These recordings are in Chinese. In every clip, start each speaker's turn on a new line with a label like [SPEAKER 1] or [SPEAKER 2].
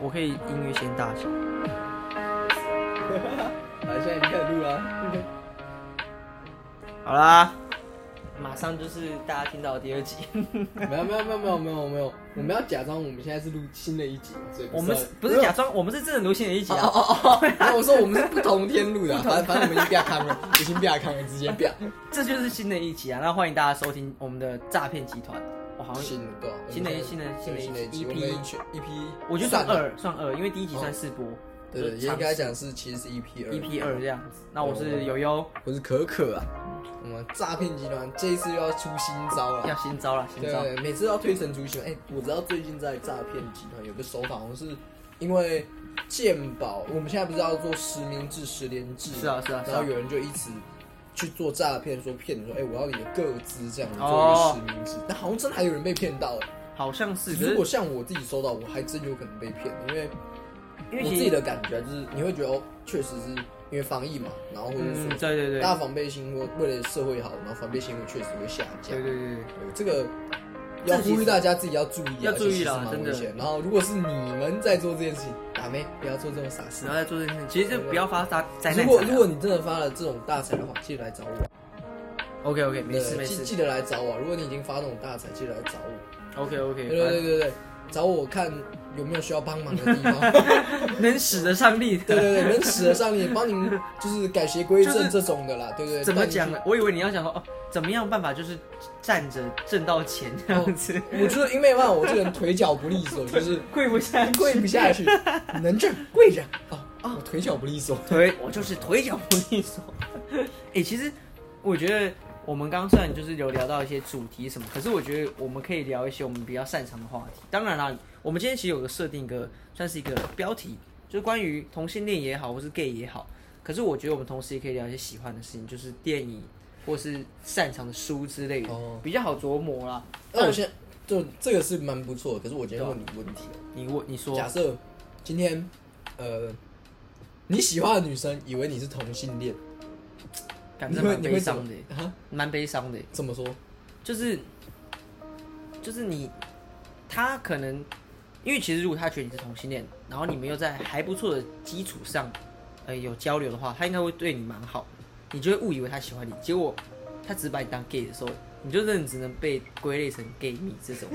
[SPEAKER 1] 我可以音乐先大小。
[SPEAKER 2] 好，现在你开始录啊。
[SPEAKER 1] 好啦，马上就是大家听到的第二集。
[SPEAKER 2] 没有没有没有没有没有没有，我们要假装我们现在是录新的一集嘛，所以
[SPEAKER 1] 我们是
[SPEAKER 2] 要
[SPEAKER 1] 不是假装，我们是真的流行的一集啊。
[SPEAKER 2] 没有我说我们是不同天录的啊，反正反正我们已经变康了，已经变康了，直接变
[SPEAKER 1] 这就是新的一集啊！那欢迎大家收听我们的诈骗集团。我好像
[SPEAKER 2] 新的对啊
[SPEAKER 1] 新的
[SPEAKER 2] 我们
[SPEAKER 1] 新的
[SPEAKER 2] 对
[SPEAKER 1] 新的
[SPEAKER 2] 新的一集，
[SPEAKER 1] EP
[SPEAKER 2] 我们选 EP，
[SPEAKER 1] 我觉得算哦
[SPEAKER 2] 了，
[SPEAKER 1] 二，算二，因为第一集算试播，
[SPEAKER 2] 对对，
[SPEAKER 1] 就
[SPEAKER 2] 也
[SPEAKER 1] 尝
[SPEAKER 2] 应该讲是其实是 EP 二
[SPEAKER 1] EP 二这样子。那我是悠悠，
[SPEAKER 2] 我是可可啊，我们诈骗集团这一次又要出新招了
[SPEAKER 1] 要。新招了，新
[SPEAKER 2] 对
[SPEAKER 1] 招。
[SPEAKER 2] 每次都要推陈出新。哎、我知道最近在诈骗集团有个手法，好像是因为鉴宝，我们现在不是要做实名制、实联制，
[SPEAKER 1] 是啊是啊是啊
[SPEAKER 2] 然后有人就一直去做诈骗，说骗你说，哎、我要你的个资这样，你
[SPEAKER 1] 哦
[SPEAKER 2] 做一个实名制。但好像真的还有人被骗到、哎
[SPEAKER 1] 好像是，可
[SPEAKER 2] 如果
[SPEAKER 1] 是
[SPEAKER 2] 像我自己收到，我还真有可能被骗，因为
[SPEAKER 1] 因为
[SPEAKER 2] 我
[SPEAKER 1] 其实
[SPEAKER 2] 自己的感觉就是，你会觉得哦，确实是因为防疫嘛，然后或者
[SPEAKER 1] 嗯，
[SPEAKER 2] 说
[SPEAKER 1] 对对对，
[SPEAKER 2] 大家防备心或为了社会好，然后防备心会确实会下降
[SPEAKER 1] 对。对对对。
[SPEAKER 2] 对这个要呼吁大家自己要注意、啊，
[SPEAKER 1] 要注意啦
[SPEAKER 2] 这其实蛮危险。然后，如果是你们在做这件事情，打妹不要做这种傻事
[SPEAKER 1] 然。后再做这件事情，其实就不要发大灾
[SPEAKER 2] 如
[SPEAKER 1] 难财啊。
[SPEAKER 2] 果如果你真的发了这种大财的话，记得来找我。
[SPEAKER 1] OK OK，没事
[SPEAKER 2] 对
[SPEAKER 1] 没
[SPEAKER 2] 记
[SPEAKER 1] 事
[SPEAKER 2] 记得来找我。如果你已经发这种大财，记得来找我。
[SPEAKER 1] ，OK
[SPEAKER 2] 对
[SPEAKER 1] OK，
[SPEAKER 2] 对对对对，找我看有没有需要帮忙的地 方。
[SPEAKER 1] 能使得上力
[SPEAKER 2] 对
[SPEAKER 1] 的。
[SPEAKER 2] 对对，能使得上你，帮您就是改邪归
[SPEAKER 1] 就
[SPEAKER 2] 正
[SPEAKER 1] 是
[SPEAKER 2] 这种的啦，对不对？
[SPEAKER 1] 怎么
[SPEAKER 2] 但你
[SPEAKER 1] 讲呢？我以为你要讲说哦，怎么样办法就是站着挣到钱这样子，
[SPEAKER 2] 我就是因为嘛，我这个人腿脚不利索，就是
[SPEAKER 1] 跪不下
[SPEAKER 2] 跪不下去，能这样跪着啊
[SPEAKER 1] 哦
[SPEAKER 2] 啊，我腿脚不利索。
[SPEAKER 1] 腿，我就是腿脚不利索。 哎、其实我觉得我们刚刚虽然就是有聊到一些主题什么，可是我觉得我们可以聊一些我们比较擅长的话题。当然啦，我们今天其实有个设定一个算是一个标题，就是关于同性恋也好，或是 gay 也好。可是我觉得我们同时也可以聊一些喜欢的事情，就是电影或是擅长的书之类的，
[SPEAKER 2] 哦
[SPEAKER 1] 比较好琢磨啦。
[SPEAKER 2] 那我现在就这个是蛮不错的，可是我今天问你问题，啊
[SPEAKER 1] 你问你啊说，
[SPEAKER 2] 假设今天呃你喜欢的女生以为你是同性恋，
[SPEAKER 1] 感
[SPEAKER 2] 你
[SPEAKER 1] 觉
[SPEAKER 2] 会
[SPEAKER 1] 蛮
[SPEAKER 2] 你
[SPEAKER 1] 悲
[SPEAKER 2] 会怎
[SPEAKER 1] 伤
[SPEAKER 2] 么
[SPEAKER 1] 的耶，
[SPEAKER 2] 啊？
[SPEAKER 1] 蛮悲伤的耶。
[SPEAKER 2] 怎么说？
[SPEAKER 1] 就是就是你，他可能因为其实如果他觉得你是同性恋，然后你们又在还不错的基础上，呃，有交流的话，他应该会对你蛮好，你就会误以为他喜欢你，结果他只是把你当 gay 的时候，你就认只能被归类成 gay 蜜这种，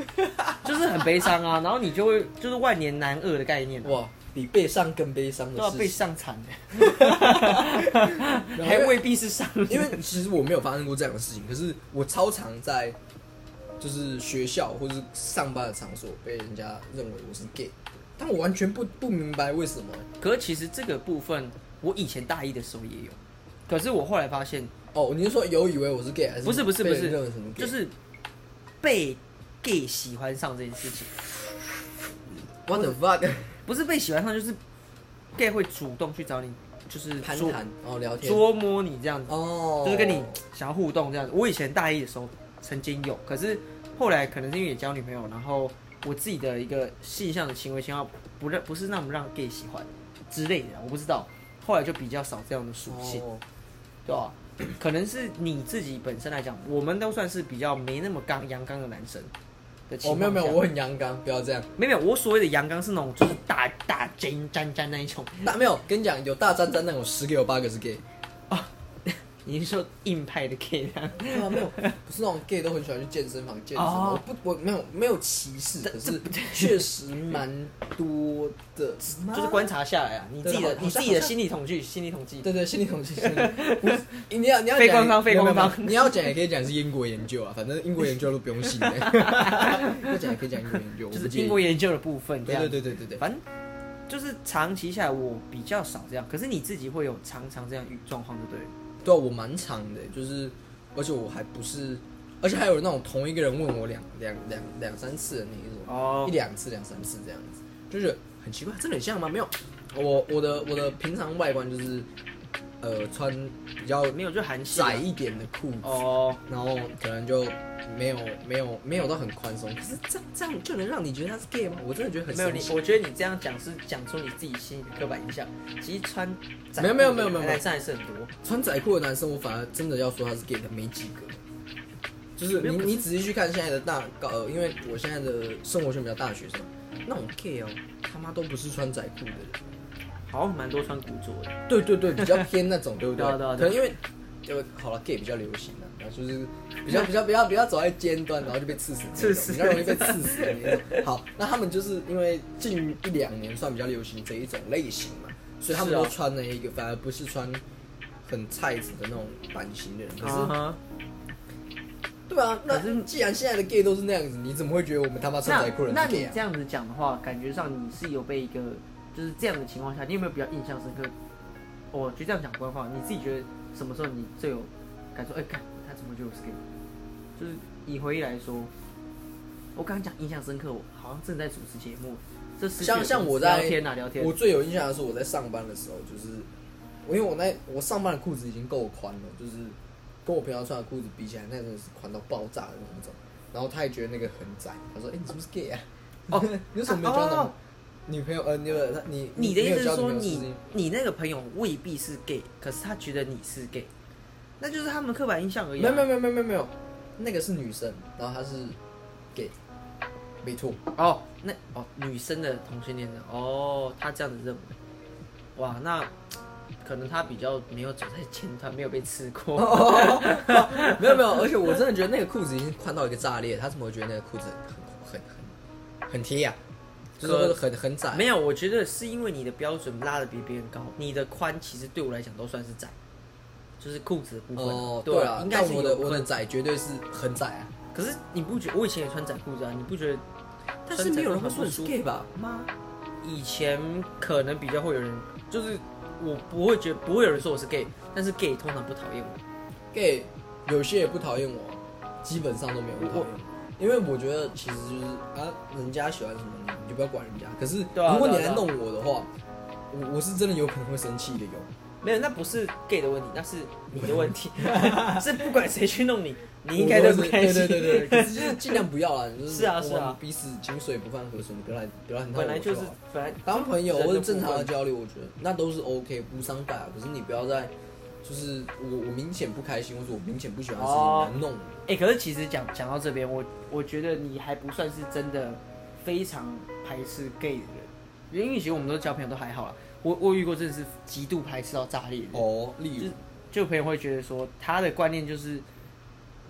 [SPEAKER 1] 就是很悲伤啊。然后你就会就是万年男二的概念、啊，
[SPEAKER 2] 哇，比悲伤更悲伤
[SPEAKER 1] 都要
[SPEAKER 2] 的
[SPEAKER 1] 被
[SPEAKER 2] 事情，
[SPEAKER 1] 上惨的，
[SPEAKER 2] 然后
[SPEAKER 1] 还未必是上瘾，
[SPEAKER 2] 因为其实我没有发生过这样的事情，可是我超常在就是学校或是上班的场所被人家认为我是 gay，但我完全不不明白为什么。
[SPEAKER 1] 可是其实这个部分，我以前大一的时候也有，可是我后来发现。
[SPEAKER 2] 哦，你是说有以为我是 gay 还是
[SPEAKER 1] 不是不是不
[SPEAKER 2] 被人认为
[SPEAKER 1] 是
[SPEAKER 2] 什么，gay？
[SPEAKER 1] 就是被 gay 喜欢上这件事情，
[SPEAKER 2] what the fuck
[SPEAKER 1] 不是被喜欢上，就是 gay 会主动去找你，就是
[SPEAKER 2] 攀
[SPEAKER 1] 捉
[SPEAKER 2] 谈哦聊天
[SPEAKER 1] 捉摸你这样子，
[SPEAKER 2] 哦，
[SPEAKER 1] 就是跟你想要互动这样子。我以前大一的时候曾经有，可是后来可能是因为也交女朋友，然后我自己的一个性向的行为偏好不让不是那么让 gay 喜欢之类的，我不知道。后来就比较少这样的属性，
[SPEAKER 2] 哦
[SPEAKER 1] 对吧、可能是你自己本身来讲，我们都算是比较没那么刚阳刚的男生的情
[SPEAKER 2] 哦，
[SPEAKER 1] 况
[SPEAKER 2] 没
[SPEAKER 1] 下。
[SPEAKER 2] 有没有，我很阳刚，不要这样。
[SPEAKER 1] 没有没有，我所谓的阳刚是那种就是大大针沾沾那一种。
[SPEAKER 2] 大没有，跟你讲，有大沾沾那种，十个有八个是 gay。
[SPEAKER 1] 你是说硬派的 gay 这样？
[SPEAKER 2] 没有啊没有，不是那种 gay 都很喜欢去健身房健身。
[SPEAKER 1] 哦
[SPEAKER 2] 我不，我没有没有歧视，可是确实蛮多的，
[SPEAKER 1] 就是观察下来啊，你自己的
[SPEAKER 2] 对好像
[SPEAKER 1] 你自己的心理统计，心理统计。
[SPEAKER 2] 对对，心理统计。心理不是你要你要
[SPEAKER 1] 非
[SPEAKER 2] 讲
[SPEAKER 1] 官方
[SPEAKER 2] 没有
[SPEAKER 1] 非官
[SPEAKER 2] 没有
[SPEAKER 1] 方
[SPEAKER 2] 你要讲也可以讲是英国研究啊，反正英国研究都不用信的。 要讲也可以讲英国研究，我
[SPEAKER 1] 就
[SPEAKER 2] 不
[SPEAKER 1] 是
[SPEAKER 2] 介意
[SPEAKER 1] 英国。研究的部分，这
[SPEAKER 2] 对
[SPEAKER 1] 样
[SPEAKER 2] 对对对对对。
[SPEAKER 1] 反正就是长期下来我比较少这样，可是你自己会有常常这样遇状况，对不对了？
[SPEAKER 2] 对啊、我蛮长的，就是而且我还不是，而且还有那种同一个人问我两两两两三次的那一种，
[SPEAKER 1] 哦
[SPEAKER 2] 一两次两三次这样子，就是很奇怪，真的很像吗？没有，我我的我的平常外观就是，呃，穿比较
[SPEAKER 1] 没有就韩系啊
[SPEAKER 2] 窄一点的裤子，
[SPEAKER 1] 哦，
[SPEAKER 2] 然后可能就没有没有没有到很宽松，可是这样这样就能让你觉得他是 gay 吗？我真的觉得很
[SPEAKER 1] 没有
[SPEAKER 2] 神
[SPEAKER 1] 你，
[SPEAKER 2] 奇。
[SPEAKER 1] 我觉得你这样讲是讲出你自己心里的刻板印象。其实穿窄
[SPEAKER 2] 没有没有没有没有没有
[SPEAKER 1] 男生还哎是很多，
[SPEAKER 2] 穿窄裤的男生，我反而真的要说他是 gay 的没几个。就是
[SPEAKER 1] 没有
[SPEAKER 2] 你
[SPEAKER 1] 可是
[SPEAKER 2] 你仔细去看现在的大高，呃，因为我现在的生活圈比较大学生，那种 gay 哦，他妈都不是穿窄裤的人。
[SPEAKER 1] 好像蛮多穿古着的，
[SPEAKER 2] 对对对，比较偏那种，对不对？
[SPEAKER 1] 对啊对啊对啊
[SPEAKER 2] 可能因为，呃，好了，gay 比较流行啊，然后就是 比较比较比较比较走在尖端，然后就被刺死的那种，
[SPEAKER 1] 刺死
[SPEAKER 2] 比较容易被刺死的那 种。好，那他们就是因为近一两年算比较流行这一种类型嘛，所以他们
[SPEAKER 1] 是啊
[SPEAKER 2] 都穿了一个，反而不是穿很菜子的那种版型的人。可是，
[SPEAKER 1] 啊
[SPEAKER 2] 对啊，那
[SPEAKER 1] 可是
[SPEAKER 2] 既然现在的 gay 都是那样子，你怎么会觉得我们他妈穿
[SPEAKER 1] 那
[SPEAKER 2] 窄裤的人
[SPEAKER 1] 那
[SPEAKER 2] 是 gay
[SPEAKER 1] 你
[SPEAKER 2] 啊
[SPEAKER 1] 这？样子讲的话，感觉上你是有被一个就是这样的情况下，你有没有比较印象深刻？哦我觉得这样讲官方，你自己觉得什么时候你最有感受？哎、看他怎么觉得我是 gay？就是以回忆来说，我刚刚讲印象深刻，我好像正在主持节目，这是
[SPEAKER 2] 像像我在
[SPEAKER 1] 聊天啊聊天，
[SPEAKER 2] 我最有印象的是我在上班的时候，就是我因为我那我上班的裤子已经够宽了，就是跟我平常穿的裤子比起来，那真的是宽到爆炸的那种。然后他也觉得那个很窄，他说：“哎、你是不是 gay 啊？
[SPEAKER 1] 哦
[SPEAKER 2] 你为什么没有交男
[SPEAKER 1] 哦
[SPEAKER 2] 女朋友？呃，你有你
[SPEAKER 1] 你的意思是说
[SPEAKER 2] 你没有交女朋友是不
[SPEAKER 1] 你
[SPEAKER 2] 是
[SPEAKER 1] 你那个朋友未必是 gay，可是他觉得你是 gay，那就是他们的刻板印象而已、
[SPEAKER 2] 没
[SPEAKER 1] 啊。
[SPEAKER 2] 有没有没有没有没有没有，那个是女生，然后她是 gay，没错。
[SPEAKER 1] 哦，那哦，女生的同性恋的哦，他这样子认为，哇，那可能他比较没有走在前端，没有被吃过。
[SPEAKER 2] 哦 没有没有，而且我真的觉得那个裤子已经宽到一个炸裂，他怎么会觉得那个裤子很很很很贴呀、就是
[SPEAKER 1] 可
[SPEAKER 2] 说很很窄。
[SPEAKER 1] 没有，我觉得是因为你的标准拉的比别人高，你的宽其实对我来讲都算是窄，就是裤子的部分啊。
[SPEAKER 2] 哦，
[SPEAKER 1] 对
[SPEAKER 2] 啊，
[SPEAKER 1] 应该是
[SPEAKER 2] 但我
[SPEAKER 1] 有
[SPEAKER 2] 的
[SPEAKER 1] 部
[SPEAKER 2] 我的
[SPEAKER 1] 分。
[SPEAKER 2] 窄绝对是很窄啊，
[SPEAKER 1] 可是你不觉我以前也穿窄裤子啊，你不觉得？
[SPEAKER 2] 但是没有人会说你是
[SPEAKER 1] 舒服
[SPEAKER 2] gay 吧？
[SPEAKER 1] 吗？以前可能比较会有人，就是我不会觉得不会有人说我是 gay，但是 gay 通常不讨厌我。
[SPEAKER 2] gay 有些也不讨厌我，基本上都没有人讨厌我，因为我觉得其实就是啊，人家喜欢什么你你就不要管人家。可是
[SPEAKER 1] 对啊
[SPEAKER 2] 如果你
[SPEAKER 1] 对啊
[SPEAKER 2] 来
[SPEAKER 1] 对
[SPEAKER 2] 弄我的话，我我是真的有可能会生气的有。
[SPEAKER 1] 没有，那不是 gay 的问题，那是你的问 题，是不管谁去弄你，你应该
[SPEAKER 2] 我
[SPEAKER 1] 都
[SPEAKER 2] 是
[SPEAKER 1] 不开心。
[SPEAKER 2] 对对对 对，可是就是尽量不要啦，就是
[SPEAKER 1] 是啊是啊
[SPEAKER 2] 我们彼此井水不犯河水，你不要来不要来闹我
[SPEAKER 1] 本来就是
[SPEAKER 2] 好
[SPEAKER 1] 本来
[SPEAKER 2] 当朋友
[SPEAKER 1] 人的
[SPEAKER 2] 或者正常
[SPEAKER 1] 部
[SPEAKER 2] 的
[SPEAKER 1] 分
[SPEAKER 2] 交流，我觉得那都是 OK，无伤大雅。可是你不要在，就是我我明显不开心，或者我明显不喜欢的事
[SPEAKER 1] 哦
[SPEAKER 2] 情来弄我。
[SPEAKER 1] 哎、可是其实讲讲到这边，我我觉得你还不算是真的非常排斥 gay 的人，因为其实我们都交朋友都还好啦。我我遇过真的是极度排斥到炸裂的，
[SPEAKER 2] 哦，例
[SPEAKER 1] 就
[SPEAKER 2] 如
[SPEAKER 1] 是就朋友会觉得说他的观念就是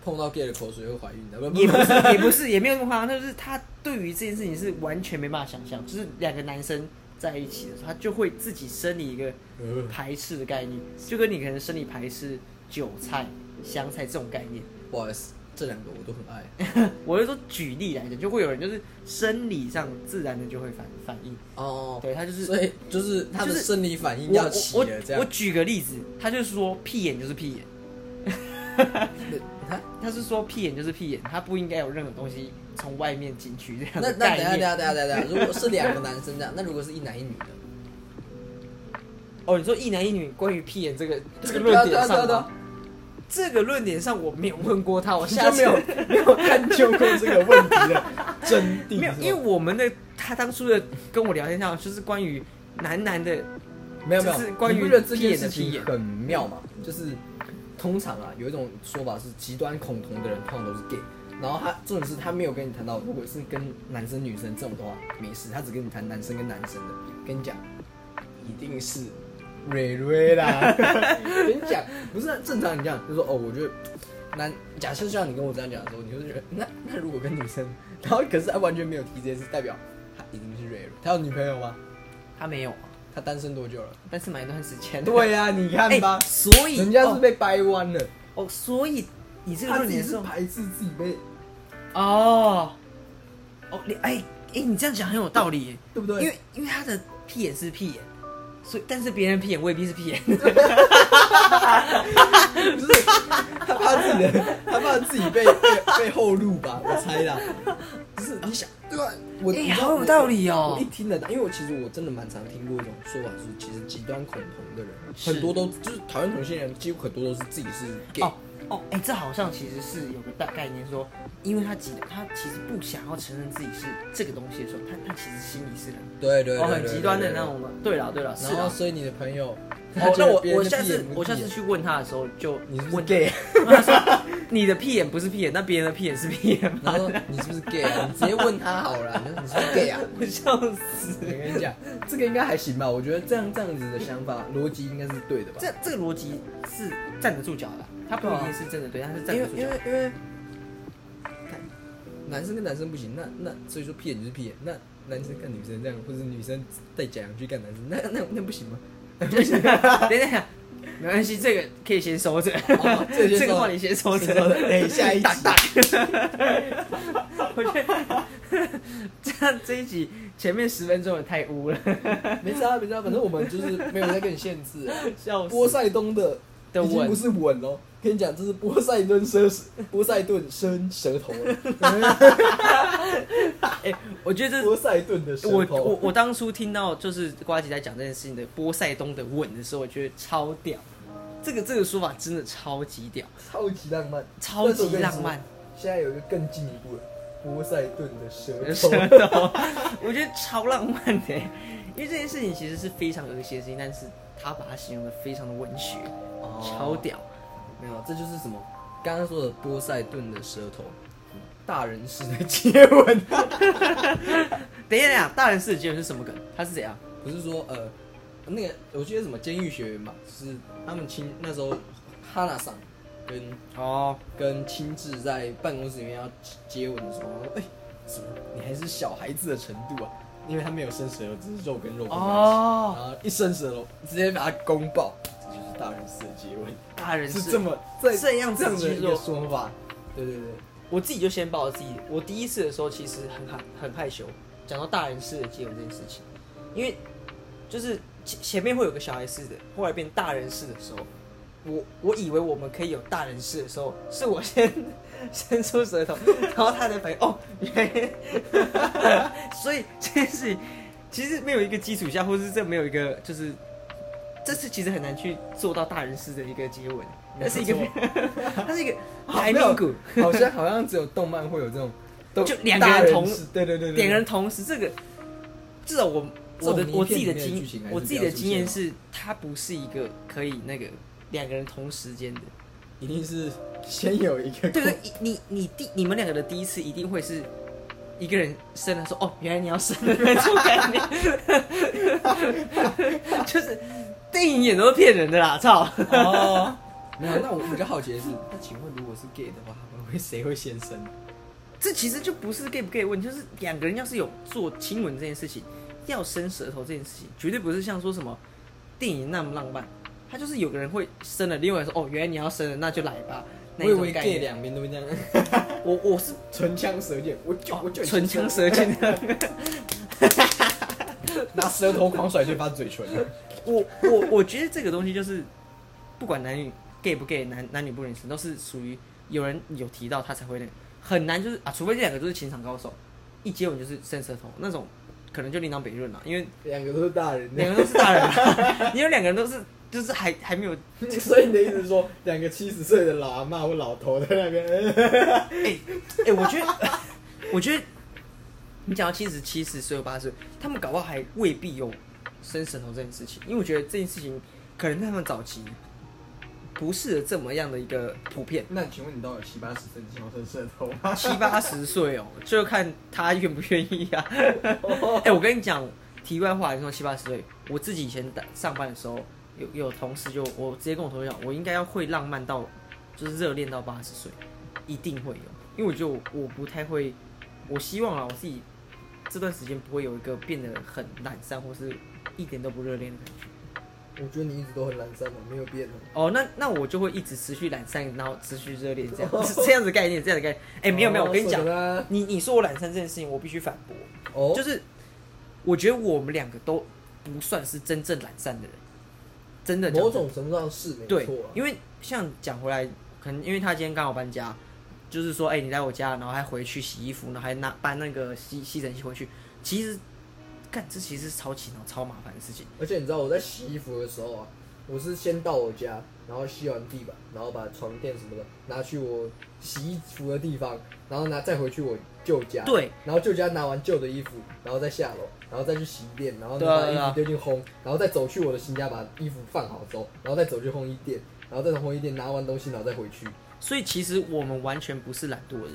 [SPEAKER 2] 碰到 gay 的口水会怀孕的，不
[SPEAKER 1] 也
[SPEAKER 2] 不
[SPEAKER 1] 不是 也不是也没有那么夸张，就是他对于这件事情是完全没办法想象，就是两个男生在一起的时候，他就会自己生理一个
[SPEAKER 2] 呃
[SPEAKER 1] 排斥的概念，就跟你可能生理排斥韭菜、香菜这种概念。
[SPEAKER 2] 不好意思，这两个我都很爱。
[SPEAKER 1] 我是说举例来讲，就会有人就是生理上自然的就会反反应，
[SPEAKER 2] 哦，
[SPEAKER 1] 对他就是
[SPEAKER 2] 所以就是他的
[SPEAKER 1] 就是
[SPEAKER 2] 生理反应
[SPEAKER 1] 我
[SPEAKER 2] 要起
[SPEAKER 1] 我
[SPEAKER 2] 了，这
[SPEAKER 1] 我我
[SPEAKER 2] 样。
[SPEAKER 1] 举个例子，他就说屁眼就是屁眼，
[SPEAKER 2] 啊
[SPEAKER 1] 他是说屁眼就是屁眼，他不应该有任何东西从外面进去这样
[SPEAKER 2] 那
[SPEAKER 1] 的
[SPEAKER 2] 那等一
[SPEAKER 1] 概
[SPEAKER 2] 下等一
[SPEAKER 1] 念。
[SPEAKER 2] 下等一下等一下，如果是两个男生这样，那如果是一男一女呢？
[SPEAKER 1] 哦，你说一男一女关于屁眼这个这个
[SPEAKER 2] 对啊
[SPEAKER 1] 论
[SPEAKER 2] 对啊
[SPEAKER 1] 点上
[SPEAKER 2] 对啊
[SPEAKER 1] 吗，这个论点上我没有问过他，我
[SPEAKER 2] 你
[SPEAKER 1] 下
[SPEAKER 2] 就
[SPEAKER 1] 次
[SPEAKER 2] 没有没有探究过这个问题的真 谛，
[SPEAKER 1] 没有，
[SPEAKER 2] 是吗
[SPEAKER 1] 因为我们的他当初的跟我聊天上就是关于男男的，
[SPEAKER 2] 没有没有，
[SPEAKER 1] 就是关于
[SPEAKER 2] 你不觉得这
[SPEAKER 1] 屁
[SPEAKER 2] 件
[SPEAKER 1] 眼的
[SPEAKER 2] 事
[SPEAKER 1] 屁
[SPEAKER 2] 情
[SPEAKER 1] 眼
[SPEAKER 2] 很妙嘛？就是通常啊，有一种说法是极端恐同的人通常都是 gay，然后他重点是他没有跟你谈到，如果是跟男生女生这种的话没事，他只跟你谈男生跟男生的，跟你讲一定是蕊蕊 啦，跟你讲不是啊正常你这样就说哦，我觉得。男，假设像你跟我这样讲的时候，你就会觉得那那如果跟女生，然后可是他完全没有提这件事，代表他一定是蕊蕊。他有女朋友吗？
[SPEAKER 1] 他没有啊，
[SPEAKER 2] 他单身多久了？
[SPEAKER 1] 但是买一段时间。
[SPEAKER 2] 对呀、你看
[SPEAKER 1] 哎
[SPEAKER 2] 吧，
[SPEAKER 1] 所以
[SPEAKER 2] 人家是
[SPEAKER 1] 哦
[SPEAKER 2] 被掰弯了，
[SPEAKER 1] 哦，所以你这个
[SPEAKER 2] 他
[SPEAKER 1] 论
[SPEAKER 2] 自己
[SPEAKER 1] 点
[SPEAKER 2] 是
[SPEAKER 1] 是
[SPEAKER 2] 排斥自己被，
[SPEAKER 1] 哦哦，你哎哎，你这样讲很有道理耶，
[SPEAKER 2] 对不对？
[SPEAKER 1] 因为因为他的屁眼是屁眼，所以但是别人屁眼未必是屁眼，
[SPEAKER 2] 就是他怕自己的， 他怕自己被被被后路吧，我猜啦。就是你想对吧？我
[SPEAKER 1] 哎
[SPEAKER 2] 你知道
[SPEAKER 1] 好有
[SPEAKER 2] 我
[SPEAKER 1] 道理哦
[SPEAKER 2] 我一听得到，因为我其实我真的蛮常听过一种说法，就是其实极端恐同的人
[SPEAKER 1] 是
[SPEAKER 2] 很多都就是讨厌同性恋，几乎很多都是自己是 gay，、
[SPEAKER 1] 哦哦，哎，这好像其实是有个大概念说，因为他记得他其实不想要承认自己是这个东西的时候，他他其实心里是很
[SPEAKER 2] 对对对
[SPEAKER 1] 哦很
[SPEAKER 2] 对
[SPEAKER 1] 极
[SPEAKER 2] 对
[SPEAKER 1] 端的
[SPEAKER 2] 对
[SPEAKER 1] 那种的。对啦对啦，是
[SPEAKER 2] 然后
[SPEAKER 1] 啦。
[SPEAKER 2] 所以你的朋友，他
[SPEAKER 1] 哦，
[SPEAKER 2] 觉
[SPEAKER 1] 那
[SPEAKER 2] 得
[SPEAKER 1] 我
[SPEAKER 2] 别人
[SPEAKER 1] 我
[SPEAKER 2] 的
[SPEAKER 1] 下
[SPEAKER 2] 屁
[SPEAKER 1] 次
[SPEAKER 2] 眼不是
[SPEAKER 1] 我下
[SPEAKER 2] 屁
[SPEAKER 1] 次
[SPEAKER 2] 眼
[SPEAKER 1] 去问他的时候就
[SPEAKER 2] 你是不是
[SPEAKER 1] 问
[SPEAKER 2] gay，
[SPEAKER 1] 他说你的屁眼不是屁眼，那别人的屁眼是屁眼
[SPEAKER 2] 然
[SPEAKER 1] 吗？
[SPEAKER 2] 后说你是不是 gay 啊？你直接问他好了，你说你是不是 gay 啊？
[SPEAKER 1] 我笑死。
[SPEAKER 2] 我跟你讲，这个应该还行吧？我觉得这样这样子的想法逻辑应该是对的吧？
[SPEAKER 1] 这这个逻辑是站得住脚的啦，它不一定是真的对，它是站
[SPEAKER 2] 因
[SPEAKER 1] 得
[SPEAKER 2] 为
[SPEAKER 1] 住
[SPEAKER 2] 因
[SPEAKER 1] 脚。
[SPEAKER 2] 为因为，看男生跟男生不行，那那所以说屁眼就是屁眼，那男生干女生这样，或者女生带假洋去干男生，那 那那不行吗？不行，
[SPEAKER 1] 等一下，没关系，这个可以先收着，
[SPEAKER 2] 哦这个先收着
[SPEAKER 1] 这个话你先收着。
[SPEAKER 2] 等下一集，
[SPEAKER 1] 我觉得这样这一集前面十分钟也太污了，
[SPEAKER 2] 没差没差，反正我们就是没有在跟你限 制啊。
[SPEAKER 1] 笑死。
[SPEAKER 2] 波塞冬的
[SPEAKER 1] 的
[SPEAKER 2] 已经
[SPEAKER 1] 吻
[SPEAKER 2] 不是吻喽，跟你讲，这是波塞顿伸波塞顿伸舌头了，
[SPEAKER 1] 哎我觉得这
[SPEAKER 2] 波塞顿的舌
[SPEAKER 1] 我我
[SPEAKER 2] 头。
[SPEAKER 1] 我当初听到就是瓜吉在讲这件事情的波塞冬的吻的时候，我觉得超屌，这个这个说法真的超级屌，
[SPEAKER 2] 超级浪漫，
[SPEAKER 1] 超
[SPEAKER 2] 但是我
[SPEAKER 1] 级
[SPEAKER 2] 跟你
[SPEAKER 1] 浪
[SPEAKER 2] 说
[SPEAKER 1] 漫。
[SPEAKER 2] 现在有一个更进一步的波塞顿的舌
[SPEAKER 1] 舌
[SPEAKER 2] 头，
[SPEAKER 1] 头， 我觉得超浪漫的，因为这件事情其实是非常恶心的事情，但是他把它形容的非常的文学，
[SPEAKER 2] 哦
[SPEAKER 1] 超屌。
[SPEAKER 2] 没有，这就是什么？刚刚说的波塞顿的舌头，大人式的接吻，
[SPEAKER 1] 等一下，等一下，大人世界是什么梗？他是怎样？
[SPEAKER 2] 不是说呃，那个我记得什么监狱学员嘛，就是他们亲那时候哈娜桑跟
[SPEAKER 1] 哦，
[SPEAKER 2] 跟亲自在办公室里面要接吻的时候，我说哎、什么？你还是小孩子的程度啊？因为他没有伸舌头，只是肉跟肉的关系
[SPEAKER 1] 哦
[SPEAKER 2] 然后呃一伸舌头直接把他攻爆，这就是大人式的接吻。
[SPEAKER 1] 大人世
[SPEAKER 2] 是这么这
[SPEAKER 1] 这样子
[SPEAKER 2] 这样的
[SPEAKER 1] 去
[SPEAKER 2] 一
[SPEAKER 1] 做
[SPEAKER 2] 个说法。对对对，
[SPEAKER 1] 我自己就先爆我自己。我第一次的时候其实很害很害羞，讲到大人式的接吻这件事情，因为就是前前面会有个小孩式的，后来变大人式的时候，我我以为我们可以有大人式的时候，是我先 伸出舌头，然后他才反应哦，原来， 所以这件事情其实没有一个基础下，或是这没有一个就是。这是其实很难去做到大人式的一个接吻， 那是一个
[SPEAKER 2] 没，
[SPEAKER 1] 它是一个
[SPEAKER 2] 好
[SPEAKER 1] 排
[SPEAKER 2] 没有
[SPEAKER 1] 面骨，
[SPEAKER 2] 好像好像只有动漫会有这种，都
[SPEAKER 1] 就两个人
[SPEAKER 2] 大
[SPEAKER 1] 同
[SPEAKER 2] 式对对对对，
[SPEAKER 1] 两个人同时，这个至少我
[SPEAKER 2] 这种
[SPEAKER 1] 我的
[SPEAKER 2] 迷片
[SPEAKER 1] 我自己的
[SPEAKER 2] 里面的
[SPEAKER 1] 经
[SPEAKER 2] 剧情还是
[SPEAKER 1] 我自己的经验
[SPEAKER 2] 比较
[SPEAKER 1] 是，它不是一个可以那个两个人同时间的，
[SPEAKER 2] 一定是先有一个
[SPEAKER 1] 对不对？你你你第你们两个的第一次一定会是一个人生了说哦，原来你要生了那种感觉， 就是电影演都是骗人的啦，操！
[SPEAKER 2] 哦。 没有，那我比较好奇的是，那请问如果是 gay 的话，他们会谁会先生？
[SPEAKER 1] 这其实就不是 gay 不 gay 的问题，就是两个人要是有做亲吻这件事情，要伸舌头这件事情，绝对不是像说什么电影那么浪漫，他就是有个人会伸了，另外一个人说哦，原来你要伸了，那就来吧。那
[SPEAKER 2] 我以
[SPEAKER 1] 一种
[SPEAKER 2] 为
[SPEAKER 1] 概
[SPEAKER 2] gay
[SPEAKER 1] 念，
[SPEAKER 2] 两边都会这样，
[SPEAKER 1] 我我是
[SPEAKER 2] 唇枪舌剑，我就哦我就
[SPEAKER 1] 唇 枪舌剑的，
[SPEAKER 2] 拿舌头狂甩对方嘴唇。
[SPEAKER 1] 我我我觉得这个东西就是，不管男女 gay 不 gay，男男女不女生，都是属于有人有提到他才会那个，很难就是啊，除非这两个就是情场高手，一接吻就是伸舌头那种，可能就另当别论了，因为。
[SPEAKER 2] 两个都是大人，
[SPEAKER 1] 两个都是大人、啊， 你有两个人都是就是还还没有，
[SPEAKER 2] 所以你的意思是说，两个七十岁的老阿妈或老头在那边，。
[SPEAKER 1] 哎、哎、我觉得 我觉得你讲到七十七十岁或八十岁，他们搞不好还未必有生舌头这件事情，因为我觉得这件事情可能在他们早期不是这么样的一个普遍
[SPEAKER 2] 那请问你到底七八十岁你要伸舌头吗？
[SPEAKER 1] 七八十岁哦，就看他愿不愿意啊。哎、我跟你讲，题外话，你说七八十岁，我自己以前打上班的时候，有有同事就我直接跟我同事讲，我应该要会浪漫到，就是热恋到八十岁，一定会有，因为我觉得我我不太会，我希望啊，我自己这段时间不会有一个变得很懒散或是一点都不热恋的感觉。
[SPEAKER 2] 我觉得你一直都很懒散嘛，没有变的。
[SPEAKER 1] 哦，那那我就会一直持续懒散，然后持续热恋，这样、是这样子的概念，这样的概念。哎、没有没有，我跟你讲
[SPEAKER 2] 哦，是
[SPEAKER 1] 你你说我懒散这件事情，我必须反驳。
[SPEAKER 2] 的哦，
[SPEAKER 1] 就是我觉得我们两个都不算是真正懒散的人，真的讲
[SPEAKER 2] 某种程度上是没
[SPEAKER 1] 对
[SPEAKER 2] 错啊，，
[SPEAKER 1] 因为像讲回来，可能因为他今天刚好搬家，就是说，哎、你来我家，然后还回去洗衣服，然后还拿搬那个吸吸尘器回去，其实干这其实是超勤劳、超麻烦的事情。
[SPEAKER 2] 而且你知道我在洗衣服的时候啊，我是先到我家，然后吸完地板，然后把床垫什么的拿去我洗衣服的地方，然后拿再回去我舅家，
[SPEAKER 1] 对，
[SPEAKER 2] 然后舅家拿完旧的衣服，然后再下楼，然后再去洗衣店，然后再
[SPEAKER 1] 对啊
[SPEAKER 2] 把衣
[SPEAKER 1] 对啊
[SPEAKER 2] 服丢进烘，然后再走去我的新家把衣服放好之后，然后再走去烘衣店，然后再从烘衣店拿完东西，然后再回去，
[SPEAKER 1] 所以其实我们完全不是懒惰的人。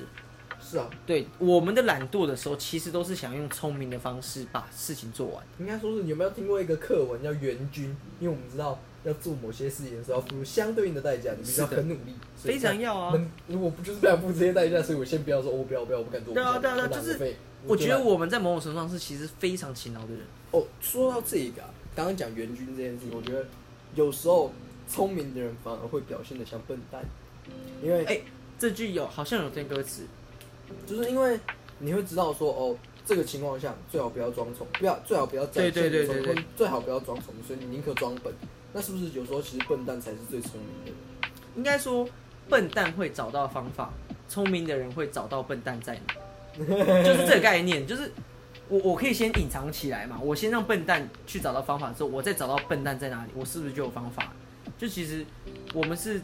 [SPEAKER 2] 是啊，
[SPEAKER 1] 对我们的懒惰的时候，其实都是想用聪明的方式把事情做完。
[SPEAKER 2] 应该说是有没有听过一个课文叫《援军》？因为我们知道要做某些事情的时候，要付出相对应的代价，你必须要
[SPEAKER 1] 是的
[SPEAKER 2] 很努力，所以
[SPEAKER 1] 非常要啊
[SPEAKER 2] 能如果不就是不想付这些代价，所以我先不要说，哦我不要，我不要，我不敢做。
[SPEAKER 1] 对啊
[SPEAKER 2] 我不想
[SPEAKER 1] 对啊
[SPEAKER 2] 我
[SPEAKER 1] 对啊
[SPEAKER 2] 懒
[SPEAKER 1] 就是
[SPEAKER 2] 我废
[SPEAKER 1] 我觉得
[SPEAKER 2] 就懒
[SPEAKER 1] 我们在某种程度上是其实非常勤劳的人。
[SPEAKER 2] 哦，说到这个、啊，刚刚讲援军这件事情，我觉得有时候聪明的人反而会表现的像笨蛋，因为
[SPEAKER 1] 哎、这句有好像有这歌词，
[SPEAKER 2] 就是因为你会知道说哦，这个情况下最好不要装聪，不要最好不要展现
[SPEAKER 1] 对对对
[SPEAKER 2] 你的
[SPEAKER 1] 对
[SPEAKER 2] 聪明
[SPEAKER 1] 对
[SPEAKER 2] 最好不要装聪明，所以你宁可装笨。那是不是有时候其实笨蛋才是最聪明的人？
[SPEAKER 1] 应该说笨蛋会找到方法，聪明的人会找到笨蛋在哪，就是这个概念。就是我我可以先隐藏起来嘛，我先让笨蛋去找到方法之后，我再找到笨蛋在哪里，我是不是就有方法？就其实我们是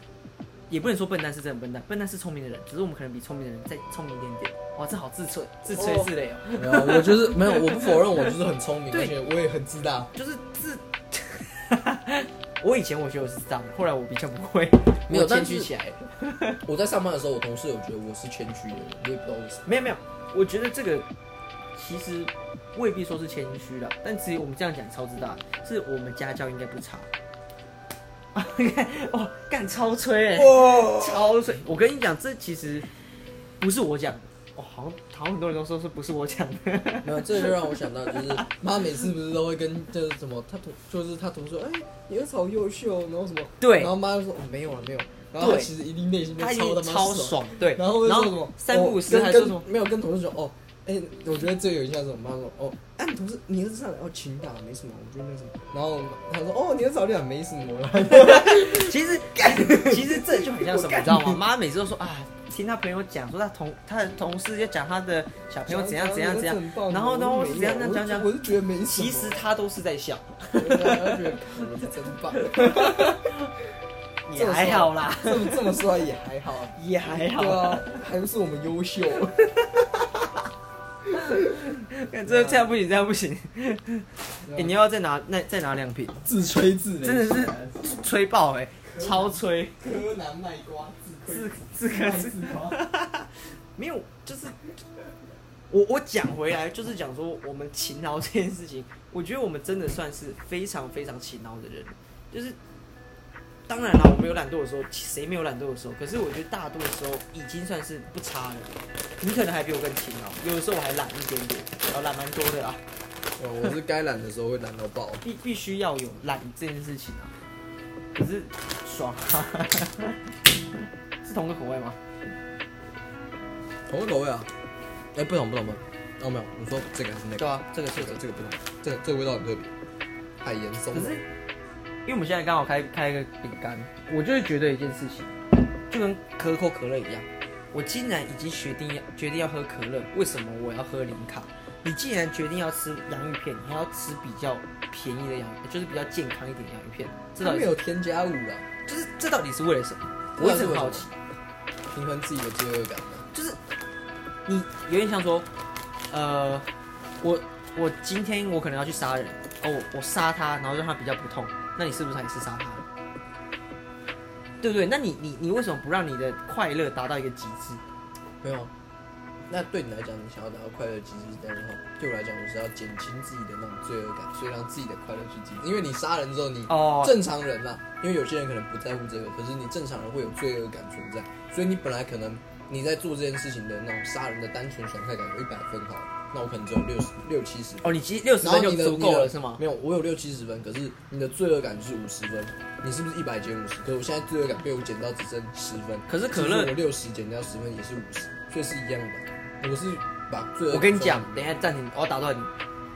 [SPEAKER 1] 也不能说笨蛋是真的笨蛋，笨蛋是聪明的人，只是我们可能比聪明的人再聪明一点点。哇，这好自吹自吹自擂哦，
[SPEAKER 2] 没有，啊我就是没有，我不否认我就是很聪明，
[SPEAKER 1] 对
[SPEAKER 2] 而且我也很自大。
[SPEAKER 1] 就是自。 我以前我觉得我是这样的，后来我比较不会，
[SPEAKER 2] 没有
[SPEAKER 1] 我谦
[SPEAKER 2] 但是
[SPEAKER 1] 虚起来了。
[SPEAKER 2] 我在上班的时候，我同事有觉得我是谦虚的人，我也不知道为什么。
[SPEAKER 1] 没有没有，我觉得这个其实未必说是谦虚啦，但其实我们这样讲超自大，是我们家教应该不差。 哦，干超吹哎、
[SPEAKER 2] 哇，
[SPEAKER 1] 超吹！我跟你讲，这其实不是我讲的，哦，好像好像很多人都说是不是我讲的，
[SPEAKER 2] 没有，这就让我想到，就是妈每次不是都会跟就是什么，她同就是她同事说，哎、你儿子好优秀，然后什么，
[SPEAKER 1] 对
[SPEAKER 2] 然后妈就说、哦、没有了没有了，然后她
[SPEAKER 1] 对
[SPEAKER 2] 其实一定内心都
[SPEAKER 1] 他已
[SPEAKER 2] 超他
[SPEAKER 1] 经
[SPEAKER 2] 妈
[SPEAKER 1] 超爽，对，
[SPEAKER 2] 然后
[SPEAKER 1] 然
[SPEAKER 2] 然
[SPEAKER 1] 后
[SPEAKER 2] 后
[SPEAKER 1] 三不五时还
[SPEAKER 2] 哦跟
[SPEAKER 1] 说什么，
[SPEAKER 2] 没有跟同事说哦，哎、我觉得这有一下什么，妈说哦，哎、你同事你儿子上来哦，勤打没什么，我觉得没什么。然后他说哦，你儿子好像没什么了，
[SPEAKER 1] 其实其实这就很像什
[SPEAKER 2] 我
[SPEAKER 1] 么，
[SPEAKER 2] 干
[SPEAKER 1] 你知道吗？妈每次都说啊，听他朋友讲说他同他的同事就讲他的小朋友怎样怎样怎样，
[SPEAKER 2] 嗯
[SPEAKER 1] 然后然后是怎样怎样讲
[SPEAKER 2] 啊我
[SPEAKER 1] 讲，
[SPEAKER 2] 是觉得没什么，
[SPEAKER 1] 其实他都是在笑，
[SPEAKER 2] 我就觉得我是真棒，
[SPEAKER 1] 也还好啦，
[SPEAKER 2] 这么这么说也还好，
[SPEAKER 1] 也还好
[SPEAKER 2] 对啊
[SPEAKER 1] 啦。，
[SPEAKER 2] 还不是我们优秀，啊
[SPEAKER 1] 看这这样不行，这样不行。哎， 你要不要再拿那再拿两瓶，
[SPEAKER 2] 自吹自擂，
[SPEAKER 1] 真的是吹爆哎，
[SPEAKER 2] 啊
[SPEAKER 1] 超吹，
[SPEAKER 2] 柯南卖瓜，
[SPEAKER 1] 自
[SPEAKER 2] 自
[SPEAKER 1] 自
[SPEAKER 2] 亏
[SPEAKER 1] 个
[SPEAKER 2] 自
[SPEAKER 1] 自
[SPEAKER 2] 夸。
[SPEAKER 1] 没有，就是我我讲回来，就是讲说我们勤劳这件事情，我觉得我们真的算是非常非常勤劳的人。就是当然了，我们有懒惰的时候，谁没有懒惰的时候？可是我觉得大多的时候已经算是不差了。你可能还比我更勤劳，有的时候我还懒一点点，然后懒蛮多的啦。
[SPEAKER 2] 哇我是该懒的时候会懒到爆。
[SPEAKER 1] 必必须要有懒这件事情啊，可是爽啊！ 是同个口味吗？
[SPEAKER 2] 同个口味啊？哎、不同不同不同。哦，没有，我说这个还是那个？
[SPEAKER 1] 啊，这个
[SPEAKER 2] 这个这个不同，这个这个味道很特别，海盐松
[SPEAKER 1] 可。是，因为我们现在刚好开开一个饼干，我就会觉得一件事情，就跟可口可乐一样，我既然已经决定要决定要喝可乐，为什么我要喝零卡？你既然决定要吃洋芋片，你还要吃比较便宜的洋，就是比较健康一点的洋芋片，这到
[SPEAKER 2] 它
[SPEAKER 1] 底
[SPEAKER 2] 没
[SPEAKER 1] 是
[SPEAKER 2] 有添加物啊，
[SPEAKER 1] 就是这到底是为了什么？
[SPEAKER 2] 不知
[SPEAKER 1] 我一直很
[SPEAKER 2] 道是为什么
[SPEAKER 1] 好奇。
[SPEAKER 2] 平衡自己的罪恶感啊嘛。
[SPEAKER 1] 就是你有点像说，呃，我我今天我可能要去杀人，哦，我我杀他，然后让他比较不痛，那你是不是还是杀他？对不对？那你你你为什么不让你的快乐达到一个极致？
[SPEAKER 2] 没有啊。那对你来讲，你想要达到快乐极致这样的话，对我来讲，我是要减轻自己的那种罪恶感，所以让自己的快乐去极致。因为你杀人之后，你
[SPEAKER 1] 哦
[SPEAKER 2] 正常人啦，因为有些人可能不在乎这个，可是你正常人会有罪恶感存在，所以你本来可能你在做这件事情的那种杀人的单纯爽快感有一百分好了，那我可能只有六十六七十分。
[SPEAKER 1] 哦，你其实六十
[SPEAKER 2] 然
[SPEAKER 1] 分
[SPEAKER 2] 后
[SPEAKER 1] 就
[SPEAKER 2] 你的
[SPEAKER 1] 足够
[SPEAKER 2] 你
[SPEAKER 1] 了
[SPEAKER 2] 的
[SPEAKER 1] 是吗？
[SPEAKER 2] 没有，我有六七十分，可是你的罪恶感是五十分，你是不是一百减五十？可是我现在罪恶感被我减到只剩十分，
[SPEAKER 1] 可是可乐
[SPEAKER 2] 其实我六十减掉十分也是五十，所以是一样的。我是把罪恶感
[SPEAKER 1] 我跟你讲，
[SPEAKER 2] 嗯
[SPEAKER 1] 等一下暂停，我要打断你。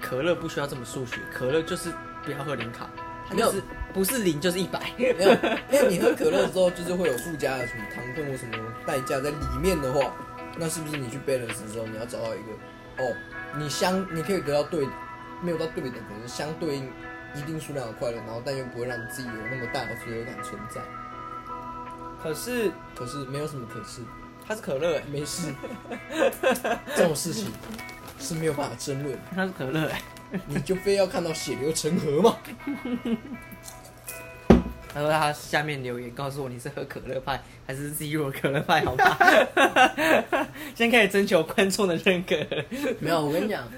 [SPEAKER 1] 可乐不需要这么数学，可乐就是不要喝零卡，它
[SPEAKER 2] 没有
[SPEAKER 1] 就是不是零就是一百。
[SPEAKER 2] 没有，没有，你喝可乐之后就是会有附加的什么糖分或什么代价在里面的话，那是不是你去 balance 之后，你要找到一个哦，你相你可以得到对，没有到对等，可能相对应一定数量的快乐，然后但又不会让你自己有那么大的罪恶感存在。
[SPEAKER 1] 可是
[SPEAKER 2] 可是没有什么可是，
[SPEAKER 1] 它是可乐、欸，
[SPEAKER 2] 没事，这种事情是没有办法争论，
[SPEAKER 1] 它是可乐、欸，
[SPEAKER 2] 你就非要看到血流成河嘛？
[SPEAKER 1] 他说他下面留言告诉我你是喝可乐派还是 Zero 可乐派，好吧？现在开始征求观众的认可了。
[SPEAKER 2] 没有，我跟你讲，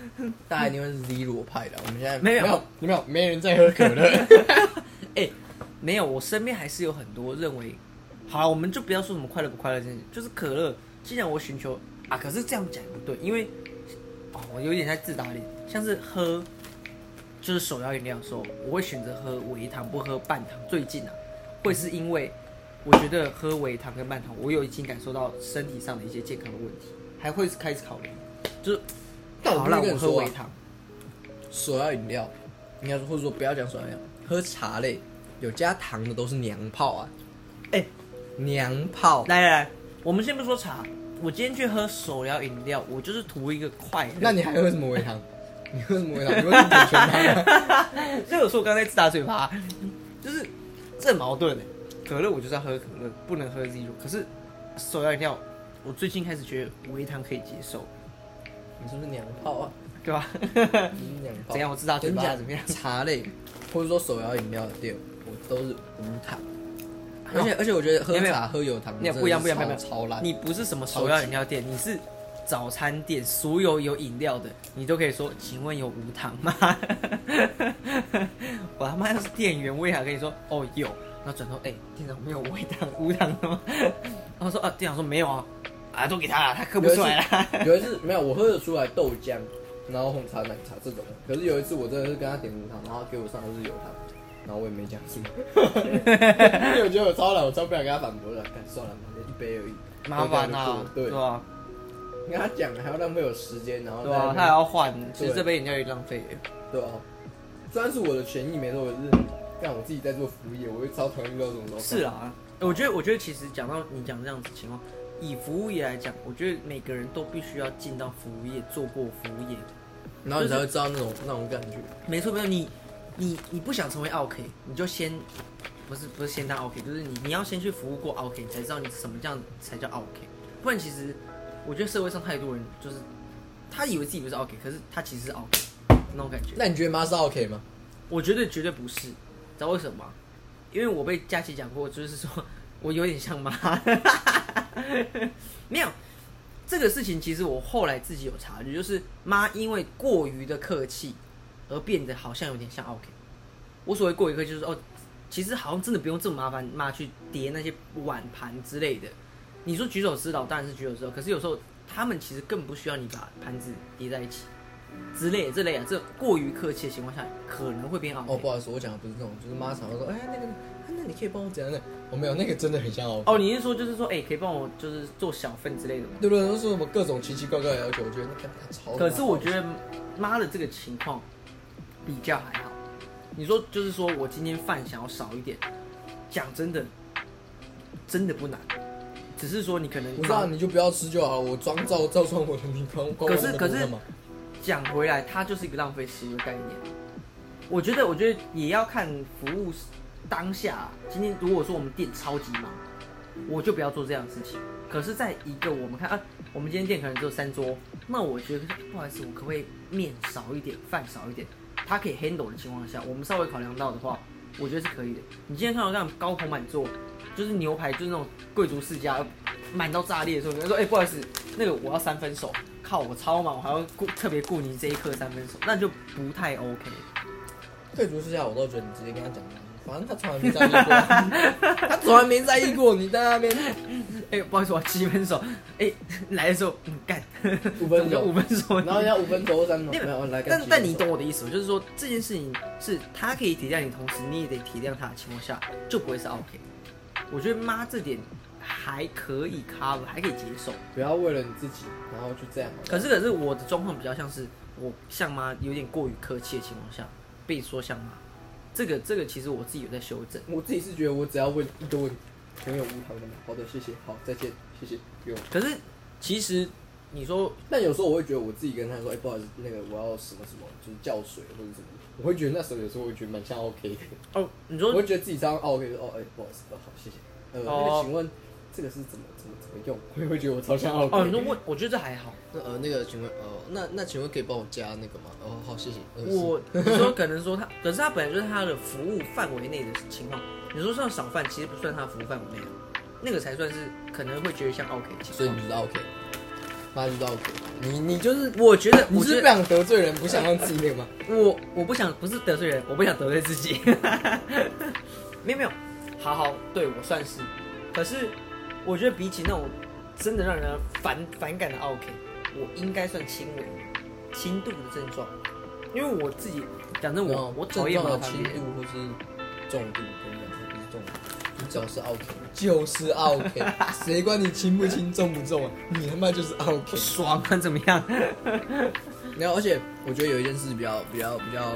[SPEAKER 2] 大家一定会是 zero 派的。我们现在
[SPEAKER 1] 没有
[SPEAKER 2] 没有，没人在喝可 乐。
[SPEAKER 1] 哎、没有，我身边还是有很多认为，好，我们就不要说什么快乐不快乐这件事，就是可乐。既然我寻求啊，可是这样讲也不对，因为哦，我有点在自打脸，像是喝就是手摇饮料的时候，我会选择喝微糖，不喝半糖。最近啊，会是因为我觉得喝微糖跟半糖，我有已经感受到身体上的一些健康的问题，还会开始考虑，就是
[SPEAKER 2] 但我
[SPEAKER 1] 好
[SPEAKER 2] 不是
[SPEAKER 1] 让
[SPEAKER 2] 跟
[SPEAKER 1] 我
[SPEAKER 2] 你
[SPEAKER 1] 喝
[SPEAKER 2] 说
[SPEAKER 1] 微
[SPEAKER 2] 啊，
[SPEAKER 1] 糖。
[SPEAKER 2] 手摇饮料，应该说或者说不要讲手摇饮料，喝茶类有加糖的都是娘炮啊。
[SPEAKER 1] 哎、
[SPEAKER 2] 娘炮，
[SPEAKER 1] 来来来，我们先不说茶，我今天去喝手摇饮料，我就是图一个快乐。
[SPEAKER 2] 那你还喝什么微糖？你喝什么微糖？你喝什么全糖 啊？
[SPEAKER 1] 所以我说我刚才自打嘴巴，就是这很矛盾的、可乐我就是要喝可乐，不能喝 zero。可是手摇饮料，我最近开始觉得微糖可以接受，
[SPEAKER 2] 你是不是娘炮啊？
[SPEAKER 1] 对吧？
[SPEAKER 2] 你是娘炮。
[SPEAKER 1] 怎样？我自打嘴
[SPEAKER 2] 真
[SPEAKER 1] 巴
[SPEAKER 2] 假
[SPEAKER 1] 怎么样？
[SPEAKER 2] 茶类或者说手摇饮料的店，我都是无糖。而且而且我觉得喝
[SPEAKER 1] 没有没
[SPEAKER 2] 茶喝有糖，
[SPEAKER 1] 没有不一样，不一样，不一样，
[SPEAKER 2] 超烂。
[SPEAKER 1] 你不是什么手摇饮料店，你是早餐店，所有有饮料的，你都可以说，请问有无糖吗？ 我他妈要是店员，我也还跟你说，哦有。然后转头，哎、店长没有微糖无糖的吗？ 然后说啊，店长说没有啊，啊都给他了，他喝不出来啦。
[SPEAKER 2] 有一次没有，我喝得出来豆浆，然后红茶、奶茶这种。可是有一次我真的是跟他点无糖，然后他给我上的是有糖，然后我也没讲什么， 因为我觉得我超懒，我超不想跟他反驳了，干算了，反正一杯而已，
[SPEAKER 1] 麻烦啊，
[SPEAKER 2] 对，
[SPEAKER 1] 对啊，
[SPEAKER 2] 跟他讲还要浪费我时间，然后
[SPEAKER 1] 对啊，
[SPEAKER 2] 在
[SPEAKER 1] 他还
[SPEAKER 2] 那
[SPEAKER 1] 要换，其实
[SPEAKER 2] 对
[SPEAKER 1] 这杯饮料也浪费了。欸
[SPEAKER 2] 边对啊，虽然是我的权益没错，可是干我自己在做服务业，我会超讨厌遇到这种状况。
[SPEAKER 1] 是，啊，我觉得，我觉得其实讲到你讲这样子情况，以服务业来讲，我觉得每个人都必须要进到服务业，做过服务业。
[SPEAKER 2] 然后你才会知道那种那种感觉。
[SPEAKER 1] 没错，没错，你你你不想成为 OK，你就先不是不是先当 OK，就是你你要先去服务过 OK，你才知道你什么这样才叫 OK。不然其实我觉得社会上太多人就是他以为自己不是 OK，可是他其实是 OK 那种感觉。
[SPEAKER 2] 那你觉得妈是 OK 吗？
[SPEAKER 1] 我觉得绝对不是，你知道为什么吗？因为我被佳琪讲过，就是说 我有点像妈， 没有这个事情，其实我后来自己有察觉，就是妈因为过于的客气而变得好像有点像 OK。我所谓过于客气，就是哦，其实好像真的不用这么麻烦妈去叠那些碗盘之类的。你说举手之劳当然是举手之劳，可是有时候他们其实更不需要你把盘子叠在一起之类的这类啊，这过于客气的情况下可能会变 OK。
[SPEAKER 2] 哦，不好意思，我讲的不是这种，就是妈常会说，哎、那个，啊那你可以帮我怎样的？我、没有，那个真的很像哦。
[SPEAKER 1] 哦，你是说就是说，哎、可以帮我就是做小份之类的吗？
[SPEAKER 2] 对不对？都说什么各种奇奇怪怪的要求，我觉得那个他超。
[SPEAKER 1] 可是我觉得妈的这个情况比较还好。你说就是说我今天饭想要少一点，讲真的，真的不难，只是说你可能
[SPEAKER 2] 我知道，你就不要吃就好了，我装照照穿我的，你管管我
[SPEAKER 1] 可是
[SPEAKER 2] 那么
[SPEAKER 1] 可
[SPEAKER 2] 多
[SPEAKER 1] 是
[SPEAKER 2] 嘛
[SPEAKER 1] 讲回来，它就是一个浪费食物的概念。我觉得，我觉得也要看服务当下啊。今天如果说我们店超级忙，我就不要做这样的事情。可是，在一个我们看啊，我们今天店可能只有三桌，那我觉得不好意思，我可不可以面少一点，饭少一点？它可以 handle 的情况下，我们稍微考量到的话，我觉得是可以的。你今天看到这样高朋满座，就是牛排，就是那种贵族世家，满到炸裂的时候，你就说：“哎、不好意思，那个我要三分熟。”靠，我超忙，我还要顾特别顾你这一刻三分熟，那就不太 OK。
[SPEAKER 2] 贵族世家，我倒觉得你直接跟他讲，反正他从来没在意过，他从来没在意过你在那边
[SPEAKER 1] 哎、不好意思，我要七分熟。哎、 来的时候，嗯，干
[SPEAKER 2] 五分
[SPEAKER 1] 怎么就 五
[SPEAKER 2] 钟，
[SPEAKER 1] 分熟。
[SPEAKER 2] 然后人家五分钟三分
[SPEAKER 1] 没有
[SPEAKER 2] 钟，没有来个
[SPEAKER 1] 但
[SPEAKER 2] 几分钟。
[SPEAKER 1] 但你懂我的意思，就是说这件事情是他可以体谅你，同时你也得体谅他的情况下，就不会是 OK。我觉得妈这点还可以 cover，还可以接受。
[SPEAKER 2] 不要为了你自己，然后就这样。
[SPEAKER 1] 可是可是我的状况比较像是我像妈有点过于客气的情况下被说像妈，这个这个其实我自己有在修正。
[SPEAKER 2] 我自己是觉得，我只要问一个问题，朋友无糖的吗？好的，谢谢，好，再见，谢谢，不用。
[SPEAKER 1] 可是其实你说
[SPEAKER 2] 但有时候我会觉得我自己跟他说，哎、不好意思，那个我要什么什么，就是叫水或者什么，我会觉得那时候有时候我觉得蛮像 OK 的，
[SPEAKER 1] 哦，你
[SPEAKER 2] 我
[SPEAKER 1] 说
[SPEAKER 2] 会觉得自己这样 OK 说，哦，哎、不好意思，哦，好，谢谢。呃，那
[SPEAKER 1] 哦
[SPEAKER 2] 个请问
[SPEAKER 3] 这个是怎么怎么怎么用，我也会觉得我超像奥
[SPEAKER 1] 哦，你
[SPEAKER 3] 龟。
[SPEAKER 1] 说问，我觉得这还好。
[SPEAKER 2] 那呃，那个请问呃，那那请问可以帮我加那个吗？哦，好，谢谢。呃
[SPEAKER 1] 我你说可能说他，可是他本来就是他的服务范围内的情况。你说像赏饭，其实不算他的服务范围内的，那个才算是可能会觉得像 OK 的
[SPEAKER 2] 是
[SPEAKER 1] 情
[SPEAKER 2] 所以你
[SPEAKER 1] 况
[SPEAKER 2] 就是 OK，妈就是 OK，
[SPEAKER 3] 你你就是
[SPEAKER 1] 我觉得，
[SPEAKER 3] 你
[SPEAKER 1] 我
[SPEAKER 3] 是
[SPEAKER 1] 觉
[SPEAKER 3] 不
[SPEAKER 1] 得
[SPEAKER 3] 想得罪人，不想让自己那个吗？
[SPEAKER 1] 我我不想不是得罪人，我不想得罪自己。 没有没有，好好对我算是，可是我觉得比起那种真的让人反反感的 OK，我应该算轻微轻度的症状，因为我自己讲真
[SPEAKER 2] 然
[SPEAKER 1] 我
[SPEAKER 2] 后
[SPEAKER 1] 我讨厌
[SPEAKER 2] 症
[SPEAKER 1] 麻
[SPEAKER 2] 状
[SPEAKER 1] 烦
[SPEAKER 2] 的
[SPEAKER 1] 别
[SPEAKER 2] 轻
[SPEAKER 1] 人
[SPEAKER 2] 度或是重度跟严重，不是重度，只要是 OK
[SPEAKER 3] 就是
[SPEAKER 2] OK，谁管你轻不轻重不重啊？你他妈就是 OK
[SPEAKER 1] 不。爽啊怎么样？
[SPEAKER 2] 然后而且我觉得有一件事比较比较比较，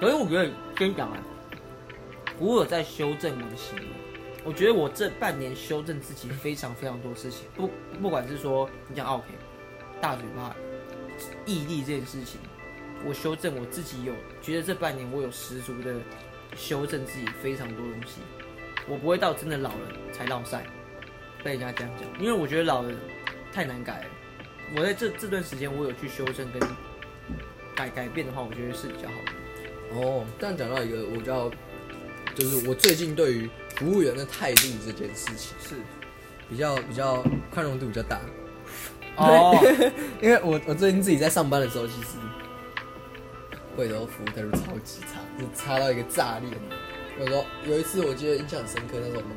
[SPEAKER 1] 可是我觉得跟你讲啊，我有在修正我的行为。我觉得我这半年修正自己非常非常多事情，不不管是说你讲 OK，大嘴巴、毅力这件事情，我修正我自己有觉得这半年我有十足的修正自己非常多东西，我不会到真的老了才落赛，被人家这样讲，因为我觉得老了太难改了。我在这这段时间我有去修正跟改改变的话，我觉得是比较好的。
[SPEAKER 2] 哦，这样讲到一个我比较，就是我最近对于服务员的态度这件事情
[SPEAKER 1] 是
[SPEAKER 2] 比较比较宽容度比较大。
[SPEAKER 1] 哦，
[SPEAKER 2] 因为我我最近自己在上班的时候，其实贵州服务态度超级差，是差到一个炸裂。有时候有一次我记得印象很深刻，那时候我们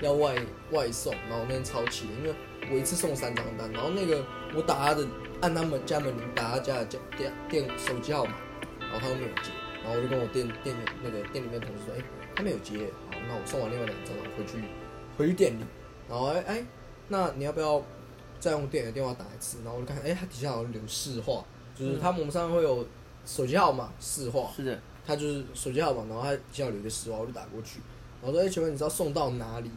[SPEAKER 2] 要外外送，然后我那天超气的，因为我一次送三张单，然后那个我打他的按他们家门铃打他家的家电电手机号码，然后他都没有接，然后我就跟我店店那个店里面的同事说，哎、他没有接，好，那我送完另外两张，然后回去回去店里，然后哎哎、那你要不要再用店里的电话打一次？然后我就看，哎、他底下好像留市话，就是他们我们上面会有手机号码市话，
[SPEAKER 1] 是的，
[SPEAKER 2] 他就是手机号码，然后他底下留一个市话，我就打过去，然后说，哎、请问你知道送到哪里？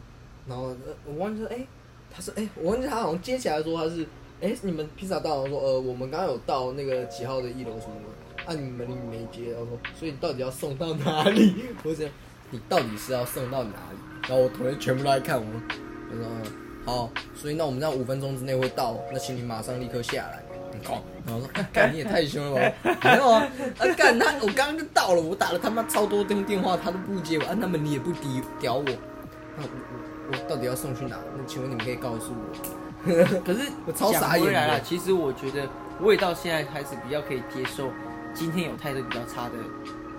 [SPEAKER 2] 然后呃我忘记说，哎、他说，哎、我忘记他好像接起来说他是，哎、你们披萨到了，然后说，呃，我们刚刚有到那个几号的一楼什么的，啊，你们你没接，然后说，所以你到底要送到哪里？我就想，你到底是要送到哪里？然后我同学全部都在看我，我说，哦好，所以那我们在五分钟之内会到，那请你马上立刻下来。然后我说，啊干你也太凶了吧？没有啊，啊干他，我刚刚就到了，我打了他妈超多通电话，他都不接我，啊那么你也不屌屌我，那我我我到底要送去哪？那请问你们可以告诉我？
[SPEAKER 1] 可是
[SPEAKER 2] 我超傻
[SPEAKER 1] 讲
[SPEAKER 2] 眼的
[SPEAKER 1] 回来了，其实我觉得我也到现在开始比较可以接受，今天有态度比较差的，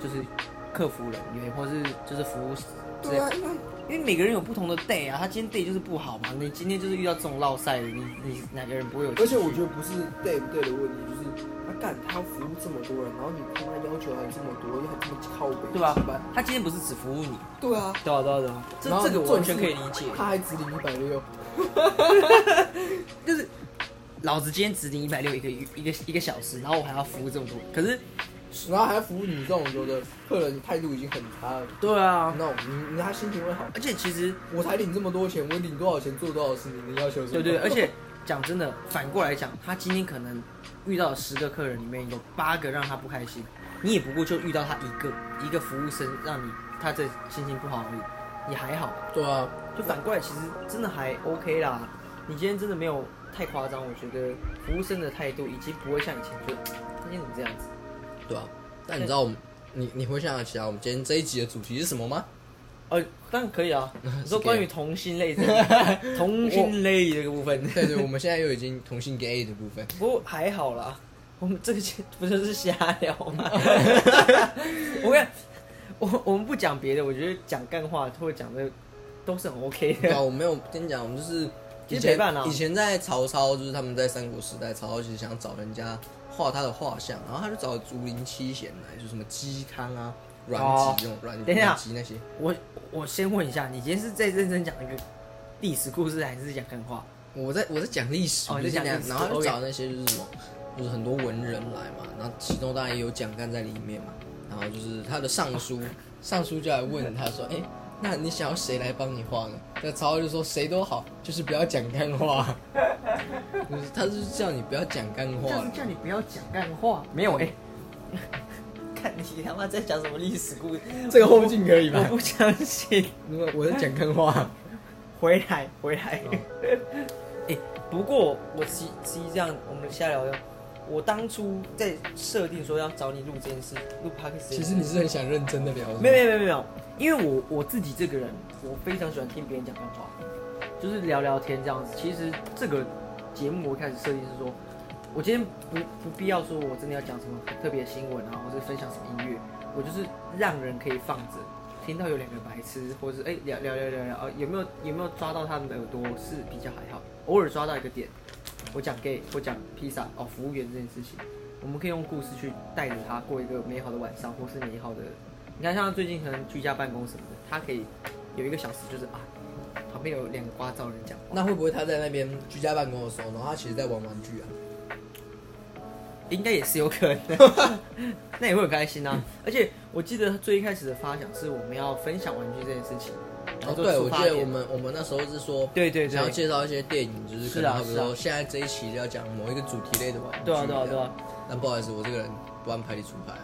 [SPEAKER 1] 就是客服人员或是就是服务之类
[SPEAKER 2] 对啊
[SPEAKER 1] 的，，
[SPEAKER 2] 因为
[SPEAKER 1] 因为每个人有不同的 day 啊，他今天 day 就是不好嘛，你今天就是遇到这种落赛的，你你哪个人不会有？
[SPEAKER 3] 而且我觉得不是对不对的问题，就是他干他服务这么多人，然后你他妈要求还这么多，又还这么靠北，
[SPEAKER 1] 对吧
[SPEAKER 3] 鸡巴？
[SPEAKER 1] 他今天不是只服务你，
[SPEAKER 3] 对啊，
[SPEAKER 1] 对啊对啊对啊，这
[SPEAKER 3] 然后
[SPEAKER 1] 这个我完全
[SPEAKER 3] 重
[SPEAKER 1] 可以
[SPEAKER 3] 点
[SPEAKER 1] 理解，
[SPEAKER 3] 他还只领一百六，
[SPEAKER 1] 就是老子今天只领一百六一个一个一个小时，然后我还要服务这么多，可是
[SPEAKER 3] 然后还服务你这种有的客人态度已经很差了。
[SPEAKER 1] 对啊，
[SPEAKER 3] 那、你你他心情会好？
[SPEAKER 1] 而且其实
[SPEAKER 3] 我才领这么多钱，我领多少钱做多少事，你能要求什么？
[SPEAKER 1] 对对，而且讲真的，反过来讲，他今天可能遇到十个客人里面有八个让他不开心，你也不过就遇到他一个一个服务生让你他这心情不好而已，也还好。
[SPEAKER 2] 对啊，
[SPEAKER 1] 就反过来，其实真的还 OK 啦。你今天真的没有太夸张，我觉得服务生的态度已经不会像以前就今天怎么这样子。
[SPEAKER 2] 对啊。但你知道我们，你你回想起来我们今天这一集的主题是什么吗？
[SPEAKER 1] 呃，当然可以啊。你说
[SPEAKER 2] 是
[SPEAKER 1] 关于
[SPEAKER 2] gay
[SPEAKER 1] 同性类这个同性类这个部分，
[SPEAKER 2] 对对，我 们现在又已经同性 gay 的部 分。
[SPEAKER 1] 不过还好啦，我们这个节不就是瞎聊 吗？我跟你我我们不讲别的，我觉得讲干话或者讲的都是很 OK
[SPEAKER 2] 对啊，
[SPEAKER 1] 的。
[SPEAKER 2] 我没有跟你讲，我们就是
[SPEAKER 1] 其实
[SPEAKER 2] 以
[SPEAKER 1] 陪
[SPEAKER 2] 前
[SPEAKER 1] 伴啊
[SPEAKER 2] 以前在曹操，就是他们在三国时代，曹操其实想找人家画他的画像，然后他就找竹林七贤来，就什么嵇康啊、阮
[SPEAKER 1] 哦
[SPEAKER 2] 籍这种阮
[SPEAKER 1] 等一下
[SPEAKER 2] 阮籍那些。
[SPEAKER 1] 我我先问一下，你今天是在认真讲一个历史故事，还是讲干话？
[SPEAKER 2] 我在我在讲历史，
[SPEAKER 1] 哦
[SPEAKER 2] 我
[SPEAKER 1] 你
[SPEAKER 2] 在
[SPEAKER 1] 在讲
[SPEAKER 2] 讲
[SPEAKER 1] 历史
[SPEAKER 2] 然后就
[SPEAKER 1] OK
[SPEAKER 2] 找那些就是什么，就是很多文人来嘛，然后其中当然也有蒋干在里面嘛，然后就是他的尚书，尚书就来问他说，哎、那你想要谁来帮你画呢？那曹操就说谁都好，就是不要讲干话， 就是他就是叫你不要讲干话
[SPEAKER 1] 就是叫你不要讲干话。没有哎、 看你他妈在讲什么历史故事？
[SPEAKER 3] 这个后劲可以吧
[SPEAKER 1] 我？不相信。
[SPEAKER 3] 如果我在讲干话，
[SPEAKER 4] 回来回来，
[SPEAKER 1] 哦 哎、不过我其其实这样，我们瞎聊聊。我当初在设定说要找你录这件事，录 p o d c a s
[SPEAKER 2] 其实你是很想认真的聊，
[SPEAKER 1] 没有没有没有没有，因为我我自己这个人，我非常喜欢听别人讲干话，就是聊聊天这样子。其实这个节目我一开始设定是说，我今天不不必要说我真的要讲什么很特别的新闻啊，或者分享什么音乐，我就是让人可以放着，听到有两个白痴，或者是哎、聊聊聊聊聊，啊有没有有没有抓到他们的耳朵是比较还好，偶尔抓到一个点，我讲 gay，我讲披萨哦，服务员这件事情，我们可以用故事去带着他过一个美好的晚上，或是美好的。你看，像最近可能居家办公什么的，他可以有一个小时，就是啊，旁边有两个聒噪人讲话，
[SPEAKER 2] 那会不会他在那边居家办公的时候，然后他其实在玩玩具啊？
[SPEAKER 1] 应该也是有可能的，那也会很开心啊。而且我记得最一开始的发想是我们要分享玩具这件事情，然
[SPEAKER 2] 哦，
[SPEAKER 1] 后做
[SPEAKER 2] 对，
[SPEAKER 1] 出
[SPEAKER 2] 我
[SPEAKER 1] 发
[SPEAKER 2] 记得我
[SPEAKER 1] 点
[SPEAKER 2] 们我们那时候是说，
[SPEAKER 1] 对对对
[SPEAKER 2] 想要介绍一些电影，就是可
[SPEAKER 1] 是啊
[SPEAKER 2] 能比如
[SPEAKER 1] 是啊
[SPEAKER 2] 说现在这一期要讲某一个主题类的玩具。
[SPEAKER 1] 对啊对啊对啊。，
[SPEAKER 2] 但不好意思，我这个人不按牌理出牌啊，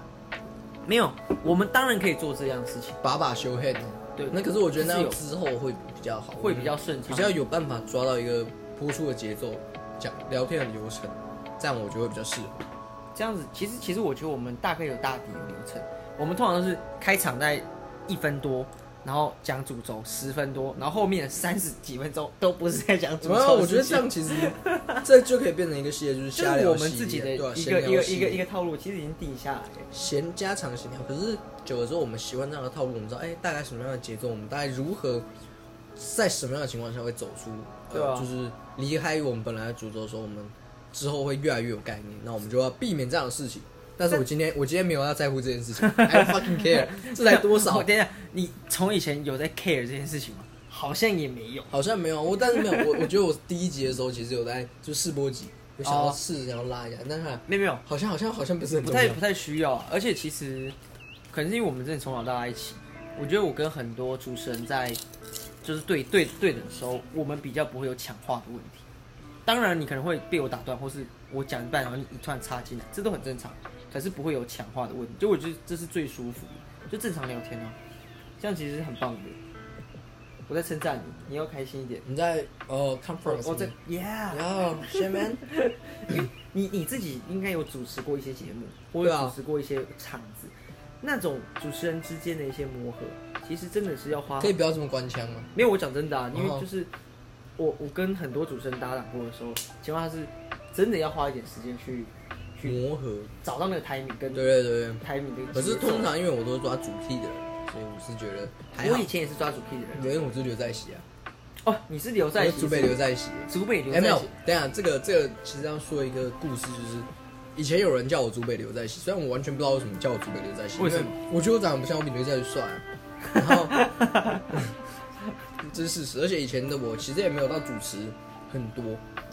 [SPEAKER 1] 没有，我们当然可以做这样的事情，
[SPEAKER 2] 把把修 head。
[SPEAKER 1] 对
[SPEAKER 2] 那可是我觉得那
[SPEAKER 1] 是
[SPEAKER 2] 样
[SPEAKER 1] 有
[SPEAKER 2] 之后会比较好，
[SPEAKER 1] 会比较顺畅
[SPEAKER 2] 比较有办法抓到一个播出的节奏，讲聊天的流程，这样我觉得会比较适合。
[SPEAKER 1] 这样子，其实其实我觉得我们大概有大体有流程，我们通常都是开场在一分多，然后讲主轴十分多，然后后面三十几分钟都不是在讲主
[SPEAKER 2] 没
[SPEAKER 1] 轴的事情。
[SPEAKER 2] 有，啊我觉得这样其实这就可以变成一个系列，就是
[SPEAKER 1] 就
[SPEAKER 2] 瞎
[SPEAKER 1] 是
[SPEAKER 2] 聊
[SPEAKER 1] 我们
[SPEAKER 2] 系
[SPEAKER 1] 自己的
[SPEAKER 2] 列
[SPEAKER 1] 一
[SPEAKER 2] 对啊
[SPEAKER 1] 个
[SPEAKER 2] 闲聊
[SPEAKER 1] 一个
[SPEAKER 2] 系
[SPEAKER 1] 一个
[SPEAKER 2] 列
[SPEAKER 1] 一个套路，其实已经定下来了。
[SPEAKER 2] 闲家常闲聊，可是久了之后，我们习惯这样的套路，我们知道，哎、大概什么样的节奏，我们大概如何在什么样的情况下会走出，
[SPEAKER 1] 对啊
[SPEAKER 2] 呃，就是离开我们本来的主轴的时候，我们之后会越来越有概念，那我们就要避免这样的事情。但是我今天，我今天没有要在乎这件事情 ，I don't fucking care，这才多少
[SPEAKER 1] 啊我，等一下，你从以前有在 care 这件事情吗？好像也没有。
[SPEAKER 2] 好像没有，我但是没有，我我觉得我第一集的时候其实有在就试播集，有想要
[SPEAKER 1] 哦
[SPEAKER 2] 试，然后拉一下，但是
[SPEAKER 1] 没有没有，
[SPEAKER 2] 好像好像好像不是很
[SPEAKER 1] 不
[SPEAKER 2] 重要
[SPEAKER 1] 太不太需要啊。而且其实可能是因为我们真的从小到大一起，我觉得我跟很多主持人在就是对对对的时候，我们比较不会有抢话的问题。当然，你可能会被我打断，或是我讲一半，然后你突然插进来，这都很正常。可是不会有抢话的问题，就我觉得这是最舒服的，就正常聊天啊，这样其实是很棒的。我在称赞你，你要开心一点。
[SPEAKER 2] 你在哦 conference，
[SPEAKER 1] 我在，Yeah，
[SPEAKER 2] 然后 s h a m a n
[SPEAKER 1] 你你自己应该有主持过一些节目，或
[SPEAKER 2] 对
[SPEAKER 1] 者
[SPEAKER 2] 啊
[SPEAKER 1] 主持过一些场子，那种主持人之间的一些磨合，其实真的是要花。
[SPEAKER 2] 可以不要这么官腔吗？
[SPEAKER 1] 没有，我讲真的啊，因
[SPEAKER 2] 哦
[SPEAKER 1] 为就是我我跟很多主持人搭档过的时候，情况下是真的要花一点时间去去
[SPEAKER 2] 磨合，
[SPEAKER 1] 找到那个 timing 跟
[SPEAKER 2] 对对对对。
[SPEAKER 1] timing 的。
[SPEAKER 2] 可是通，常因为我都是抓主 key 的人，所以我是觉得还
[SPEAKER 1] 我
[SPEAKER 2] 好
[SPEAKER 1] 以。前也是抓主 K 的人
[SPEAKER 2] 因为我是刘在熙啊，
[SPEAKER 1] 哦，你是留在
[SPEAKER 2] 我是祖北刘，在熙。
[SPEAKER 1] 祖北留
[SPEAKER 2] 哎，没
[SPEAKER 1] 在
[SPEAKER 2] 有，等一下这个这个其实要说一个故事，就是以前有人叫我祖北刘在熙，虽然我完全不知道为什么叫我祖北刘在熙，
[SPEAKER 1] 为什么？
[SPEAKER 2] 我觉得我长得不像我比刘在熙帅啊，然后 这是事实，而且以前的我其实也没有到主持很多。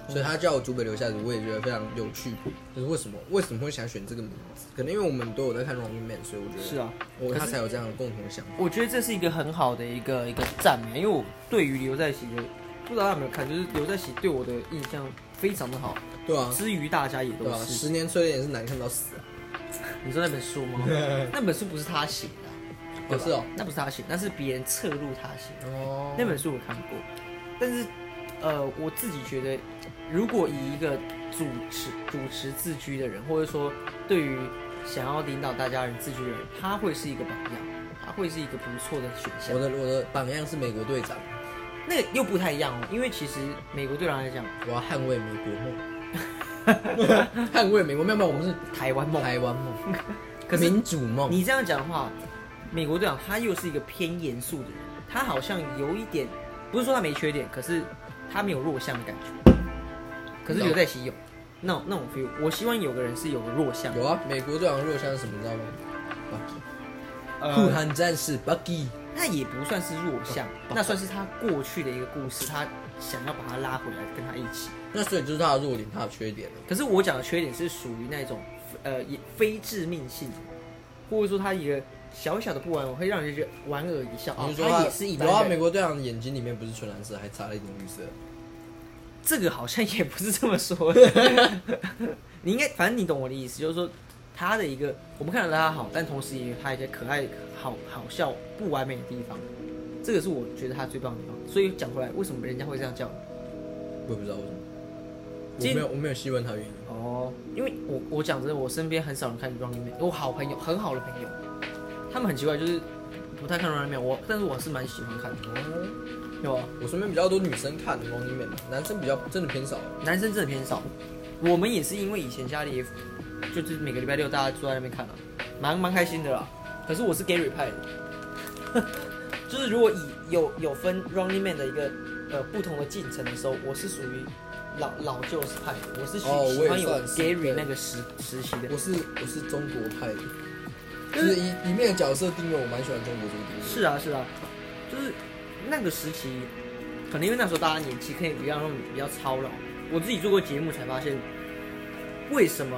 [SPEAKER 2] 所以他叫我祖北留下子，我也觉得非常有趣。就是为什么为什么会想选这个名字？可能因为我们都有在看《Running Man》，所以我觉得
[SPEAKER 1] 是啊，
[SPEAKER 2] 我
[SPEAKER 1] 可
[SPEAKER 2] 他
[SPEAKER 1] 是
[SPEAKER 2] 才有这样的共同想法。
[SPEAKER 1] 我觉得这是一个很好的一个一个赞美，因为我对于刘在熙的，不知道大家有没有看，就是刘在熙对我的印象非常的好，
[SPEAKER 2] 对啊，
[SPEAKER 1] 哦之于大家也都
[SPEAKER 2] 对啊，
[SPEAKER 1] 是。
[SPEAKER 2] 十年淬炼也是难看到死啊。
[SPEAKER 1] 你说那本书 吗？那本书不是他写的啊、对
[SPEAKER 2] 哦
[SPEAKER 1] 吧
[SPEAKER 2] 是哦，
[SPEAKER 1] 那不是他写，那是别人侧录他写的。
[SPEAKER 2] 哦
[SPEAKER 1] 那本书我看过，但是呃，我自己觉得，如果以一个主持主持自居的人，或者说对于想要领导大家人自居的人，他会是一个榜样，他会是一个不错的选项
[SPEAKER 2] 我。的我的榜样是美国队长，
[SPEAKER 1] 那个又不太一样哦，因为其实美国队长来讲，
[SPEAKER 2] 我要捍卫美国梦， 捍卫美国没有没有，我们是
[SPEAKER 1] 台湾梦。
[SPEAKER 2] 台湾 梦，
[SPEAKER 1] 可是
[SPEAKER 2] 民主梦。
[SPEAKER 1] 你这样讲的话，美国队长他又是一个偏严肃的人，他好像有一点，不是说他没缺点，可是他没有弱项的感觉。可是刘在熙有那种那种 feel，我希望有个人是有个弱项，
[SPEAKER 2] 有啊，美国队长弱项是什么你知道吗？酷
[SPEAKER 1] 呃，
[SPEAKER 2] 寒战士 Bucky，
[SPEAKER 1] 那也不算是弱项，
[SPEAKER 2] 哦
[SPEAKER 1] 那算是他过去的一个故事，他想要把他拉回来跟他一起。
[SPEAKER 2] 那所以就是他的弱点，他的缺点了。啊
[SPEAKER 1] 可是我讲的缺点是属于那种呃也非致命性的，或者说他一个小小的不完美会让人觉得莞尔一笑。哦
[SPEAKER 2] 你是说他
[SPEAKER 1] 也是一般
[SPEAKER 2] 有啊，
[SPEAKER 1] 人
[SPEAKER 2] 美，国队长眼睛里面不是纯蓝色，还擦了一点绿色。
[SPEAKER 1] 这个好像也不是这么 说的。你应该，反正你懂我的意思，就是说他的一个，我们看得到他好，但同时也有他一些可爱、好好笑、不完美的地方。这个是我觉得他最棒的地方。所以讲回来，为什么人家会这样叫你？
[SPEAKER 2] 我也不知道为什么，我
[SPEAKER 1] 今
[SPEAKER 2] 没有我没有细问他原因。
[SPEAKER 1] 哦，因为我我讲真的，我身边很少人看 Running Man，我好朋友很好的朋友，他们很奇怪，就是不太看 Running Man，我但是我是蛮喜欢看的，
[SPEAKER 2] 哦，
[SPEAKER 1] 有啊，
[SPEAKER 2] 我身边比较多女生看 Running Man，男生比较真的偏少。
[SPEAKER 1] 男生真的偏少。我们也是因为以前家里就是每个礼拜六大家坐在那边看了、啊蛮蛮开心的啦。可是我是 Gary 派的， 就是如果以有有分 Running Man 的一个呃不同的进程的时候，我是属于老老旧式派的，我是喜
[SPEAKER 2] 哦我也
[SPEAKER 1] 喜欢有
[SPEAKER 2] 算是
[SPEAKER 1] Gary
[SPEAKER 2] 对
[SPEAKER 1] 那个时时期的。
[SPEAKER 2] 我是我是中国派的，
[SPEAKER 5] 就是里里面的角色定位，我蛮喜欢中国这个定位。
[SPEAKER 1] 是啊，是啊，就是那个时期，可能因为那时候大家年纪可以比较那种比较操劳。我自己做过节目才发现，为什么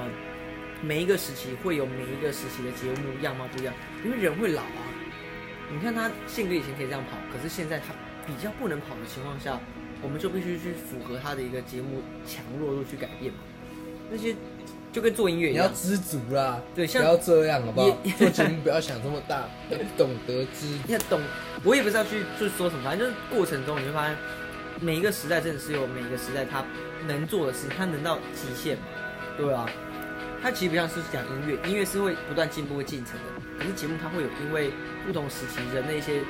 [SPEAKER 1] 每一个时期会有每一个时期的节目样貌不一样？因为人会老啊。你看他宪哥以前可以这样跑，可是现在他比较不能跑的情况下，我们就必须去符合他的一个节目强弱度去改变嘛。那些就跟做音乐一
[SPEAKER 2] 你要
[SPEAKER 1] 样，
[SPEAKER 2] 知足啦，
[SPEAKER 1] 对
[SPEAKER 2] 不
[SPEAKER 1] 像
[SPEAKER 2] 要这样好不好
[SPEAKER 1] 也？
[SPEAKER 2] 做节目不要想这么大，要懂得知足。
[SPEAKER 1] 你很懂，我也不知道去就是说什么，反正就是过程中你会发现，每一个时代真的是有每一个时代它能做的事情，它能到极限嘛，对啊，它其实不像是讲音乐，音乐是会不断进步、会进程的，可是节目它会有因为不同时期人的一些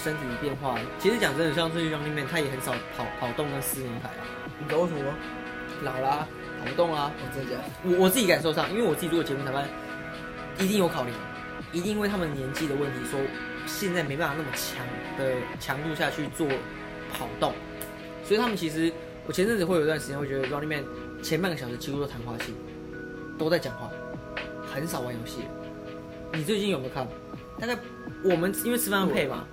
[SPEAKER 1] 身体的变化。其实讲真的，像最近 Running Man，他也很少跑跑动跟撕名牌啊，
[SPEAKER 5] 你知道为什么吗？
[SPEAKER 1] 老啦，跑不动啊。
[SPEAKER 5] 哦，真的假的？
[SPEAKER 1] 我我自己感受上，因为我自己做节目裁判，一定有考量，一定因为他们年纪的问题，说现在没办法那么强的强度下去做跑动，所以他们其实我前阵子会有一段时间会觉得 Running Man 前半个小时几乎都谈话性，都在讲话，很少玩游戏。你最近有没有看？大概我们因为吃饭配嘛，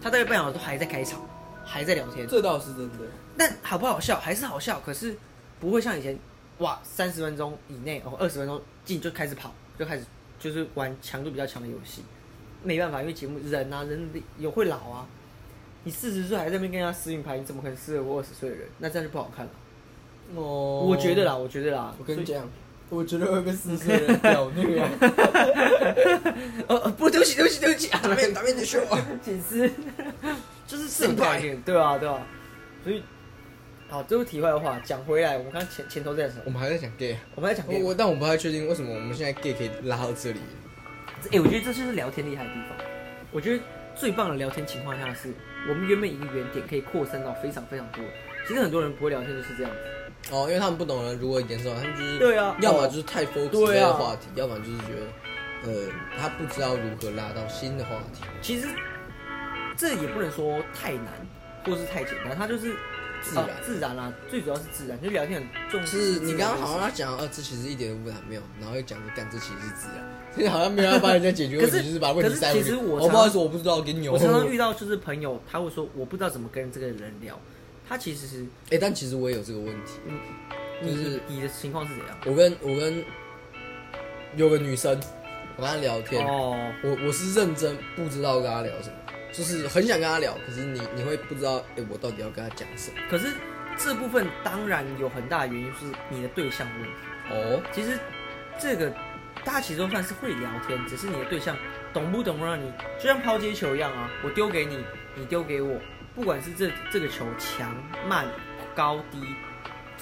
[SPEAKER 1] 他大概半小时都还在开场，还在聊天。
[SPEAKER 5] 这倒是真的。
[SPEAKER 1] 但好不好笑还是好笑，可是不会像以前哇，三十分钟以内哦，二十分钟进就开始跑，就开始就是玩强度比较强的游戏。没办法，因为节目人啊，人有会老啊。你四十岁还在那边跟人家撕名牌，你怎么可能适合我二十岁的人？那这样就不好看了。
[SPEAKER 5] 哦，
[SPEAKER 1] 我觉得，啦，我觉得啦。
[SPEAKER 5] 我跟你
[SPEAKER 1] 所以，
[SPEAKER 5] 讲，我觉得会被四十岁的人屌虐 啊。
[SPEAKER 1] 呃，呃不，对不起，对不起，对不起，
[SPEAKER 5] 打面打面的秀啊！
[SPEAKER 1] 其实就是这
[SPEAKER 5] 胜
[SPEAKER 1] 种概
[SPEAKER 5] 败
[SPEAKER 1] 念，对啊，对啊。所以，好，这是题外话，讲回来，我们刚前前头在什么
[SPEAKER 2] 我？们还在讲 gay，
[SPEAKER 1] 我们在讲
[SPEAKER 2] 我我但我不太确定为什么我们现在 gay 可以拉到这里。
[SPEAKER 1] 哎、我觉得这就是聊天厉害的地方。我觉得最棒的聊天情况下是，我们原本一个原点可以扩散到非常非常多。其实很多人不会聊天就是这样子。
[SPEAKER 2] 哦，因为他们不懂得如何延伸，他们就是
[SPEAKER 1] 对啊
[SPEAKER 2] 要么就是太 focus
[SPEAKER 1] 对
[SPEAKER 2] 在
[SPEAKER 1] 啊
[SPEAKER 2] 话题，要么就是觉得呃他不知道如何拉到新的话题。
[SPEAKER 1] 其实这也不能说太难，或是太简单，它就是
[SPEAKER 2] 自然
[SPEAKER 1] 啊自然啦、最主要是自然，就聊天很重视
[SPEAKER 2] 哦
[SPEAKER 1] 自
[SPEAKER 2] 是
[SPEAKER 1] 然的事情。
[SPEAKER 2] 你刚刚好像讲，呃，这其实一点都不难，没有，然后又讲着干，这其实是自然，所以好像没有要帮人家解决问
[SPEAKER 1] 可
[SPEAKER 2] 题，
[SPEAKER 1] 是
[SPEAKER 2] 就是把问题塞回
[SPEAKER 1] 可
[SPEAKER 2] 去。
[SPEAKER 1] 是其实我
[SPEAKER 2] 哦，
[SPEAKER 1] 常
[SPEAKER 2] 不好意思，我不知道，给你哦
[SPEAKER 1] 我常 常遇到就是朋友，他会说我不知道怎么跟这个人聊。他其实是
[SPEAKER 2] 哎、但其实我也有这个问题，
[SPEAKER 1] 你、
[SPEAKER 2] 就是
[SPEAKER 1] 你的情况是怎样？
[SPEAKER 2] 我跟我跟有个女生，我跟她聊天，
[SPEAKER 1] 哦，
[SPEAKER 2] 我我是认真不知道跟她聊什么，就是很想跟她聊，可是你你会不知道，哎、我到底要跟她讲什么？
[SPEAKER 1] 可是这部分当然有很大的原因是你的对象问题。
[SPEAKER 2] 哦，
[SPEAKER 1] 其实这个大家其实都算是会聊天，只是你的对象懂不懂让你，就像抛接球一样啊，我丢给你，你丢给我，不管是这这个球强慢高低，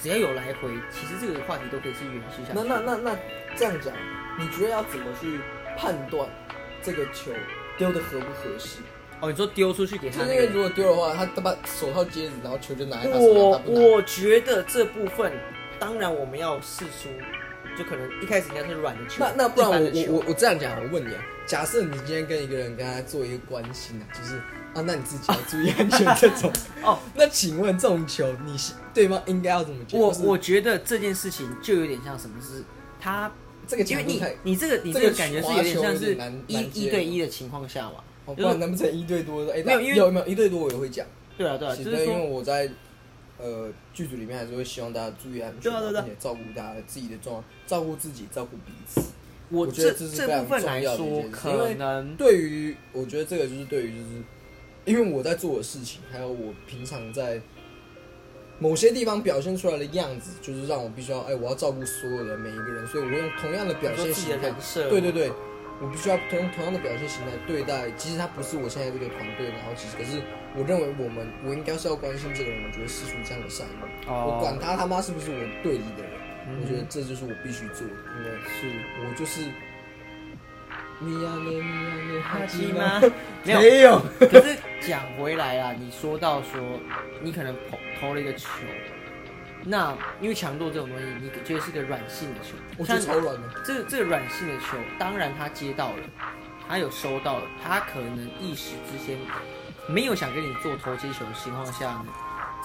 [SPEAKER 1] 只要有来回，其实这个话题都可以是延续下去。
[SPEAKER 5] 那那那那这样讲，你觉得要怎么去判断这个球丢的合不合适？
[SPEAKER 1] 哦，你说丢出去给
[SPEAKER 2] 就
[SPEAKER 1] 他
[SPEAKER 2] 是因
[SPEAKER 1] 那
[SPEAKER 2] 为
[SPEAKER 1] 个，
[SPEAKER 2] 如果丢的话，她她把手套接着，然后球就拿在她手
[SPEAKER 1] 我
[SPEAKER 2] 上，她不拿。
[SPEAKER 1] 我觉得这部分当然我们要试出，就可能一开始应该是软的球，
[SPEAKER 2] 那那不然
[SPEAKER 1] 一般的球
[SPEAKER 2] 我我我我这样讲，我问你啊，假设你今天跟一个人跟他做一个关心啊，就是啊，那你自己要注意安全这 种。
[SPEAKER 1] 哦，
[SPEAKER 2] 那请问这种球，你是对方应该要怎么解？
[SPEAKER 1] 我
[SPEAKER 2] 就是
[SPEAKER 1] 我觉得这件事情就有点像什么是，他
[SPEAKER 2] 这个
[SPEAKER 1] 因
[SPEAKER 2] 球
[SPEAKER 1] 为你
[SPEAKER 2] 太，
[SPEAKER 1] 你这个你
[SPEAKER 2] 这
[SPEAKER 1] 这
[SPEAKER 2] 个
[SPEAKER 1] 个感觉是
[SPEAKER 2] 滑
[SPEAKER 1] 有点
[SPEAKER 2] 球
[SPEAKER 1] 像
[SPEAKER 2] 有
[SPEAKER 1] 是
[SPEAKER 2] 点难
[SPEAKER 1] 一
[SPEAKER 2] 难
[SPEAKER 1] 一
[SPEAKER 2] 接
[SPEAKER 1] 对一的情况下嘛，
[SPEAKER 2] 哦不
[SPEAKER 1] 就是
[SPEAKER 2] 然难不成一对多的？哎，
[SPEAKER 1] 没有
[SPEAKER 2] 那
[SPEAKER 1] 因为
[SPEAKER 2] 有没有一对多我也会讲，
[SPEAKER 1] 对啊对啊，
[SPEAKER 2] 其
[SPEAKER 1] 就
[SPEAKER 2] 实
[SPEAKER 1] 是
[SPEAKER 2] 因为
[SPEAKER 1] 说
[SPEAKER 2] 我在呃剧组里面还是会希望大家注意安全，
[SPEAKER 1] 对啊对啊对啊
[SPEAKER 2] 并且照顾大家自己的状况，照顾自己，照顾彼此。
[SPEAKER 1] 我
[SPEAKER 2] 我觉
[SPEAKER 1] 这
[SPEAKER 2] 得这是非
[SPEAKER 1] 这部
[SPEAKER 2] 常
[SPEAKER 1] 分
[SPEAKER 2] 重
[SPEAKER 1] 来
[SPEAKER 2] 要的一
[SPEAKER 1] 说
[SPEAKER 2] 件事，因
[SPEAKER 1] 可
[SPEAKER 2] 为
[SPEAKER 1] 能
[SPEAKER 2] 对于我觉得这个就是对于就是，因为我在做的事情，还有我平常在某些地方表现出来的样子，就是让我必须要哎，我要照顾所有的每一个人，所以我用同样的表
[SPEAKER 1] 说
[SPEAKER 2] 现
[SPEAKER 1] 自己的
[SPEAKER 2] 形态
[SPEAKER 1] 人设，
[SPEAKER 2] 对对对，我必须要同同样的表现形态对待，即使他不是我现在这个团队的后其实可是我认为我们我应该是要关心这个人，我觉得施出这样的善意，
[SPEAKER 1] 哦
[SPEAKER 2] 我管他他妈是不是我队里的人，
[SPEAKER 1] 嗯
[SPEAKER 2] 我觉得这就是我必须做的，因为
[SPEAKER 1] 是
[SPEAKER 2] 我就是。米亚内米亚内
[SPEAKER 1] 嗯哈
[SPEAKER 2] 哈
[SPEAKER 1] 基
[SPEAKER 2] 基
[SPEAKER 1] 吗
[SPEAKER 2] 吗？
[SPEAKER 1] 没有
[SPEAKER 6] 没有，
[SPEAKER 1] 可是讲回来啦，你说到说你可能投投了一个球，那因为强度这种东西，你觉得是个软性的球，
[SPEAKER 2] 我觉得超软的。
[SPEAKER 1] 这这个软性的球，当然他接到了，他有收到了，他可能一时之间没有想跟你做投接球的情况下呢，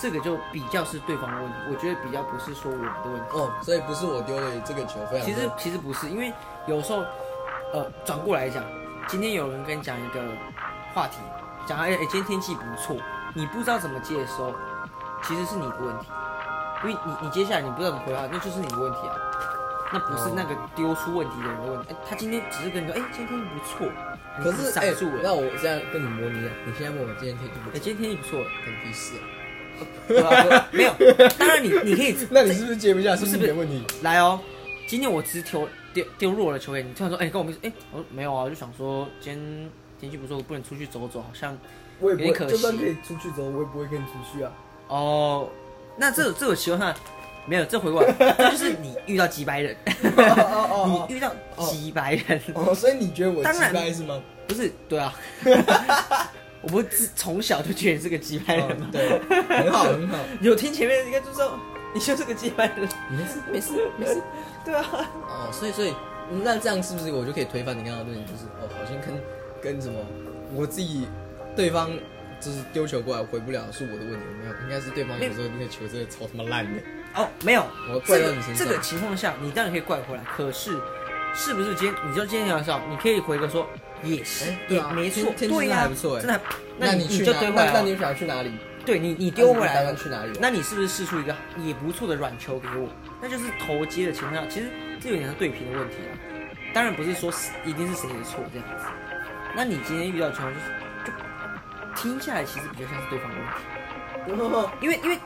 [SPEAKER 1] 这个就比较是对方的问题，我觉得比较不是说我们的问题。
[SPEAKER 2] 哦，所以不是我丢的这个球非常。
[SPEAKER 1] 其实其实不是，因为有时候，呃，转过来讲，今天有人跟你讲一个话题，讲哎哎，今天天气不错，你不知道怎么接的时候，其实是你的问题，因为你你接下来你不知道怎么回话，那就是你的问题啊，那不是那个
[SPEAKER 2] 哦
[SPEAKER 1] 丢出问题的人的问题。哎他今天只是跟你说，哎，今天天气不错，你
[SPEAKER 2] 可
[SPEAKER 1] 只
[SPEAKER 2] 是哎
[SPEAKER 1] 闪住，了，
[SPEAKER 2] 那我这样跟你模拟一下，啊你现在问我今天天气不
[SPEAKER 1] 哎，今天天气不错，
[SPEAKER 2] 很屁事啊？
[SPEAKER 1] 对吧没有，当然你你可以，
[SPEAKER 2] 那你是不是接不下？
[SPEAKER 1] 不
[SPEAKER 2] 是
[SPEAKER 1] 是
[SPEAKER 2] 不是没问题？
[SPEAKER 1] 来哦，今天我只丢丢丢弱了球给你，突然说，哎、你跟我们一起，哎、我说没有啊，就想说今天天气不错，不能出去走走，好像
[SPEAKER 6] 我也
[SPEAKER 1] 有点可惜
[SPEAKER 6] 就算可以出去走，我也不会跟你出去啊。
[SPEAKER 1] 哦，那 这这种情况下没有，这回过来，这就是你遇到几 百人，
[SPEAKER 6] 哦
[SPEAKER 1] 你遇到几百人，
[SPEAKER 2] 哦，所以你觉得我
[SPEAKER 1] 当然
[SPEAKER 2] 击败是吗？
[SPEAKER 1] 不是对 啊，我不是自从小就觉得你是个几百人吗
[SPEAKER 2] 哦？对，很好很好。
[SPEAKER 1] 有听前面应该就知道你就是个几百人，
[SPEAKER 2] 没事没事没事。
[SPEAKER 1] 对啊，
[SPEAKER 2] 哦，所以所以那这样是不是我就可以推翻你刚刚的论点？就是哦，好像跟跟什么我自己对方就是丢球过来回不了是我的问题，没有，应该是对方有时候那个球真的超他妈烂的。
[SPEAKER 1] 哦，没有，这
[SPEAKER 2] 我怪到
[SPEAKER 1] 个
[SPEAKER 2] 你身
[SPEAKER 1] 这
[SPEAKER 2] 上。
[SPEAKER 1] 个情况下，你当然可以怪回来，可是是不是今天你就今天晚上，你可以回个说也是、
[SPEAKER 2] 哎对
[SPEAKER 1] 也
[SPEAKER 2] 啊
[SPEAKER 1] 没错，对
[SPEAKER 2] 天天气真的
[SPEAKER 1] 呀、
[SPEAKER 2] 还不错哎
[SPEAKER 1] 真的还。
[SPEAKER 2] 那
[SPEAKER 1] 你
[SPEAKER 2] 去
[SPEAKER 1] 就
[SPEAKER 2] 哪
[SPEAKER 1] 推回
[SPEAKER 2] 那
[SPEAKER 1] 来啊，
[SPEAKER 2] 那你想去哪里？
[SPEAKER 1] 对你你丢回
[SPEAKER 2] 那
[SPEAKER 1] 来
[SPEAKER 2] 你打
[SPEAKER 1] 了
[SPEAKER 2] 算，去哪里？
[SPEAKER 1] 那你是不是试出一个也不错的软球给我？那就是投接的情况下，其实这有点像对平的问题啊。当然不是说是一定是谁的错这样子。那你今天遇到的情况就是，就听下来其实比较像是对方的问题，因为因为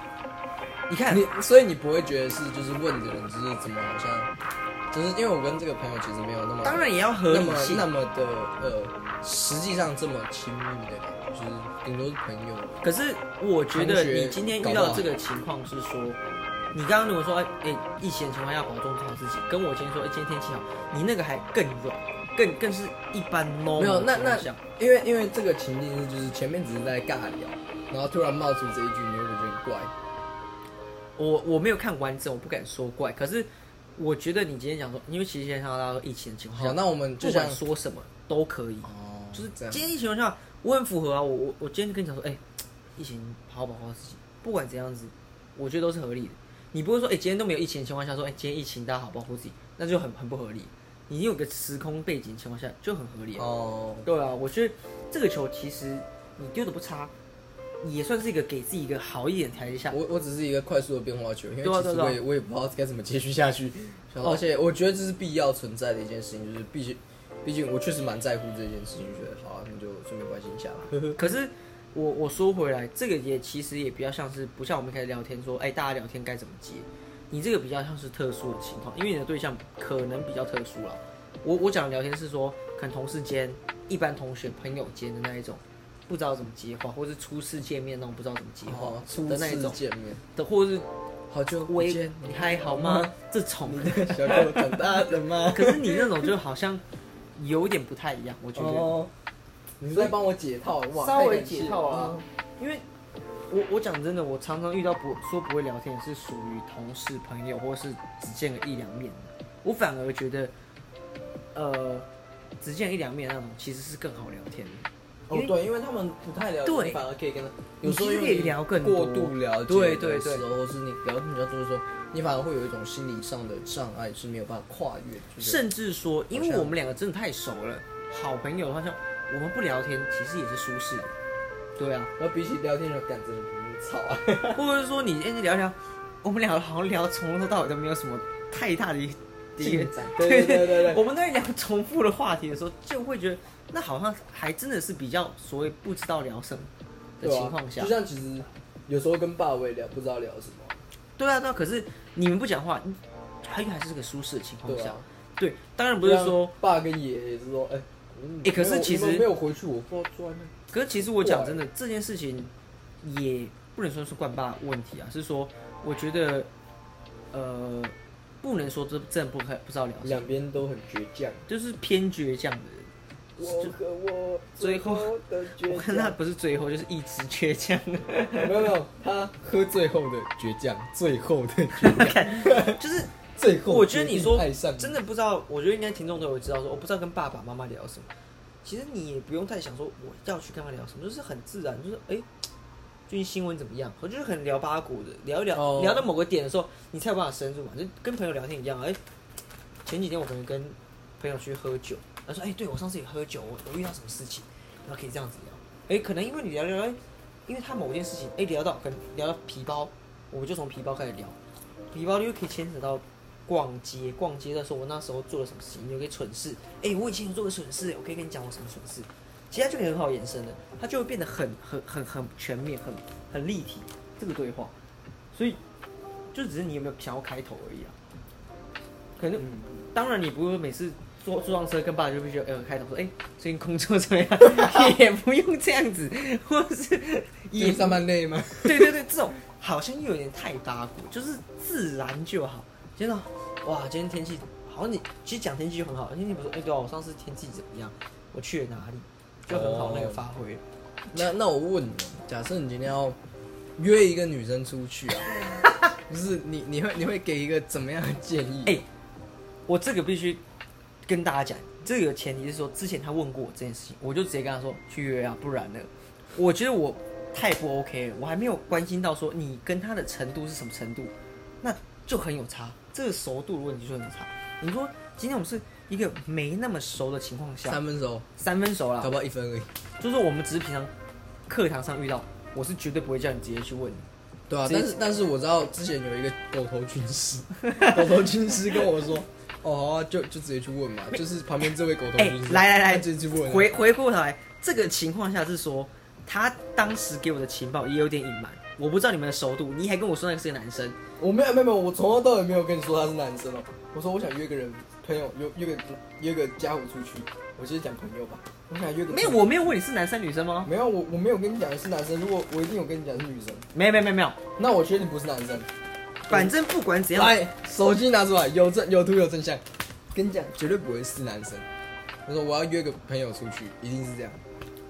[SPEAKER 1] 你看
[SPEAKER 2] 你所以你不会觉得是就是问的人就是怎么好像，就是因为我跟这个朋友其实没有那么
[SPEAKER 1] 当然也要合
[SPEAKER 2] 那
[SPEAKER 1] 理
[SPEAKER 2] 么
[SPEAKER 1] 性啊
[SPEAKER 2] 那，么的呃，实际上这么亲密的感觉，就是顶多是朋友。
[SPEAKER 1] 可是我觉得
[SPEAKER 2] 同学
[SPEAKER 1] 你今天遇
[SPEAKER 2] 搞不
[SPEAKER 1] 到
[SPEAKER 2] 好
[SPEAKER 1] 这个情况是说，你刚刚如果说哎、疫情的情况下保重好自己，跟我今天说哎、今天天气好，你那个还更软，更更是一般 normal
[SPEAKER 2] 没有那
[SPEAKER 1] 的
[SPEAKER 2] 那
[SPEAKER 1] 情况下
[SPEAKER 2] 因为因为这个情境是就是前面只是在尬聊，然后突然冒出这一句，你会不会觉得很怪？
[SPEAKER 1] 我我没有看完整，我不敢说怪，可是我觉得你今天讲说，因为其实现在看到疫情的情况
[SPEAKER 2] 好，
[SPEAKER 1] 下，
[SPEAKER 2] 那我们就
[SPEAKER 1] 不
[SPEAKER 2] 像
[SPEAKER 1] 管说什么都可以，
[SPEAKER 2] 哦，
[SPEAKER 1] 就是
[SPEAKER 2] 这样
[SPEAKER 1] 今。天疫情的情况下，我很符合啊，我我我今天跟你讲说，哎、疫情好好保护好自己，不管怎样子，我觉得都是合理的。你不会说，哎、今天都没有疫情的情况下说，哎、今天疫情大家好好保护自己，那就很很不合理。你有个时空背景的情况下就很合理啊。
[SPEAKER 2] 哦，
[SPEAKER 1] 对啊，我觉得这个球其实你丢的不差，也算是一个给自己一个好一点的台阶下。
[SPEAKER 2] 我我只是一个快速的变化球，因为
[SPEAKER 1] 对啊
[SPEAKER 2] 其实
[SPEAKER 1] 对啊
[SPEAKER 2] 我也我也不知道该怎么接续下去，
[SPEAKER 1] 哦
[SPEAKER 2] 而且我觉得这是必要存在的一件事情，就是毕竟毕竟我确实蛮在乎这件事情，觉得好、啊，那就顺便关心一下吧。
[SPEAKER 1] 可是我我说回来，这个也其实也比较像是不像我们一开始聊天说，哎、大家聊天该怎么接？你这个比较像是特殊的情况，因为你的对象可能比较特殊啦。我我讲的聊天是说，可能同事间、一般同学、朋友间的那一种，不知道怎么接话，或是初次见面那种不知道怎么接话、
[SPEAKER 2] 哦，初
[SPEAKER 1] 的那一
[SPEAKER 2] 次
[SPEAKER 1] 种，
[SPEAKER 2] 见面，
[SPEAKER 1] 的或是
[SPEAKER 2] 好久不
[SPEAKER 1] 微
[SPEAKER 2] 见，
[SPEAKER 1] 你还好吗？这种的。
[SPEAKER 2] 小狗长大了吗？
[SPEAKER 1] 可是你那种就好像有点不太一样，我觉得。
[SPEAKER 2] 哦，你是在帮我解套哇？
[SPEAKER 1] 稍微
[SPEAKER 2] 太感谢嗯
[SPEAKER 1] 解套啊因为我我讲真的，我常常遇到不说不会聊天，是属于同事、朋友，或是只见个一两面的。我反而觉得，呃，只见一两面那种其实是更好聊天的。
[SPEAKER 2] 哦，对，因为他们不太了解，
[SPEAKER 1] 对
[SPEAKER 2] 你反而可以跟他
[SPEAKER 1] 你
[SPEAKER 2] 有时候
[SPEAKER 1] 其实
[SPEAKER 2] 因
[SPEAKER 1] 可以
[SPEAKER 2] 为你
[SPEAKER 1] 聊更多
[SPEAKER 2] 过度了解
[SPEAKER 1] 对对
[SPEAKER 2] 的时候，或是你聊得比较多的时候，你反而会有一种心理上的障碍是没有办法跨越的。就是
[SPEAKER 1] 甚至说，因为
[SPEAKER 2] 像
[SPEAKER 1] 我们两个真的太熟了，好朋友的话，像我们不聊天，其实也是舒适的。对啊，
[SPEAKER 2] 然后比起聊天的感觉很吵 啊，
[SPEAKER 1] 或者是说你哎、你聊一聊，我们两个好像聊从头到尾都没有什么太大的一的一个
[SPEAKER 2] 进展。对对对对
[SPEAKER 1] 我们在聊重复的话题的时候，就会觉得那好像还真的是比较所谓不知道聊什么的
[SPEAKER 2] 对，啊
[SPEAKER 1] 情况下
[SPEAKER 2] 就，像其实有时候跟爸我也聊，不知道聊什么。
[SPEAKER 1] 对啊对啊。可是你们不讲话，还还是个舒适的情况
[SPEAKER 2] 对
[SPEAKER 1] 下
[SPEAKER 2] 啊，
[SPEAKER 1] 对，当然不是说，
[SPEAKER 5] 爸跟爷也是说，哎、嗯
[SPEAKER 1] 哎可是
[SPEAKER 5] 没有
[SPEAKER 1] 其实
[SPEAKER 5] 你们没有回去，我不知道住在那。
[SPEAKER 1] 可是其实我讲真的，这件事情也不能说是冠爸问题啊，是说我觉得，呃，不能说这真的不可不知道聊什么，
[SPEAKER 5] 两边都很倔强。
[SPEAKER 1] 就是偏倔强的人。
[SPEAKER 5] 我和我
[SPEAKER 1] 最后
[SPEAKER 5] 的
[SPEAKER 1] 我
[SPEAKER 5] 倔
[SPEAKER 1] 看他
[SPEAKER 5] 强，
[SPEAKER 1] 不是最后就是一直倔强，
[SPEAKER 2] 没有没有，他喝最后的倔 强，最后的倔强，
[SPEAKER 1] 就是
[SPEAKER 2] 最后
[SPEAKER 1] 我觉得你说
[SPEAKER 2] 决定爱上
[SPEAKER 1] 真的不知道，我觉得应该听众都有知道说，哦我不知道跟爸爸妈妈聊什么。其实你也不用太想说我要去跟他聊什么，就是很自然，就是哎，最近新闻怎么样？我就是很聊八股的，聊一聊、
[SPEAKER 5] 哦
[SPEAKER 1] 聊到某个点的时候，你才有办法深入嘛，就跟朋友聊天一样。哎，前几天我可能跟朋友去喝酒，他说哎，对我上次也喝酒，我我遇到什么事情，然后可以这样子聊。哎，可能因为你聊聊聊，哎因为他某件事情，哎，聊到可能聊到皮包，我们就从皮包开始聊，皮包又可以牵扯到逛街，逛街的时候我那时候做了什么事情，有个蠢事，哎、我以前有做个蠢事，我可以跟你讲我什么蠢事，其实它就可以很好延伸的，它就会变得很很很很全面，很很立体这个对话，所以就只是你有没有想要开头而已啊，可能、
[SPEAKER 2] 嗯
[SPEAKER 1] 当然你不会每次。坐坐上车跟爸就必须要呃开头说，哎、最近工作怎么样？也不用这样子，或是
[SPEAKER 2] 也
[SPEAKER 1] 也
[SPEAKER 2] 上班累吗？
[SPEAKER 1] 对对对，这种好像又有点太八股，就是自然就好。真的，哇，今天天气好像你其实讲天气就很好，天气不是，哎、对、啊、我上次天气怎么样？我去了哪里？就很好那个发挥。
[SPEAKER 2] 那那我问你，假设你今天要约一个女生出去啊， 就是你你会你会给一个怎么样的建议？
[SPEAKER 1] 哎、我这个必须跟大家讲，这个有前提是说，之前他问过我这件事情，我就直接跟他说去约啊，不然呢，我觉得我太不 OK 了，我还没有关心到说你跟他的程度是什么程度，那就很有差，这个熟度的问题就很有差。你说今天我们是一个没那么熟的情况下
[SPEAKER 2] 三，分熟，
[SPEAKER 1] 三分熟啦
[SPEAKER 2] 搞，不好一分而已。
[SPEAKER 1] 就是我们只是平常课堂上遇到，我是绝对不会叫你直接去问你。
[SPEAKER 2] 对啊，
[SPEAKER 1] 直接
[SPEAKER 2] 但是但是我知道之前有一个狗头军师， 狗头军师跟我 说，哦，好啊就就直接去问嘛，就是旁边这位狗头
[SPEAKER 1] 哎、
[SPEAKER 2] 军师，
[SPEAKER 1] 来来来，
[SPEAKER 2] 他直接去问啊，
[SPEAKER 1] 回回过头来，这个情况下是说，他当时给我的情报也有点隐瞒，我不知道你们的熟度，你还跟我说那个是个男生，
[SPEAKER 2] 我没有没有没有，我从头到尾没有跟你说他是男生哦。我说我想约个人朋友，约约个约个家伙出去，我就是讲朋友吧。我想约个朋友
[SPEAKER 1] 没有，我没有问你是男生女生吗？
[SPEAKER 2] 没有我我没有跟你讲是男生，如果我一定有跟你讲是女生，
[SPEAKER 1] 没有没有没有没有，
[SPEAKER 2] 那我确定不是男生。
[SPEAKER 1] 反正不管怎样，
[SPEAKER 2] 来，手机拿出来，有证有图有真相，跟你讲绝对不会是男生。我说我要约个朋友出去，一定是这样。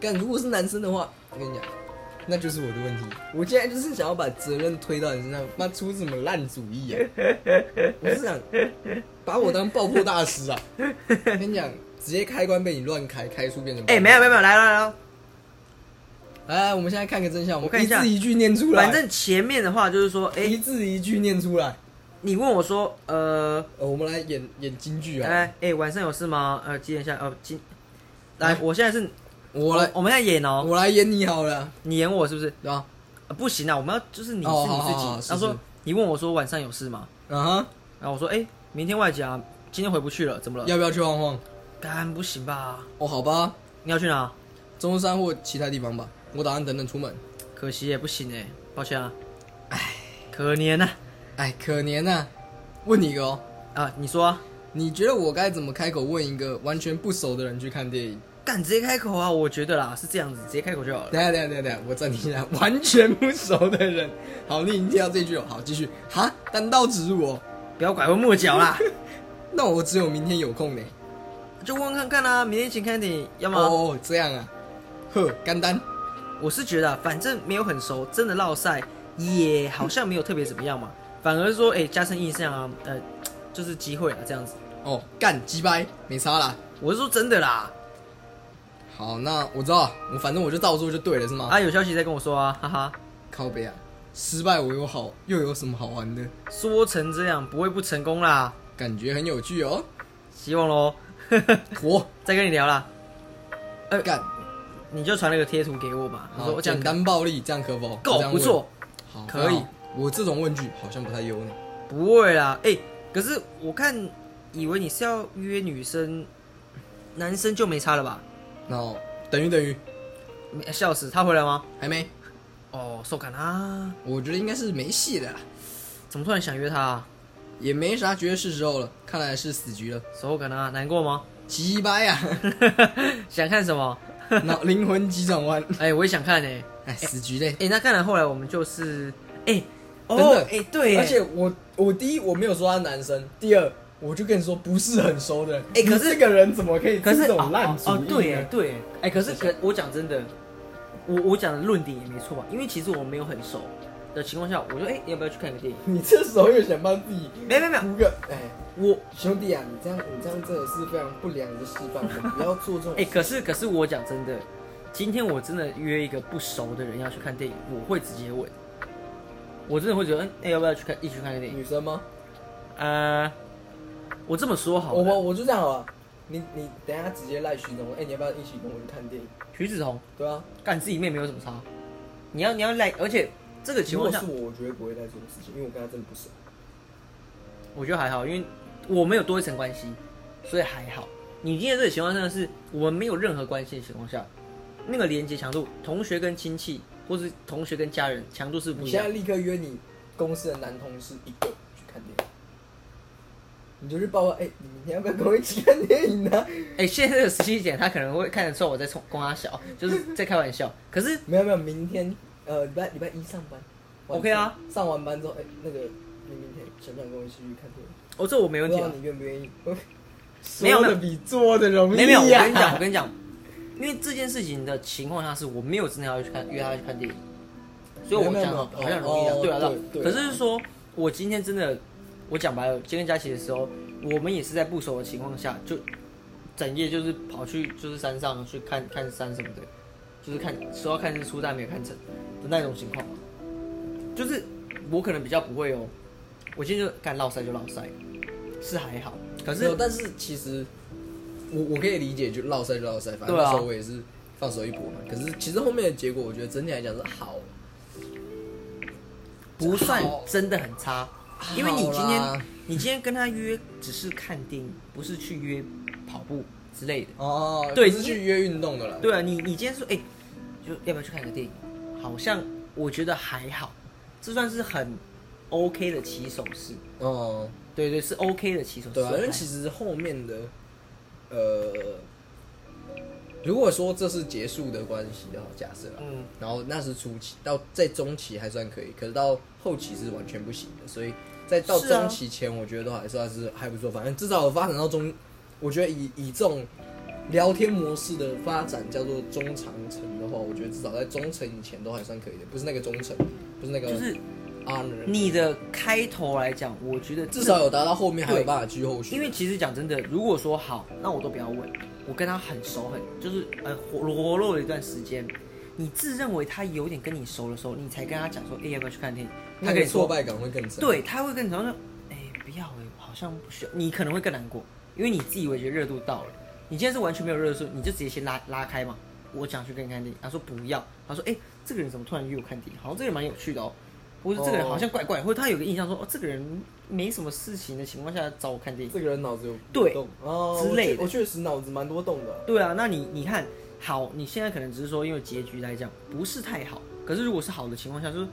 [SPEAKER 2] 但如果是男生的话，我跟你讲，那就是我的问题。我现在就是想要把责任推到你身上，妈出什么烂主 意啊！我是想把我当爆破大师啊！跟你讲，直接开关被你乱开，开出变成
[SPEAKER 1] 哎、没有没有没有，来来来，
[SPEAKER 2] 哎，我们现在看个真相，我
[SPEAKER 1] 我看
[SPEAKER 2] 们
[SPEAKER 1] 一
[SPEAKER 2] 一
[SPEAKER 1] 下
[SPEAKER 2] 字一句念出来，
[SPEAKER 1] 反正前面的话就是说，哎、
[SPEAKER 2] 一字一句念出来。
[SPEAKER 1] 你问我说，呃，
[SPEAKER 2] 呃，我们来演演京剧
[SPEAKER 1] 哎
[SPEAKER 2] 啊！
[SPEAKER 1] 哎、晚上有事吗？呃，几点下？呃，今来，我现在是，
[SPEAKER 2] 我来
[SPEAKER 1] 我们要演哦、
[SPEAKER 2] 我来演你好了，
[SPEAKER 1] 你演我是不是？
[SPEAKER 2] 对吧？
[SPEAKER 1] 呃不行啊，我们要就是你是
[SPEAKER 2] 哦
[SPEAKER 1] 你
[SPEAKER 2] 好
[SPEAKER 1] 自己。
[SPEAKER 2] 好好是
[SPEAKER 1] 他说
[SPEAKER 2] 是
[SPEAKER 1] 你问我说晚上有事吗？
[SPEAKER 2] 啊哈，
[SPEAKER 1] 然后我说哎、明天外夹，今天回不去了，怎么了？
[SPEAKER 2] 要不要去晃晃？
[SPEAKER 1] 干不行吧？
[SPEAKER 2] 哦，好吧，
[SPEAKER 1] 你要去哪？
[SPEAKER 2] 中山或其他地方吧。我打算等等出门。
[SPEAKER 1] 可惜也不行哎，抱歉啊。唉，可怜啊呐、
[SPEAKER 2] 哎，可怜呐、问你一个哦，
[SPEAKER 1] 啊。你说啊，
[SPEAKER 2] 你觉得我该怎么开口问一个完全不熟的人去看电影？
[SPEAKER 1] 干直接开口啊！我觉得啦是这样子，直接开口就好了。
[SPEAKER 2] 等一下，等一下，等一下等一下，我暂停一下。 完全不熟的人，好，你已经听到这句了。好，继续。哈，单刀直入哦。
[SPEAKER 1] 不要拐弯抹角 啦，
[SPEAKER 2] 那我只有明天有空呢。
[SPEAKER 1] 就问问看看啦、明天一起看电影，要吗？
[SPEAKER 2] 哦，这样啊。呵，干单。
[SPEAKER 1] 我是觉得、啊，反正没有很熟，真的落赛也好像没有特别怎么样嘛，反而说哎、加深印象啊，呃，就是机会啊这样子。
[SPEAKER 2] 哦，干鸡掰，没差啦。
[SPEAKER 1] 我是说真的啦，
[SPEAKER 2] 好，那我知道啊，我反正我就照做就对了，是吗？
[SPEAKER 1] 啊，有消息再跟我说啊，哈哈。
[SPEAKER 2] 靠背啊，失败我有好，又有什么好玩的？
[SPEAKER 1] 说成这样，不会不成功啦，
[SPEAKER 2] 感觉很有 趣哦。
[SPEAKER 1] 希望喽。
[SPEAKER 2] 妥，
[SPEAKER 1] 再跟你聊啦，
[SPEAKER 2] 干，
[SPEAKER 1] 你就传了个贴图给我嘛，你
[SPEAKER 2] 好，
[SPEAKER 1] 呃说我讲
[SPEAKER 2] 简单暴力，这样可否？
[SPEAKER 1] 够
[SPEAKER 2] 这样
[SPEAKER 1] 不
[SPEAKER 2] 问，
[SPEAKER 1] 错，
[SPEAKER 2] 好，
[SPEAKER 1] 可以
[SPEAKER 2] 很好。我这种问句好像不太优呢。
[SPEAKER 1] 不会啦，哎、可是我看以为你是要约女生，男生就没差了吧？
[SPEAKER 2] 然后等于等于
[SPEAKER 1] 没笑死，他回来吗？
[SPEAKER 2] 还没，
[SPEAKER 1] 哦，受感啊，
[SPEAKER 2] 我觉得应该是没戏了啦。
[SPEAKER 1] 怎么突然想约他、啊？
[SPEAKER 2] 也没啥绝对是时候了，看来是死局了，
[SPEAKER 1] 手感啊，难过吗？
[SPEAKER 2] 鸡巴呀，
[SPEAKER 1] 想看什么？
[SPEAKER 2] 脑灵魂急转弯，
[SPEAKER 1] 哎、我也想看哎、
[SPEAKER 2] 哎，死局嘞
[SPEAKER 1] 哎、。那看来后来我们就是，哎、
[SPEAKER 2] 真
[SPEAKER 1] 哦
[SPEAKER 2] 的，
[SPEAKER 1] 哎、对耶，
[SPEAKER 2] 而且我我第一我没有说他男生，第二我就跟你说不是很熟的人。
[SPEAKER 1] 哎可是
[SPEAKER 2] 你这个人怎么可以出
[SPEAKER 1] 可是
[SPEAKER 2] 这种烂
[SPEAKER 1] 哦
[SPEAKER 2] 主
[SPEAKER 1] 哦
[SPEAKER 2] 意
[SPEAKER 1] 哦
[SPEAKER 2] 呢？
[SPEAKER 1] 对耶对耶，哎、可是可我讲真的，我我讲的论点也没错吧？因为其实我没有很熟的情况下，我说哎、要不要去看个电影？
[SPEAKER 2] 你这时候又想帮自己
[SPEAKER 1] 没有没有没有，
[SPEAKER 2] 铺个，哎，
[SPEAKER 1] 我
[SPEAKER 2] 兄弟啊，你这样你这样真的是非常不良的示范，我们不要做这种
[SPEAKER 1] 哎、可是可是我讲真的，今天我真的约一个不熟的人要去看电影，我会直接问，我真的会觉得，嗯哎、要不要去看一起去看个电影？
[SPEAKER 2] 女生吗？
[SPEAKER 1] 呃，我这么说好
[SPEAKER 2] 我我
[SPEAKER 1] 了，
[SPEAKER 2] 我就这样好了，你你等一下直接赖徐总，哎，你要不要一起跟我去看电影？
[SPEAKER 1] 徐子彤
[SPEAKER 2] 对啊，
[SPEAKER 1] 干自己妹没有什么差，你要你要来，而且这个情
[SPEAKER 2] 如果
[SPEAKER 1] 况下
[SPEAKER 2] 是，我，我绝对不会再做的事情，因为我跟他真的不熟。
[SPEAKER 1] 我觉得还好，因为我们有多一层关系，所以还好。你今天这个情况下是我们没有任何关系的情况下，那个连接强度，同学跟亲戚或是同学跟家人强度是不
[SPEAKER 2] 你
[SPEAKER 1] 一
[SPEAKER 2] 现
[SPEAKER 1] 样
[SPEAKER 2] 在。立刻约你公司的男同事一个去看电影，你就去报告，哎，你明天要不要跟我一起看电影呢？
[SPEAKER 1] 哎、现在这个时间点，他可能会看得出来我在冲攻他小，就是在开玩笑。可是
[SPEAKER 2] 没有没有，明天呃礼拜礼拜一上班。晚上
[SPEAKER 1] OK 啊。
[SPEAKER 2] 上完班之后，哎、那个你明天想不想跟我一起去看电影？
[SPEAKER 1] 我、这我没
[SPEAKER 2] 不
[SPEAKER 1] 问
[SPEAKER 2] 知
[SPEAKER 1] 题
[SPEAKER 2] 道
[SPEAKER 1] 啊，
[SPEAKER 2] 你愿不愿意？
[SPEAKER 1] 没有
[SPEAKER 2] 说的比做的容易、啊
[SPEAKER 1] 没有没有，我跟你讲，我，跟你讲，因为这件事情的情况下是我没有真的要去看约他去看电影，所以我
[SPEAKER 2] 没有
[SPEAKER 1] 讲
[SPEAKER 2] 没有
[SPEAKER 1] 好好像容易啊
[SPEAKER 2] 哦，
[SPEAKER 1] 对啊，对
[SPEAKER 2] 对
[SPEAKER 1] 啊。
[SPEAKER 2] 对
[SPEAKER 1] 可
[SPEAKER 2] 啊
[SPEAKER 1] 是是说我今天真的，我讲白了，今天跟佳琪的时候，我们也是在不熟的情况下，就整夜就是跑去就是山上去看看山什么的，就是看说要看日出，但没有看成的那种情况嘛。就是我可能比较不会哦，我今天就干落塞就落塞，是还好，可
[SPEAKER 2] 没有
[SPEAKER 1] 是
[SPEAKER 2] 但是其实我我可以理解，就落塞就落塞，反正
[SPEAKER 1] 对啊
[SPEAKER 2] 那时候我也是放手一搏嘛。可是其实后面的结果，我觉得整体来讲是好，
[SPEAKER 1] 不算
[SPEAKER 2] 好
[SPEAKER 1] 真的很差，因为你今
[SPEAKER 2] 好
[SPEAKER 1] 天
[SPEAKER 2] 啦
[SPEAKER 1] 你今天跟他约只是看电影，不是去约跑步之类的。
[SPEAKER 2] 哦
[SPEAKER 1] 对
[SPEAKER 2] 不是去约运动的了。
[SPEAKER 1] 对啊，你你今天说哎、就要不要去看个电影？好像我觉得还好，这算是很 OK 的起手式。
[SPEAKER 2] 哦，
[SPEAKER 1] 对对，是 OK 的起手式。
[SPEAKER 2] 对啊，因为其
[SPEAKER 1] 实
[SPEAKER 2] 实后面的，呃，如果说这是结束的关系的话，假设啦，
[SPEAKER 1] 嗯，
[SPEAKER 2] 然后那是初期，到在中期还算可以，可是到后期是完全不行的，所以在到
[SPEAKER 1] 是啊
[SPEAKER 2] 中期前，我觉得都还算是还不错，反正至少有发展到中，我觉得以以这种聊天模式的发展叫做中长程的话，我觉得至少在中程以前都还算可以的，不是那个中程，不是那个
[SPEAKER 1] 就是嗯
[SPEAKER 2] 啊，
[SPEAKER 1] 你的开头来讲，我觉得
[SPEAKER 2] 至少有达到后面还有
[SPEAKER 1] 对
[SPEAKER 2] 办法去后续，
[SPEAKER 1] 因为其实讲真的，如果说好，那我都不要问，我跟他很熟很，就是呃活活络了一段时间。你自认为他有点跟你熟的时候，你才跟他讲说，哎、要不要去看电影？他
[SPEAKER 2] 那
[SPEAKER 1] 可以
[SPEAKER 2] 个
[SPEAKER 1] 说
[SPEAKER 2] 挫败感会更深。
[SPEAKER 1] 对，他会跟你讲说，哎、不要哎、好像不需要。你可能会更难过，因为你自以为觉得热度到了，你今天是完全没有热度的时候，你就直接先拉拉开嘛。我想去跟你看电影，他说不要，他说哎、这个人怎么突然约我看电影？好像这个人蛮有趣的哦，或者这个人好像怪怪，或者他有个印象说，哦，这个人没什么事情的情况下找我看电影。
[SPEAKER 2] 这个人脑子有
[SPEAKER 1] 对
[SPEAKER 2] 动哦
[SPEAKER 1] 之类的
[SPEAKER 2] 我确我确实脑子蛮多动的。
[SPEAKER 1] 对啊，那你你看，好，你现在可能只是说，因为结局来讲不是太好，可是如果是好的情况下，就是，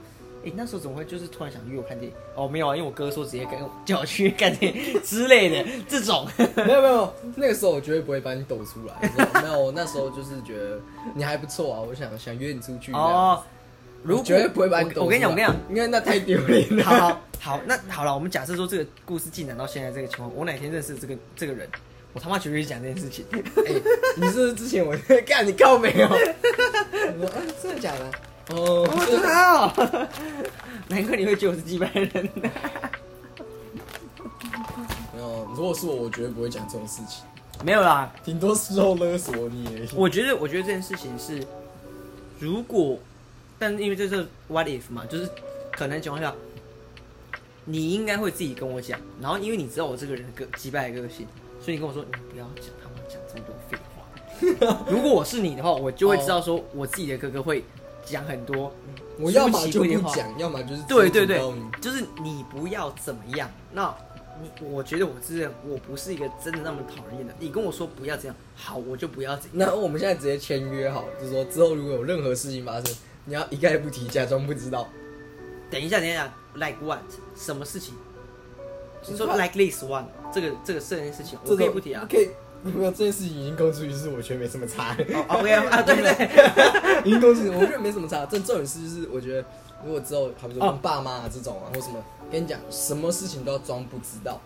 [SPEAKER 1] 哎、那时候怎么会就是突然想约我看电影？哦，没有啊，因为我哥说直接跟我叫我去看电影之类的 这种。
[SPEAKER 2] 没有没有，那个时候我绝对不会把你抖出来。你知 道吗没有，我那时候就是觉得你还不错啊，我想想约你出去。哦，
[SPEAKER 1] 哦，如果
[SPEAKER 2] 绝对不会把你抖
[SPEAKER 1] 我我跟你讲，我跟你讲，
[SPEAKER 2] 讲，因为那太丢脸了。
[SPEAKER 1] 好 好好，那好了，我们假设说这个故事进展到现在这个情况，我哪天认识这个这个人，我他妈绝对讲这件事情。
[SPEAKER 2] 哎，你是不是之前我 干你靠没有？我说哎，真的假的？哦
[SPEAKER 1] 我，操！ 难怪你会觉得我是几百人。
[SPEAKER 2] 没有，如果是我，我绝对不会讲这种事情，
[SPEAKER 1] 没有啦，
[SPEAKER 2] 顶多事后勒索你而已。
[SPEAKER 1] 我觉得，我觉得这件事情是，如果，但因为这是 what if 嘛，就是可能情况下，你应该会自己跟我讲，然后因为你知道我这个人个击败的个性，所以你跟我说你不要讲他们讲这么多废话。 如果我是你的话，我就会知道说我自己的哥哥会讲很多，
[SPEAKER 2] 哦嗯我要么就
[SPEAKER 1] 出奇的
[SPEAKER 2] 不
[SPEAKER 1] 话
[SPEAKER 2] 讲，要么就是
[SPEAKER 1] 对
[SPEAKER 2] 直
[SPEAKER 1] 对
[SPEAKER 2] 接
[SPEAKER 1] 对
[SPEAKER 2] 警告你，
[SPEAKER 1] 就是你不要怎么样。那你我觉得我自认我不是一个真的那么讨人厌的，你跟我说不要这样，好，我就不要这样。
[SPEAKER 2] 那我们现在直接签约好，就是说之后如果有任何事情发生，你要一概不提，假装不知道。
[SPEAKER 1] 等一下，等一下，like what？什么事情？你说 like this one 这个这个这件事情，
[SPEAKER 2] 这
[SPEAKER 1] 我可以
[SPEAKER 2] 种
[SPEAKER 1] 不提啊。
[SPEAKER 2] 可以，没有这件事情已经公诸于世，我觉得没什么差。
[SPEAKER 1] 哦 OK 啊，对对对，
[SPEAKER 2] 已经公诸于世，我觉得没什么差。但重点是，就是我觉得如果之后，好比说
[SPEAKER 1] 哦
[SPEAKER 2] 跟爸妈啊这种啊，或什么，跟你讲，什么事情都要装不知道。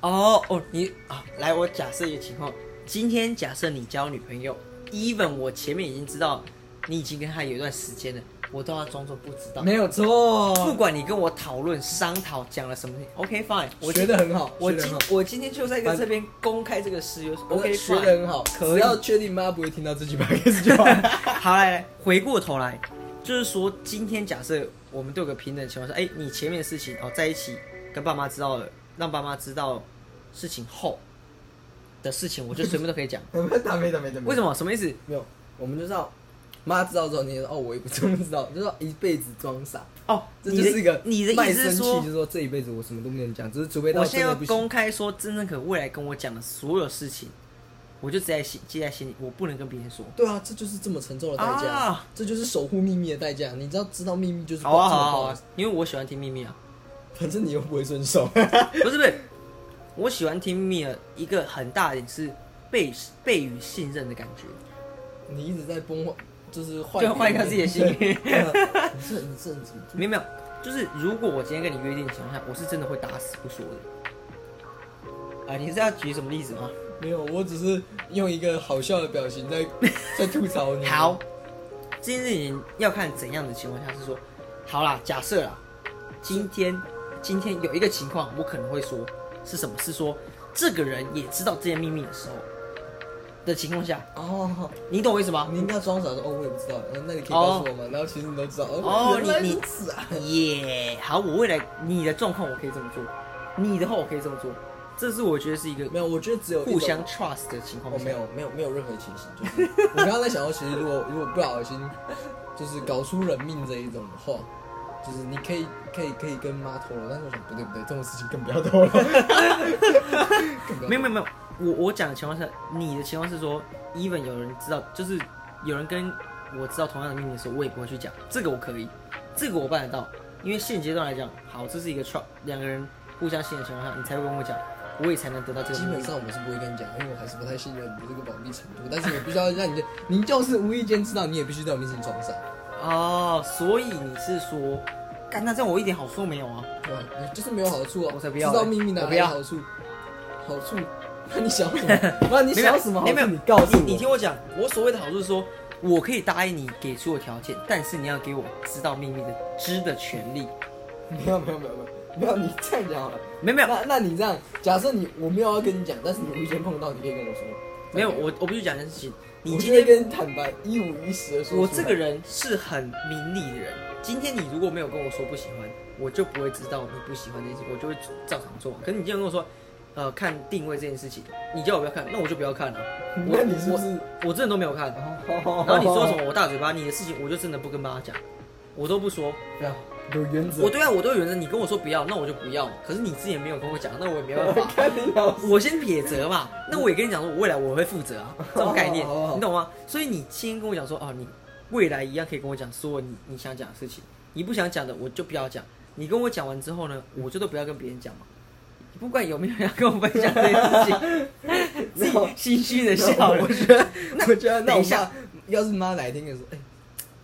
[SPEAKER 1] 哦哦，你啊，来，我假设一个情况，今天假设你交女朋友，even 我前面已经知道你已经跟她有一段时间了，我都要装作不知道。
[SPEAKER 2] 没有错，
[SPEAKER 1] 不管你跟我讨论、商讨讲了什么，OK fine，
[SPEAKER 2] 我
[SPEAKER 1] 我
[SPEAKER 2] 学
[SPEAKER 1] 今
[SPEAKER 2] 的很好，
[SPEAKER 1] 我
[SPEAKER 2] 学得
[SPEAKER 1] 今
[SPEAKER 2] 很好
[SPEAKER 1] 我今天就在跟这边公开这个事由
[SPEAKER 2] 我
[SPEAKER 1] ，OK
[SPEAKER 2] 学的
[SPEAKER 1] fine。
[SPEAKER 2] 很好，
[SPEAKER 1] 可以
[SPEAKER 2] 只要确定妈不会听到这句 p o d 就 好了。
[SPEAKER 1] 好，来来，回过头来，就是说今天假设我们都有个平等情况下，哎、你前面的事情哦，在一起跟爸妈知道了，让爸妈知道事情后的事情，我就随便都可以讲。
[SPEAKER 2] 打没打没打没
[SPEAKER 1] 为什么？什么意思？
[SPEAKER 2] 没有，我们就是要妈知道之后，你也说哦，我也不这么知道， 就是要一辈子装傻，
[SPEAKER 1] 哦，
[SPEAKER 2] 这
[SPEAKER 1] 你
[SPEAKER 2] 就
[SPEAKER 1] 的
[SPEAKER 2] 是一个
[SPEAKER 1] 你的
[SPEAKER 2] 卖
[SPEAKER 1] 意思
[SPEAKER 2] 身
[SPEAKER 1] 是
[SPEAKER 2] 契，
[SPEAKER 1] 说
[SPEAKER 2] 就是，说这一辈子我什么都不能讲，只是除非到
[SPEAKER 1] 我现
[SPEAKER 2] 真
[SPEAKER 1] 在
[SPEAKER 2] 的
[SPEAKER 1] 要
[SPEAKER 2] 不
[SPEAKER 1] 公
[SPEAKER 2] 行。
[SPEAKER 1] 开说真正可未来跟我讲的所有事情，我就只在心记在心里，我不能跟别人说。
[SPEAKER 2] 对啊，这就是这么沉重的代价，
[SPEAKER 1] 啊
[SPEAKER 2] 这就是守护秘密的代价。你知道，知道秘密就是
[SPEAKER 1] 好啊
[SPEAKER 2] 这
[SPEAKER 1] 好
[SPEAKER 2] 么
[SPEAKER 1] 啊好
[SPEAKER 2] 报
[SPEAKER 1] 啊，因为我喜欢听秘密啊，
[SPEAKER 2] 反正你又不会遵守。
[SPEAKER 1] 不是不是，我喜欢听秘密的一个很大的点是被被予信任的感觉。
[SPEAKER 2] 你一直在崩坏，就是坏，
[SPEAKER 1] 就坏掉自己的心
[SPEAKER 2] 对啊你是你是你是
[SPEAKER 1] 没有没有，就是如果我今天跟你约定的情况下，我是真的会打死不说的。啊，你是要举什么例子吗？
[SPEAKER 2] 没有，我只是用一个好笑的表 情在在吐槽你。
[SPEAKER 1] 好，，这件事情要看怎样的情况下是说，好啦，假设啦，今天今天有一个情况，我可能会说是什么？是说这个人也知道这件秘密的时候的情况下，
[SPEAKER 2] 哦，
[SPEAKER 1] 你懂我意思吗？
[SPEAKER 2] 你应该装傻说哦，我也不知道，呃那你可
[SPEAKER 1] 哦
[SPEAKER 2] 以告诉我吗？然后其实你都知道，
[SPEAKER 1] 哦
[SPEAKER 2] 原来
[SPEAKER 1] 你你
[SPEAKER 2] 如此啊，
[SPEAKER 1] 耶、好，我未来你的状况我可以这么做，你的话我可以这么做，这是我觉得是一个
[SPEAKER 2] 没有，我觉得只有一种
[SPEAKER 1] 互相 trust 的情况
[SPEAKER 2] 哦，
[SPEAKER 1] 下。
[SPEAKER 2] 没有，没有，没有任何情形。就是 我刚刚在想说，其实如果如果不小心，就是搞出人命这一种的话，就是你可以可以可以跟妈透露，但是我想不对不对，这种事情更不要透露。更不要
[SPEAKER 1] 没有没有没有，我我讲的情况是，你的情况是说，even 有人知道，就是有人跟我知道同样的秘密的时候，我也不会去讲，这个我可以，这个我办得到，因为现阶段来讲，好，这是一个 trust，两个人互相信任的情况下，你才会跟我讲，我也才能得到这个
[SPEAKER 2] 基
[SPEAKER 1] 秘密
[SPEAKER 2] 本上我是不会跟你讲，因为我还是不太信任你的这个保密程度。但是我必须要让你，你就是无意间知道，你也必须在我面前装傻。
[SPEAKER 1] 哦，所以你是说，干那这样我一点好处没有啊？
[SPEAKER 2] 对吧？你就是没有好处啊！
[SPEAKER 1] 我才不要
[SPEAKER 2] 知道
[SPEAKER 1] 嘞
[SPEAKER 2] 秘密哪
[SPEAKER 1] 我不
[SPEAKER 2] 来的
[SPEAKER 1] 要
[SPEAKER 2] 好处？好处？那你想要什 么？那
[SPEAKER 1] 没
[SPEAKER 2] 你想
[SPEAKER 1] 有
[SPEAKER 2] 要什么好
[SPEAKER 1] 没有
[SPEAKER 2] 处？
[SPEAKER 1] 没有
[SPEAKER 2] 你告诉我。
[SPEAKER 1] 你，你听我讲，我所谓的好处是说，我可以答应你给出的条件，但是你要给我知道秘密的知的权利。
[SPEAKER 2] 没有没有没有没有没有，你这样讲好了。
[SPEAKER 1] 没有没有，
[SPEAKER 2] 那那你这样，假设你我没有要跟你讲，但是你无意间碰到，你可以跟我说。
[SPEAKER 1] 没有，我我必须讲一件事情，你
[SPEAKER 2] 我
[SPEAKER 1] 今
[SPEAKER 2] 就会
[SPEAKER 1] 天
[SPEAKER 2] 跟你坦白一五一十的说出来。
[SPEAKER 1] 我这个人是很明理的人，今天你如果没有跟我说不喜欢，我就不会知道你不喜欢这件事，我就会照常做。可是你今天跟我说，呃，看定位这件事情，你叫我不要看，那我就不要 看了、我
[SPEAKER 2] 那你是不是？哦
[SPEAKER 1] 我我真的都没有看。
[SPEAKER 2] 然
[SPEAKER 1] 然后你 说什么我大嘴巴，你的事情我就真的不跟爸妈讲，我都不说。
[SPEAKER 2] 么？有原则。
[SPEAKER 1] 我对啊，我都有原则，你跟我说不要，那我就不要。可是你之前没有跟我讲，那我也没办 法。
[SPEAKER 2] 看你老师。
[SPEAKER 1] 我先撇责嘛，那我也跟你讲说，我未来我会负责啊，这种概念
[SPEAKER 2] 好好好，
[SPEAKER 1] 你懂吗？所以你先跟我讲说，哦，你未来一样可以跟我讲所有你你想讲的事情，你不想讲的我就不要讲。你跟我讲完之后呢，我就都不要跟别人讲嘛，不管有没有人要跟我分享这件事 情，自己心虚的笑了
[SPEAKER 2] 我。觉得，我觉得那
[SPEAKER 1] 等
[SPEAKER 2] 我
[SPEAKER 1] 一下
[SPEAKER 2] 爸，要是妈哪一天跟你说，哎、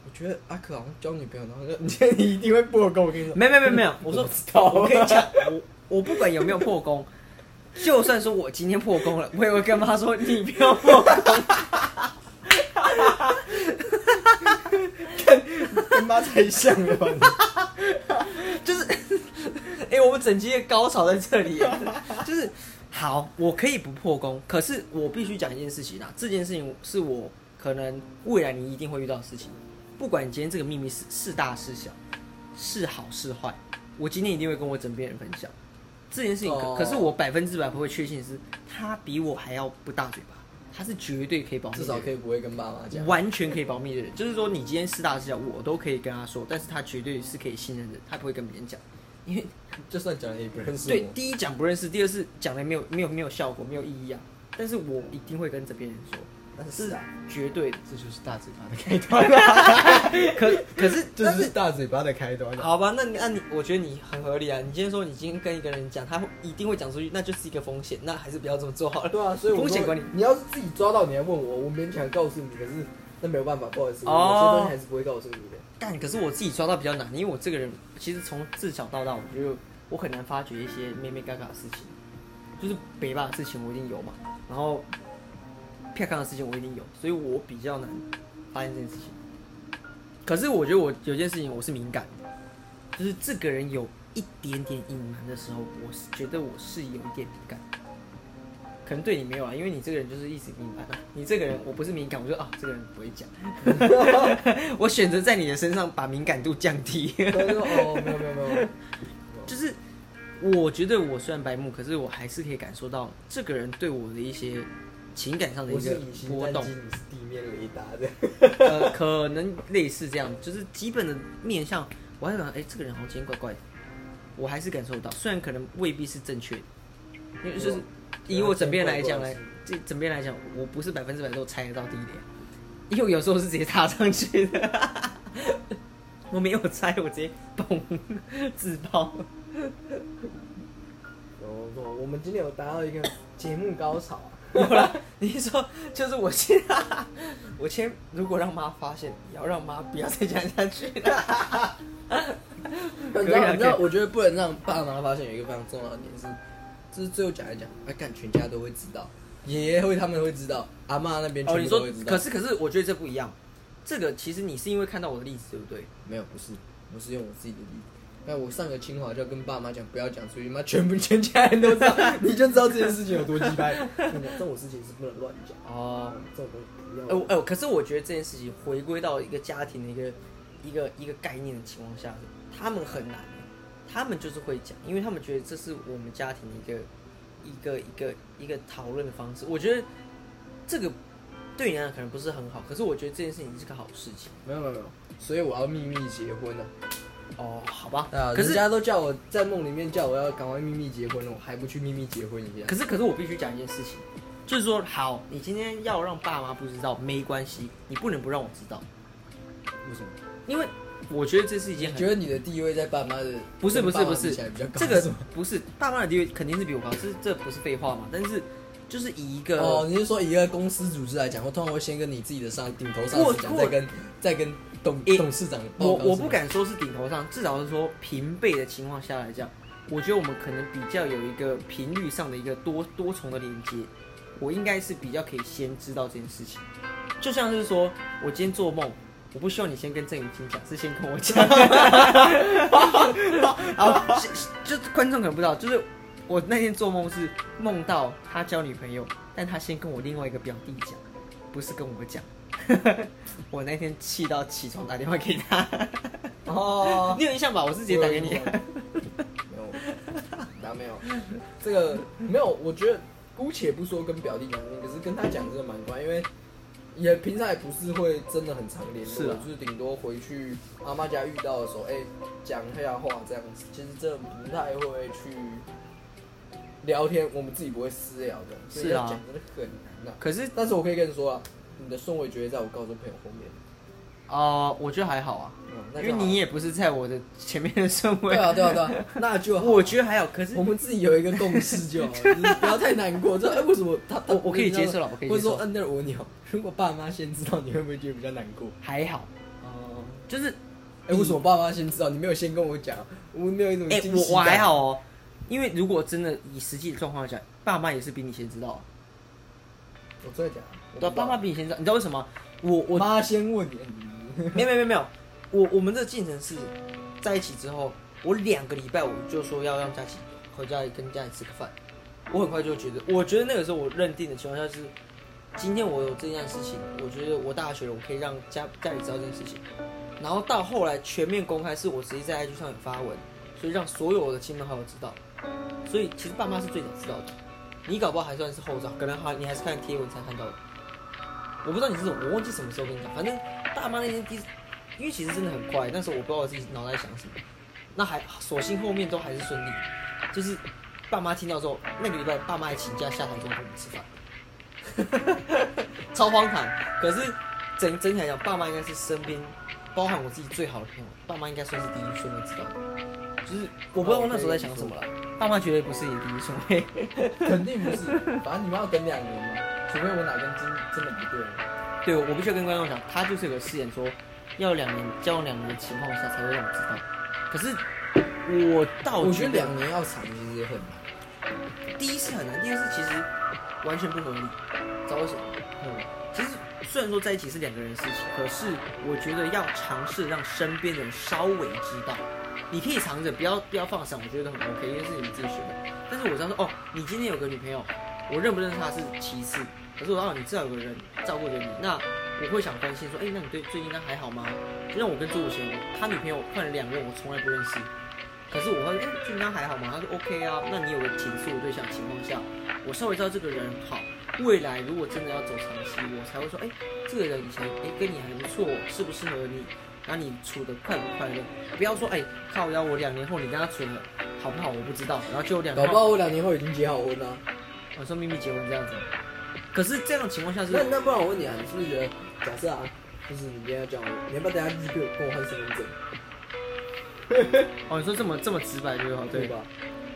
[SPEAKER 2] 我觉得阿克好像交女朋友，然后就 你觉得你一定会不跟我跟你说，
[SPEAKER 1] 没没没没有，我说我跟你讲，我我不管有没有破功，就算说我今天破功了，我也会跟妈说你不要破功。
[SPEAKER 2] 跟妈太像了吧？ 你
[SPEAKER 1] 就是， 哎、我们整集的高潮在这里耶， 就是好，我可以不破功，可是我必须讲一件事情啊，这件事情是我可能未来你一定会遇到的事情，不管你今天这个秘密是是大是小，是好是坏，我今天一定会跟我枕边人分享这件事情可。
[SPEAKER 2] 哦
[SPEAKER 1] 可是我百分之百不会确信是他比我还要不大嘴巴，他是绝对可以保密的
[SPEAKER 2] 至
[SPEAKER 1] 人，
[SPEAKER 2] 少可以不会跟爸妈讲。
[SPEAKER 1] 完全可以保密的人，就是说你今天是大是小，我都可以跟他说，但是他绝对是可以信任的，他不会跟别人讲，因为
[SPEAKER 2] 就算讲了也不认识
[SPEAKER 1] 对
[SPEAKER 2] 我。
[SPEAKER 1] 第一讲不认识，第二是讲的没有没有没有效果，没有意义啊。但是我一定会跟这边人说，
[SPEAKER 7] 但是
[SPEAKER 1] 是
[SPEAKER 7] 啊，
[SPEAKER 1] 绝对的。
[SPEAKER 2] 这就是大嘴巴的开头。
[SPEAKER 1] 可可是，
[SPEAKER 7] 这
[SPEAKER 1] 但
[SPEAKER 7] 就是
[SPEAKER 1] 是
[SPEAKER 7] 大嘴巴的开端啊。
[SPEAKER 1] 好吧，那你那你，我觉得你很合理啊。你今天说你今天跟一个人讲，他会一定会讲出去，那就是一个风险，那还是不要这么做好了。
[SPEAKER 2] 对啊，所以我
[SPEAKER 1] 风险
[SPEAKER 2] 说
[SPEAKER 1] 管理，
[SPEAKER 2] 你要是自己抓到，你还问我，我勉强告诉你，可是那没有办法，不好意思，我
[SPEAKER 1] 哦
[SPEAKER 2] 有些东西还是不会告诉你 的。
[SPEAKER 1] 但可是我自己抓到比较难，因为我这个人其实从自小到大，我觉得我很难发掘一些妹妹嘎嘎的事情，就是北霸的事情我一定有嘛，然后漂亮的事情我一定有，所以我比较难发现这件事情。可是我觉得我有件事情我是敏感的，就是这个人有一点点隐瞒的时候，我是觉得我是有一点敏感。可能对你没有啊，因为你这个人就是一直隐瞒啊。你这个人我不是敏感，我就啊这个人不会讲。 我选择在你的身上把敏感度降低，
[SPEAKER 2] 他说哦，没有没有没有，
[SPEAKER 1] 就是我觉得我虽然白目，可是我还是可以感受到这个人对我的一些情感上的
[SPEAKER 2] 我
[SPEAKER 1] 一
[SPEAKER 2] 是
[SPEAKER 1] 个
[SPEAKER 2] 隐形
[SPEAKER 1] 波
[SPEAKER 2] 战
[SPEAKER 1] 动
[SPEAKER 2] 机，，你是地面雷达的。
[SPEAKER 1] 呃，可能类似这样，就是基本的面相，我还想，哎、这个人好像今天怪怪的，我还是感受到，虽然可能未必是正确的，因为就是
[SPEAKER 2] 我
[SPEAKER 1] 以我整边来讲
[SPEAKER 2] 我
[SPEAKER 1] 来，这整边来讲，我不是百分之百都猜得到地点，因为我有时候是直接踏上去的， 我没有猜，我直接嘣自爆。
[SPEAKER 2] 哦，哦我们今天有达到一个节目高潮啊。
[SPEAKER 1] 有了，你是说就是我先， 我先如果让妈发现，也要让妈不要再讲下去 了。
[SPEAKER 2] 你
[SPEAKER 1] 可
[SPEAKER 2] 知
[SPEAKER 1] 以啊
[SPEAKER 2] 道，你知道，
[SPEAKER 1] 可以
[SPEAKER 2] 我觉得不能让爸妈发现有一个非常重要的点是，就是最后讲一讲，哎、干全家都会知道，爷爷会他们会知道，阿妈那边
[SPEAKER 1] 哦，
[SPEAKER 2] 全
[SPEAKER 1] 你
[SPEAKER 2] 部都
[SPEAKER 1] 说
[SPEAKER 2] 会知，道。
[SPEAKER 1] 可是可是，我觉得这不一样。这个其实你是因为看到我的例子，对不对？
[SPEAKER 2] 没有，不是，我是用我自己的例子。那我上个清华就跟爸妈讲，不要讲出去，妈全部全家人都知道，你就知道这件事情有多鸡掰。 跟你讲这种事情是不能乱讲，
[SPEAKER 1] 哦，
[SPEAKER 2] 这种东西不要
[SPEAKER 1] 哎、我哎、我可是我觉得这件事情回归到一个家庭的一个一个一个概念的情况下，他们很难，欸他们就是会讲，因为他们觉得这是我们家庭的一个一个一个一个讨论的方式。我觉得这个对你来讲可能不是很好，可是我觉得这件事情是个好事情。
[SPEAKER 2] 没有没有没有，所以我要秘密结婚了。
[SPEAKER 1] 哦，好吧，
[SPEAKER 2] 啊，
[SPEAKER 1] 可
[SPEAKER 2] 人
[SPEAKER 1] 是
[SPEAKER 2] 家都叫我在梦里面叫我要赶快秘密结婚了，我还不去秘密结婚一下
[SPEAKER 1] 可？是可是我必须讲一件事情，就是说，好，你今天要让爸妈不知道没关系，你不能不让我知道，
[SPEAKER 2] 为什么？
[SPEAKER 1] 因为我觉得这是一件
[SPEAKER 2] 你
[SPEAKER 1] 很
[SPEAKER 2] 觉得你的地位在爸妈的
[SPEAKER 1] 不是不
[SPEAKER 2] 跟
[SPEAKER 1] 是
[SPEAKER 2] 爸妈
[SPEAKER 1] 不是
[SPEAKER 2] 比起来比较高
[SPEAKER 1] 这个
[SPEAKER 2] 是吗
[SPEAKER 1] 不是爸妈的地位肯定是比我高，这这不是废话嘛？但是就是以一个、
[SPEAKER 2] 哦，你是说以一个公司组织来讲，我通常会先跟你自己的上顶头上
[SPEAKER 1] 我
[SPEAKER 2] 司讲，
[SPEAKER 1] 我
[SPEAKER 2] 再跟再跟董
[SPEAKER 1] 诶
[SPEAKER 2] 董事长报
[SPEAKER 1] 我
[SPEAKER 2] 告是吗。
[SPEAKER 1] 我不敢说是顶头上，至少是说平辈的情况下来讲，我觉得我们可能比较有一个频率上的一个多多重的连接，我应该是比较可以先知道这件事情。就像是说我今天做梦，我不希望你先跟郑雨欣讲，是先跟我讲。好，是是就是观众可能不知道，就是我那天做梦是梦到他交女朋友，但他先跟我另外一个表弟讲，不是跟我讲。我那天气到起床打电话给他，
[SPEAKER 2] 哦，
[SPEAKER 1] 你有印象吧？我是直接打给你。
[SPEAKER 2] 没有，打没有，这个没有。我觉得姑且不说跟表弟讲这件事，可是跟他讲真的蛮乖，因为也平常也不是会真的很常联络，
[SPEAKER 1] 是啊
[SPEAKER 2] 就是顶多回去阿妈家遇到的时候，哎、讲一下话这样子。其实这不太会去聊天，我们自己不会私聊的，所以
[SPEAKER 1] 是啊
[SPEAKER 2] 要讲真的很难、啊。
[SPEAKER 1] 可是
[SPEAKER 2] 但是我可以跟你说啊，你的顺位绝对在我高中朋友后面。
[SPEAKER 1] 哦、我觉得还好啊，
[SPEAKER 2] 嗯，那
[SPEAKER 1] 因
[SPEAKER 2] 就
[SPEAKER 1] 为
[SPEAKER 2] 好
[SPEAKER 1] 你也不是在我的前面的顺位。
[SPEAKER 2] 对啊，对啊，对啊，那就好
[SPEAKER 1] 我觉得还好。可是
[SPEAKER 2] 我们自己有一个共识就 好了，就是不要太难过。这哎，为什么他他
[SPEAKER 1] 我我可以接受了我可以接受
[SPEAKER 2] 或者说，嗯，那我问你哦，如果爸妈先知道，你会不会觉得比较难过？
[SPEAKER 1] 还好，
[SPEAKER 2] 哦，
[SPEAKER 1] 就是
[SPEAKER 2] 哎，为什么爸妈先知道？你没有先跟我讲，我没有一种
[SPEAKER 1] 哎、
[SPEAKER 2] 嗯惊喜
[SPEAKER 1] 我我
[SPEAKER 2] 感
[SPEAKER 1] 还，好哦，因为如果真的以实际的状况来讲，爸妈也是比你先知道啊，
[SPEAKER 2] 我真的讲，我
[SPEAKER 1] 对啊，
[SPEAKER 2] 不知道
[SPEAKER 1] 爸妈比你先知道。你知道为什么吗？我我
[SPEAKER 2] 妈先问你，
[SPEAKER 1] 没有没有没有没有，我我们这个进程是在一起之后，我两个礼拜我就说要让佳琪回家里跟家里吃个饭，我很快就觉得，我觉得那个时候我认定的情况下是，今天我有这件事情，我觉得我大学了，我可以让家家里知道这件事情，然后到后来全面公开，是我直接在 IG 上有发文，所以让所有我的亲朋好友知道，所以其实爸妈是最早知道的，你搞不好还算是后照，可能还你还是看贴文才看到的。我不知道你是什么，我忘记什么时候跟你讲，反正大妈那天第一，因为其实真的很快，但是我不知道我自己脑袋在想什么。那还所幸后面都还是顺利，就是爸妈听到之后，那个礼拜爸妈还请假下台中跟我们吃饭。 超荒唐。可是整整体来讲，爸妈应该是身边，包含我自己最好的朋友，爸妈应该算是第一顺位知道的。就是我不知道我那时候在想什么了，爸妈绝对不是你的第一顺位。
[SPEAKER 2] 肯定不是，反正你们要等两年嘛，除非我哪根筋真的不对了。
[SPEAKER 1] 对，我必须要跟观众讲，他就是有个誓言说，要两年交往两年的情况下才会让我知道。可是哦我倒
[SPEAKER 5] 我觉
[SPEAKER 1] 觉
[SPEAKER 5] 得
[SPEAKER 1] 得
[SPEAKER 5] 两年要长其实也很难。
[SPEAKER 1] 第一是很难，第二是其实完全不合理。知道为什么？
[SPEAKER 2] 嗯，
[SPEAKER 1] 其实虽然说在一起是两个人的事情，可是我觉得要尝试让身边的人稍微知道，你可以藏着，不要不要放闪，我觉得很 OK，因为是你自己选的。但是我知道说，哦，你今天有个女朋友，我认不认识她是其次，可是我哦让你至少有个人照顾着你，那我会想关心说，哎、那你对最近她还好吗？就像我跟周武贤，他女朋友换了两任，我从来不认识。可是我会，哎、最近她还好吗？他说 OK 啊，那你有个倾诉的对象的情况下，我稍微知道这个人好，未来如果真的要走长期，我才会说，哎、这个人以前哎、跟你还不错，适不适合你，然后你处的快不快乐？不要说哎、靠腰，我两年后你跟他处的好不好我不知道，然后就两
[SPEAKER 5] 搞
[SPEAKER 1] 年
[SPEAKER 5] 不
[SPEAKER 1] 后
[SPEAKER 5] 好我两年后已经结好婚
[SPEAKER 2] 啊
[SPEAKER 5] 了。
[SPEAKER 1] 我哦说秘密结婚这样子。可是这样的情况下是
[SPEAKER 5] 那那不然我问你啊，你是不是觉得，假设啊，就是你今天要讲我，你要不要等下去跟我跟我换身份证，
[SPEAKER 1] 哦，你说这么这么直白就好，哦对
[SPEAKER 5] 对吧？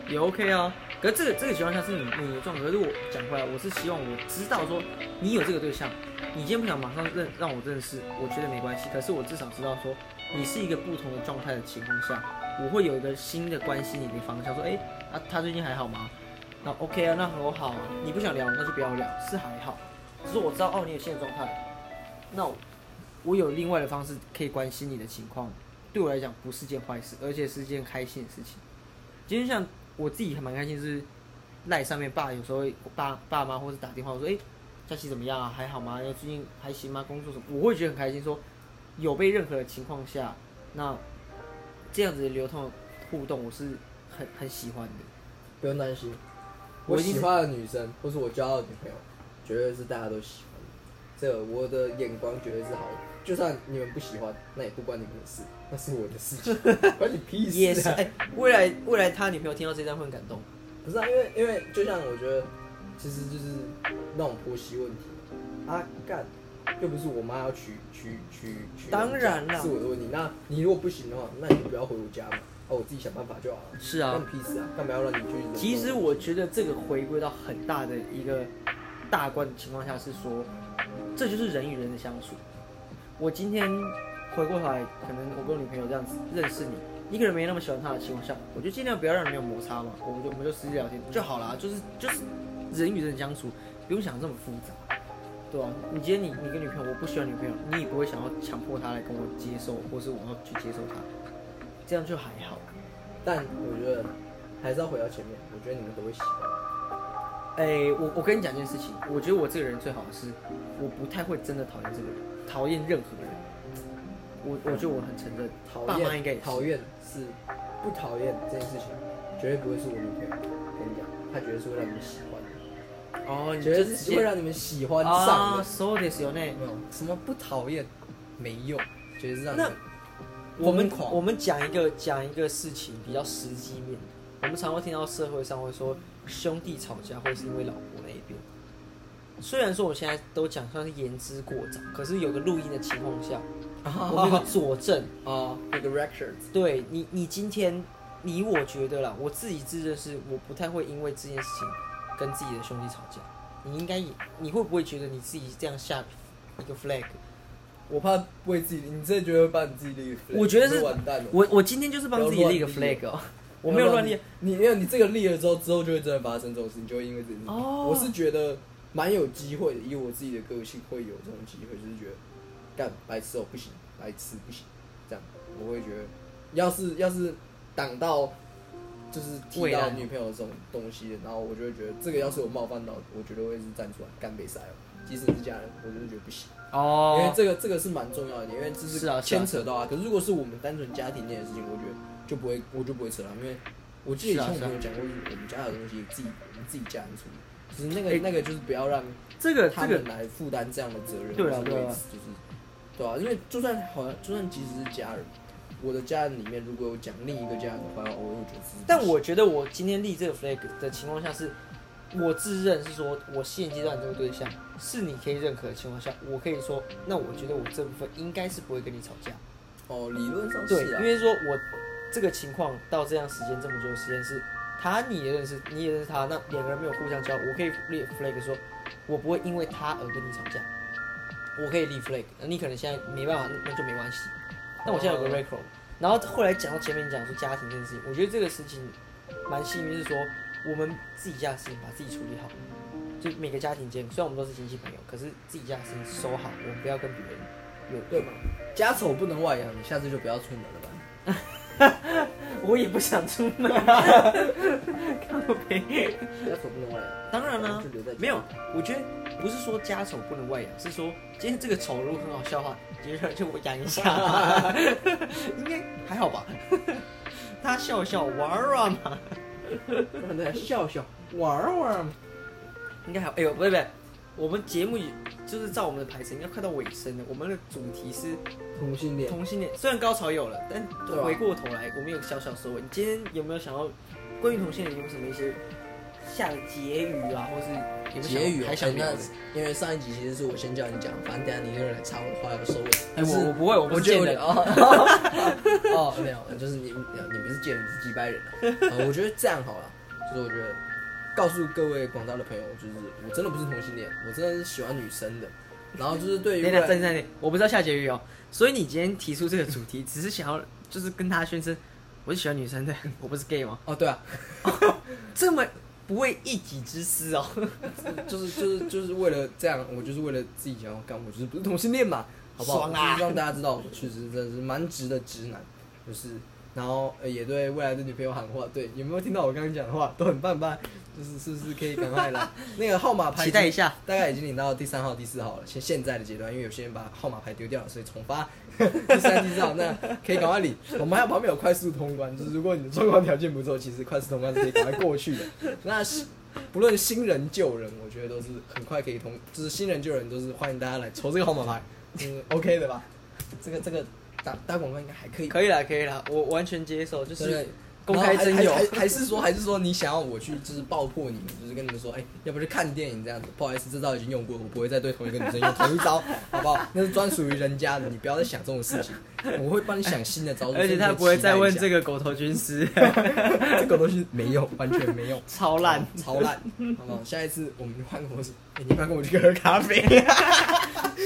[SPEAKER 1] 也 OK 啊。可是这个这个情况下是你你的状态，可是我讲回来，我是希望我知道说你有这个对象，你今天不想马上认让我认识，我觉得没关系。可是我至少知道说你是一个不同的状态的情况下，我会有一个新的关心你的方向，说哎、啊他最近还好吗？那 OK 啊，那很好啊。你不想聊那就不要聊，是还好。只是我知道哦你有新的状态，那我我有另外的方式可以关心你的情况，对我来讲不是件坏事，而且是件开心的事情。今天像我自己还蛮开心，是赖上面爸有时候会爸爸妈或是打电话我说，哎、佳琪怎么样啊？还好吗？最近还行吗？工作什么？我会觉得很开心说，有被任何的情况下，那这样子的流通互动，我是很很喜欢的。
[SPEAKER 5] 不用担心，
[SPEAKER 1] 我
[SPEAKER 5] 我
[SPEAKER 1] 已经
[SPEAKER 5] 喜欢的女生或是我交到的女朋友，绝对是大家都喜欢的。这个我的眼光绝对是好的，就算你们不喜欢，那也不关你们的事，那是我的事情， 关你屁事、啊。
[SPEAKER 1] 也是哎、未来未来他女朋友听到这段会很感动。
[SPEAKER 5] 不是啊，因为因为就像我觉得，其实就是那种婆媳问题啊，干，又不是我妈要娶娶娶娶，
[SPEAKER 1] 当然啦
[SPEAKER 5] 是我的问题。那你如果不行的话，那你就不要回我家嘛，啊，我自己想办法就好了。
[SPEAKER 1] 是啊
[SPEAKER 5] 关你屁事啊，干嘛要让你去？
[SPEAKER 1] 其实我觉得这个回归到很大的一个大观的情况下是说，这就是人与人的相处。我今天回过头来，可能我跟我女朋友这样子认识你，一个人没那么喜欢她的情况下，我就尽量不要让人有摩擦嘛，我们就我们就私聊天就好啦，就是就是人与人相处，不用想这么复杂，对吧、你今天你你跟女朋友，我不喜欢女朋友，你也不会想要强迫她来跟我接受，或是我要去接受她，这样就还好。
[SPEAKER 5] 但我觉得还是要回到前面，我觉得你们都会喜欢。
[SPEAKER 1] 哎、我我跟你讲一件事情，我觉得我这个人最好的是，我不太会真的讨厌这个人，讨厌任何人。我我觉得我很承认，爸
[SPEAKER 5] 讨
[SPEAKER 1] 妈应该
[SPEAKER 5] 厌
[SPEAKER 1] 也是
[SPEAKER 5] 讨。厌是不讨厌这件事情，绝对不会是我女朋友。跟你讲，她绝对是会让你们喜欢的，
[SPEAKER 1] 哦，你
[SPEAKER 5] 绝对嗯是会让你们喜欢上
[SPEAKER 1] 啊
[SPEAKER 5] 的。嗯
[SPEAKER 1] ，so this 有呢。
[SPEAKER 2] 没有什么不讨厌，没用，
[SPEAKER 5] 绝对是让你
[SPEAKER 1] 那
[SPEAKER 5] 们
[SPEAKER 1] 我们
[SPEAKER 2] 疯狂
[SPEAKER 1] 我们讲一个讲一个事情比较实际面，我们常会听到社会上会说兄弟吵架会是因为老婆那一边。虽然说我现在都讲算是言之过早，可是有个录音的情况下，我们有个佐证。
[SPEAKER 5] 啊，那个 record。
[SPEAKER 1] 对你，你今天你我觉得啦，我自己自认是我不太会因为这件事情跟自己的兄弟吵架。你应该也，你会不会觉得你自己这样下一个 flag？
[SPEAKER 2] 我怕为自己，你真的觉得把你自己立 flag，
[SPEAKER 1] 我觉得
[SPEAKER 2] 你
[SPEAKER 1] 是
[SPEAKER 2] 就完蛋了。
[SPEAKER 1] 我我今天就是帮自己立一个
[SPEAKER 2] 不要乱立
[SPEAKER 1] flag 哦，我没有乱立。
[SPEAKER 2] 你没有你这个立了之后，之后就会真的发生这种事，你就会因为这件事情。
[SPEAKER 1] 哦
[SPEAKER 2] 我是觉得蛮有机会的，以我自己的个性会有这种机会，就是觉得干白痴哦不行，白痴不行，这样我会觉得，要是要是挡到就是提
[SPEAKER 1] 未来
[SPEAKER 2] 到女朋友这种东西，然后我就会觉得这个要是有冒犯到，我绝对会是站出来干被塞哦。即使你是家人，我就是觉得不行，因为
[SPEAKER 1] 哦，
[SPEAKER 2] 这个这个是蛮重要的，因为这
[SPEAKER 1] 是啊是啊
[SPEAKER 2] 牵扯到啊。可是如果是我们单纯家庭内的事情，我觉得就不会，我就不会扯了，啊因为我记得以前我
[SPEAKER 1] 是啊是啊
[SPEAKER 2] 们有讲过，我们家的东西自己我们自己家人处理，只是那个、那个就是不要让
[SPEAKER 1] 这个
[SPEAKER 2] 他
[SPEAKER 1] 这个
[SPEAKER 2] 们啊来负担这样的责任，
[SPEAKER 1] 对啊
[SPEAKER 2] 或是
[SPEAKER 1] 对啊
[SPEAKER 2] 位置就是对啊，因为就算好像就算即使是家人，我的家人里面如果有讲另一个家人的坏话，我会觉得是，
[SPEAKER 1] 但我觉得我今天立这个 flag 的情况下是，我自认是说，我现阶段这个对象是你可以认可的情况下，我可以说，那我觉得我这部分应该是不会跟你吵架。
[SPEAKER 2] 哦，理论上
[SPEAKER 1] 对，
[SPEAKER 2] 是啊
[SPEAKER 1] 因，为说我这个情况到这样时间这么久的时间是，他你也认识，你也认识他，那两个人没有互相交流，我可以立 flag 说，我不会因为他而跟你吵架，我可以立 flag，你可能现在没办法，那就没关系。那我现在有个 record，然后后来讲到前面讲说家庭这件事情，我觉得这个事情蛮幸运，是说我们自己家的事情把自己处理好，就每个家庭间，虽然我们都是亲戚朋友，可是自己家的事情收好，我们不要跟别人有
[SPEAKER 8] 对吧？家丑不能外扬，你下次就不要出门了吧。
[SPEAKER 1] 我也不想出 门，看我呗。
[SPEAKER 2] 家丑不能外扬，
[SPEAKER 1] 当然啦、
[SPEAKER 2] 就留在家
[SPEAKER 1] 没有，我觉得不是说家丑不能外扬，是说今天这个丑如果很好笑的话，也就就我养一下， 应该还好吧？他笑笑玩玩嘛，
[SPEAKER 8] 让大家笑笑玩玩嘛。
[SPEAKER 1] 应该还好哎呦，不对不对，我们节目就是照我们的排程，应该快到尾声了。我们的主题是
[SPEAKER 2] 同性恋，
[SPEAKER 1] 同性恋，虽然高潮有了，但
[SPEAKER 2] 对啊
[SPEAKER 1] 回过头来，我们有个小小收尾。你今天有没有想要关于同性恋有什么一些下的结语啊，或是有没有想
[SPEAKER 2] 结语哦
[SPEAKER 1] 还想
[SPEAKER 2] 哎
[SPEAKER 1] 聊的
[SPEAKER 2] 那？因为上一集其实是我先叫你讲，反正等一下你一个人来插我的话要收尾。
[SPEAKER 1] 哎，
[SPEAKER 2] 就是
[SPEAKER 1] 我我不会，我不
[SPEAKER 2] 我
[SPEAKER 1] 是
[SPEAKER 2] 觉得
[SPEAKER 1] 贱哎
[SPEAKER 2] 有点
[SPEAKER 1] 人。
[SPEAKER 2] 哦哦，没有，就是你你不是贱人，你是几百人啊、呃我觉得这样好了，就是我觉得告诉各位广大的朋友，就是我真的不是同性恋，我真的是喜欢女生的。然后就是对于
[SPEAKER 1] 等
[SPEAKER 2] 未
[SPEAKER 1] 等
[SPEAKER 2] 来
[SPEAKER 1] 等等，我不知道下结语哦。所以你今天提出这个主题，只是想要就是跟他宣称，我是喜欢女生的，我不是 gay 吗？
[SPEAKER 2] 哦，对啊，
[SPEAKER 1] 这么不为一己之私 哦。
[SPEAKER 2] 就是就是就是为了这样，我就是为了自己想要干，我就是不是同性恋嘛，好不好？
[SPEAKER 1] 爽啊
[SPEAKER 2] 就是让大家知道，我确实真的是蛮直的直男，就是。然后呃也对未来的女朋友喊话，对，有没有听到我刚刚讲的话？都很棒棒，就是是不是可以赶快来那个号码牌？
[SPEAKER 1] 期待一下，
[SPEAKER 2] 大概已经领到第三号、第四号了，现现在的阶段，因为有些人把号码牌丢掉了，所以重发 第三、第四号，那可以赶快领。我们还有旁边有快速通关，就是如果你的状况条件不错，其实快速通关是可以赶快过去的。那是不论新人旧人，我觉得都是很快可以通，就是新人旧人都是欢迎大家来抽这个号码牌，嗯，OK 的吧？这个这个打打广告应该还可以，
[SPEAKER 1] 可以了，可以了，我完全接受，就
[SPEAKER 2] 对不对
[SPEAKER 1] 是公开
[SPEAKER 2] 然后还
[SPEAKER 1] 征友
[SPEAKER 2] 还。还还是说还是说你想要我去就是爆破你们，就是跟你们说，哎、要不就看电影这样子。不好意思，这招已经用过，我不会再对同一个女生用同一招，好不好？那是专属于人家的，你不要再想这种事情。我会帮你想新的招数，
[SPEAKER 1] 而且他不会再问这
[SPEAKER 2] 个，
[SPEAKER 1] 个狗头军 师，
[SPEAKER 2] 这个东西没用，完全没用，
[SPEAKER 1] 超烂。
[SPEAKER 2] 超烂，好不好？下一次我们就换个模式，哎、你不要跟我去喝咖啡，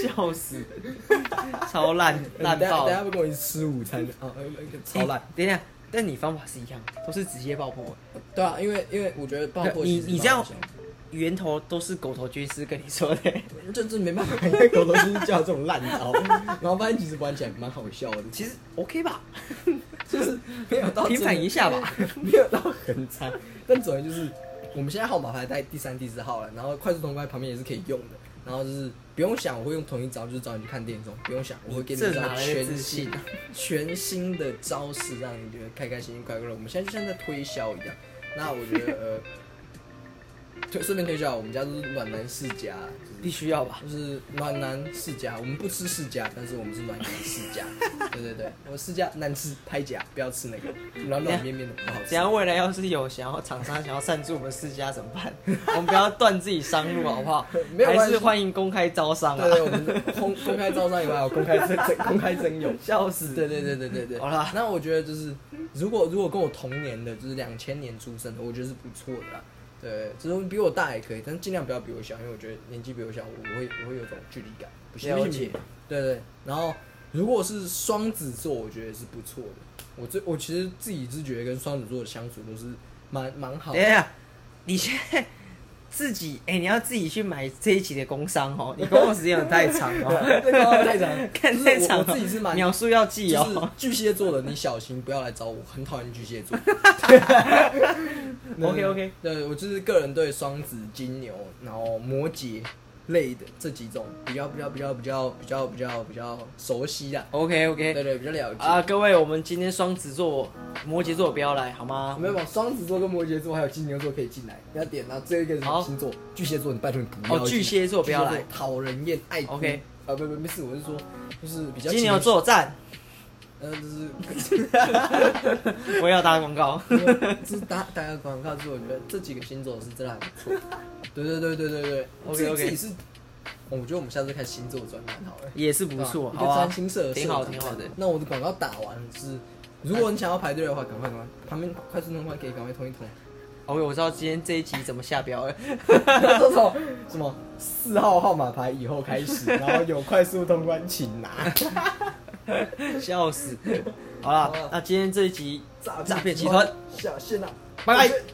[SPEAKER 1] 笑死， 哎超烂 烂
[SPEAKER 2] 等下
[SPEAKER 1] 爆
[SPEAKER 2] 等下
[SPEAKER 1] 了。
[SPEAKER 2] 会跟我一起吃午餐啊，呃超烂
[SPEAKER 1] 欸。等一下，但你方法是一样的，都是直接爆破，
[SPEAKER 2] 对啊，因为因为我觉得爆破
[SPEAKER 1] 你
[SPEAKER 2] 其实
[SPEAKER 1] 你
[SPEAKER 2] 蛮
[SPEAKER 1] 这样
[SPEAKER 2] 好笑的
[SPEAKER 1] 源头都是狗头军师跟你说 的。
[SPEAKER 2] 就是没办法，因为狗头就是叫这种烂 招，然后发现其实玩起来蛮好笑的，
[SPEAKER 1] 其实 OK 吧，
[SPEAKER 2] 就是没有到
[SPEAKER 1] 平反一下吧，
[SPEAKER 2] 没有到很惨，但总而言之就是我们现在号码牌在第三、第四号了，然后快速通关旁边也是可以用的，然后就是不用想，我会用同一招，就是找你去看电影这种，不用想，我会给你
[SPEAKER 1] 这
[SPEAKER 2] 一
[SPEAKER 1] 哪
[SPEAKER 2] 招
[SPEAKER 1] 来的
[SPEAKER 2] 全
[SPEAKER 1] 自
[SPEAKER 2] 新
[SPEAKER 1] 信？啊
[SPEAKER 2] 全新的招式，让你觉得开开心心、快快乐。我们现在就像在推销一样，那我觉得呃，推顺便推销，我们家都是暖男世家，就是
[SPEAKER 1] 必须要吧？
[SPEAKER 2] 就是暖男世家，我们不吃世家，但是我们是暖男世家。对对对，我世家难吃拍夹，不要吃那个软软绵绵的不好吃
[SPEAKER 1] 怎。样？未来要是有想要厂商想要赞助我们世家怎么 办？我们不要断自己商路好不好？
[SPEAKER 2] 没有关
[SPEAKER 1] 还
[SPEAKER 2] 系
[SPEAKER 1] 是欢迎公开招商
[SPEAKER 2] 对对，
[SPEAKER 1] 啊！
[SPEAKER 2] 我们公公开招商以外，有公开征征公开征友。
[SPEAKER 1] 笑死！
[SPEAKER 2] 对对对对对对。
[SPEAKER 1] 好啦
[SPEAKER 2] 那我觉得就是，如果如果跟我同年的，就是两千年出生的，我觉得是不错的啦。对，就是比我大也可以，但尽量不要比我小，因为我觉得年纪比我小，我我会我会有种距离感，不行
[SPEAKER 1] 了
[SPEAKER 2] 不
[SPEAKER 1] 解
[SPEAKER 2] 行。对对，然后如果是双子座，我觉得是不错的。我最我其实自己是觉得跟双子座的相处都是蛮蛮好
[SPEAKER 1] 等 一下，你现在自己哎、你要自己去买这一期的工商哦，你工作时间有太长哦，
[SPEAKER 2] 这个啊太长，
[SPEAKER 1] 看
[SPEAKER 2] 就是
[SPEAKER 1] 太
[SPEAKER 2] 我
[SPEAKER 1] 长
[SPEAKER 2] 我自己是蛮
[SPEAKER 1] 秒数要记
[SPEAKER 2] 就是
[SPEAKER 1] 哦。
[SPEAKER 2] 巨蟹座的，你小心不要来找我，很讨厌巨 蟹座。
[SPEAKER 1] OK，OK
[SPEAKER 2] 对我就是个人对双子、金牛，然后摩羯类的这几种比较比较比较比较比较比较比较熟悉啊，
[SPEAKER 1] OK OK，
[SPEAKER 2] 对对，比较了解。
[SPEAKER 1] 啊，各位，我们今天双子座、摩羯座不要来好吗？
[SPEAKER 2] 没有，双子座跟摩羯座还有金牛座可以进来，不要点到最后一个是什么
[SPEAKER 1] 好
[SPEAKER 2] 星座，巨蟹座，你拜托你不要
[SPEAKER 1] 哦
[SPEAKER 2] 进来。
[SPEAKER 1] 巨蟹座不要来
[SPEAKER 2] 巨蟹座讨人厌，爱哭
[SPEAKER 1] OK
[SPEAKER 2] 啊，不不，没事，我是说，就是比较
[SPEAKER 1] 金牛座赞，
[SPEAKER 2] 情绪，呃，就是
[SPEAKER 1] 我也要打广告。
[SPEAKER 2] 没有就是打打个广告之后，我觉得这几个星座是真的还不错。对对对对对对
[SPEAKER 1] OK，OK
[SPEAKER 2] 自己自己是，我觉得我们下次看星座专栏好了，
[SPEAKER 1] 也是不错，
[SPEAKER 2] 对
[SPEAKER 1] 好
[SPEAKER 2] 吧一个
[SPEAKER 1] 啊
[SPEAKER 2] 占，星社的
[SPEAKER 1] 挺好
[SPEAKER 2] 社
[SPEAKER 1] 挺
[SPEAKER 2] 长
[SPEAKER 1] 好的
[SPEAKER 2] 那我的广告打完是，如果你想要排队的话，赶快赶快，旁边快速通关可以赶快通一通。
[SPEAKER 1] OK，我知哦道今天这一集怎么下标了。
[SPEAKER 9] 这种什么四号号码牌以后开始，然后有快速通关请拿。
[SPEAKER 1] 笑死！好啦，那今天这一集
[SPEAKER 2] 诈
[SPEAKER 1] 诈骗集团，
[SPEAKER 2] 下线了，
[SPEAKER 1] 拜拜
[SPEAKER 2] 我觉得。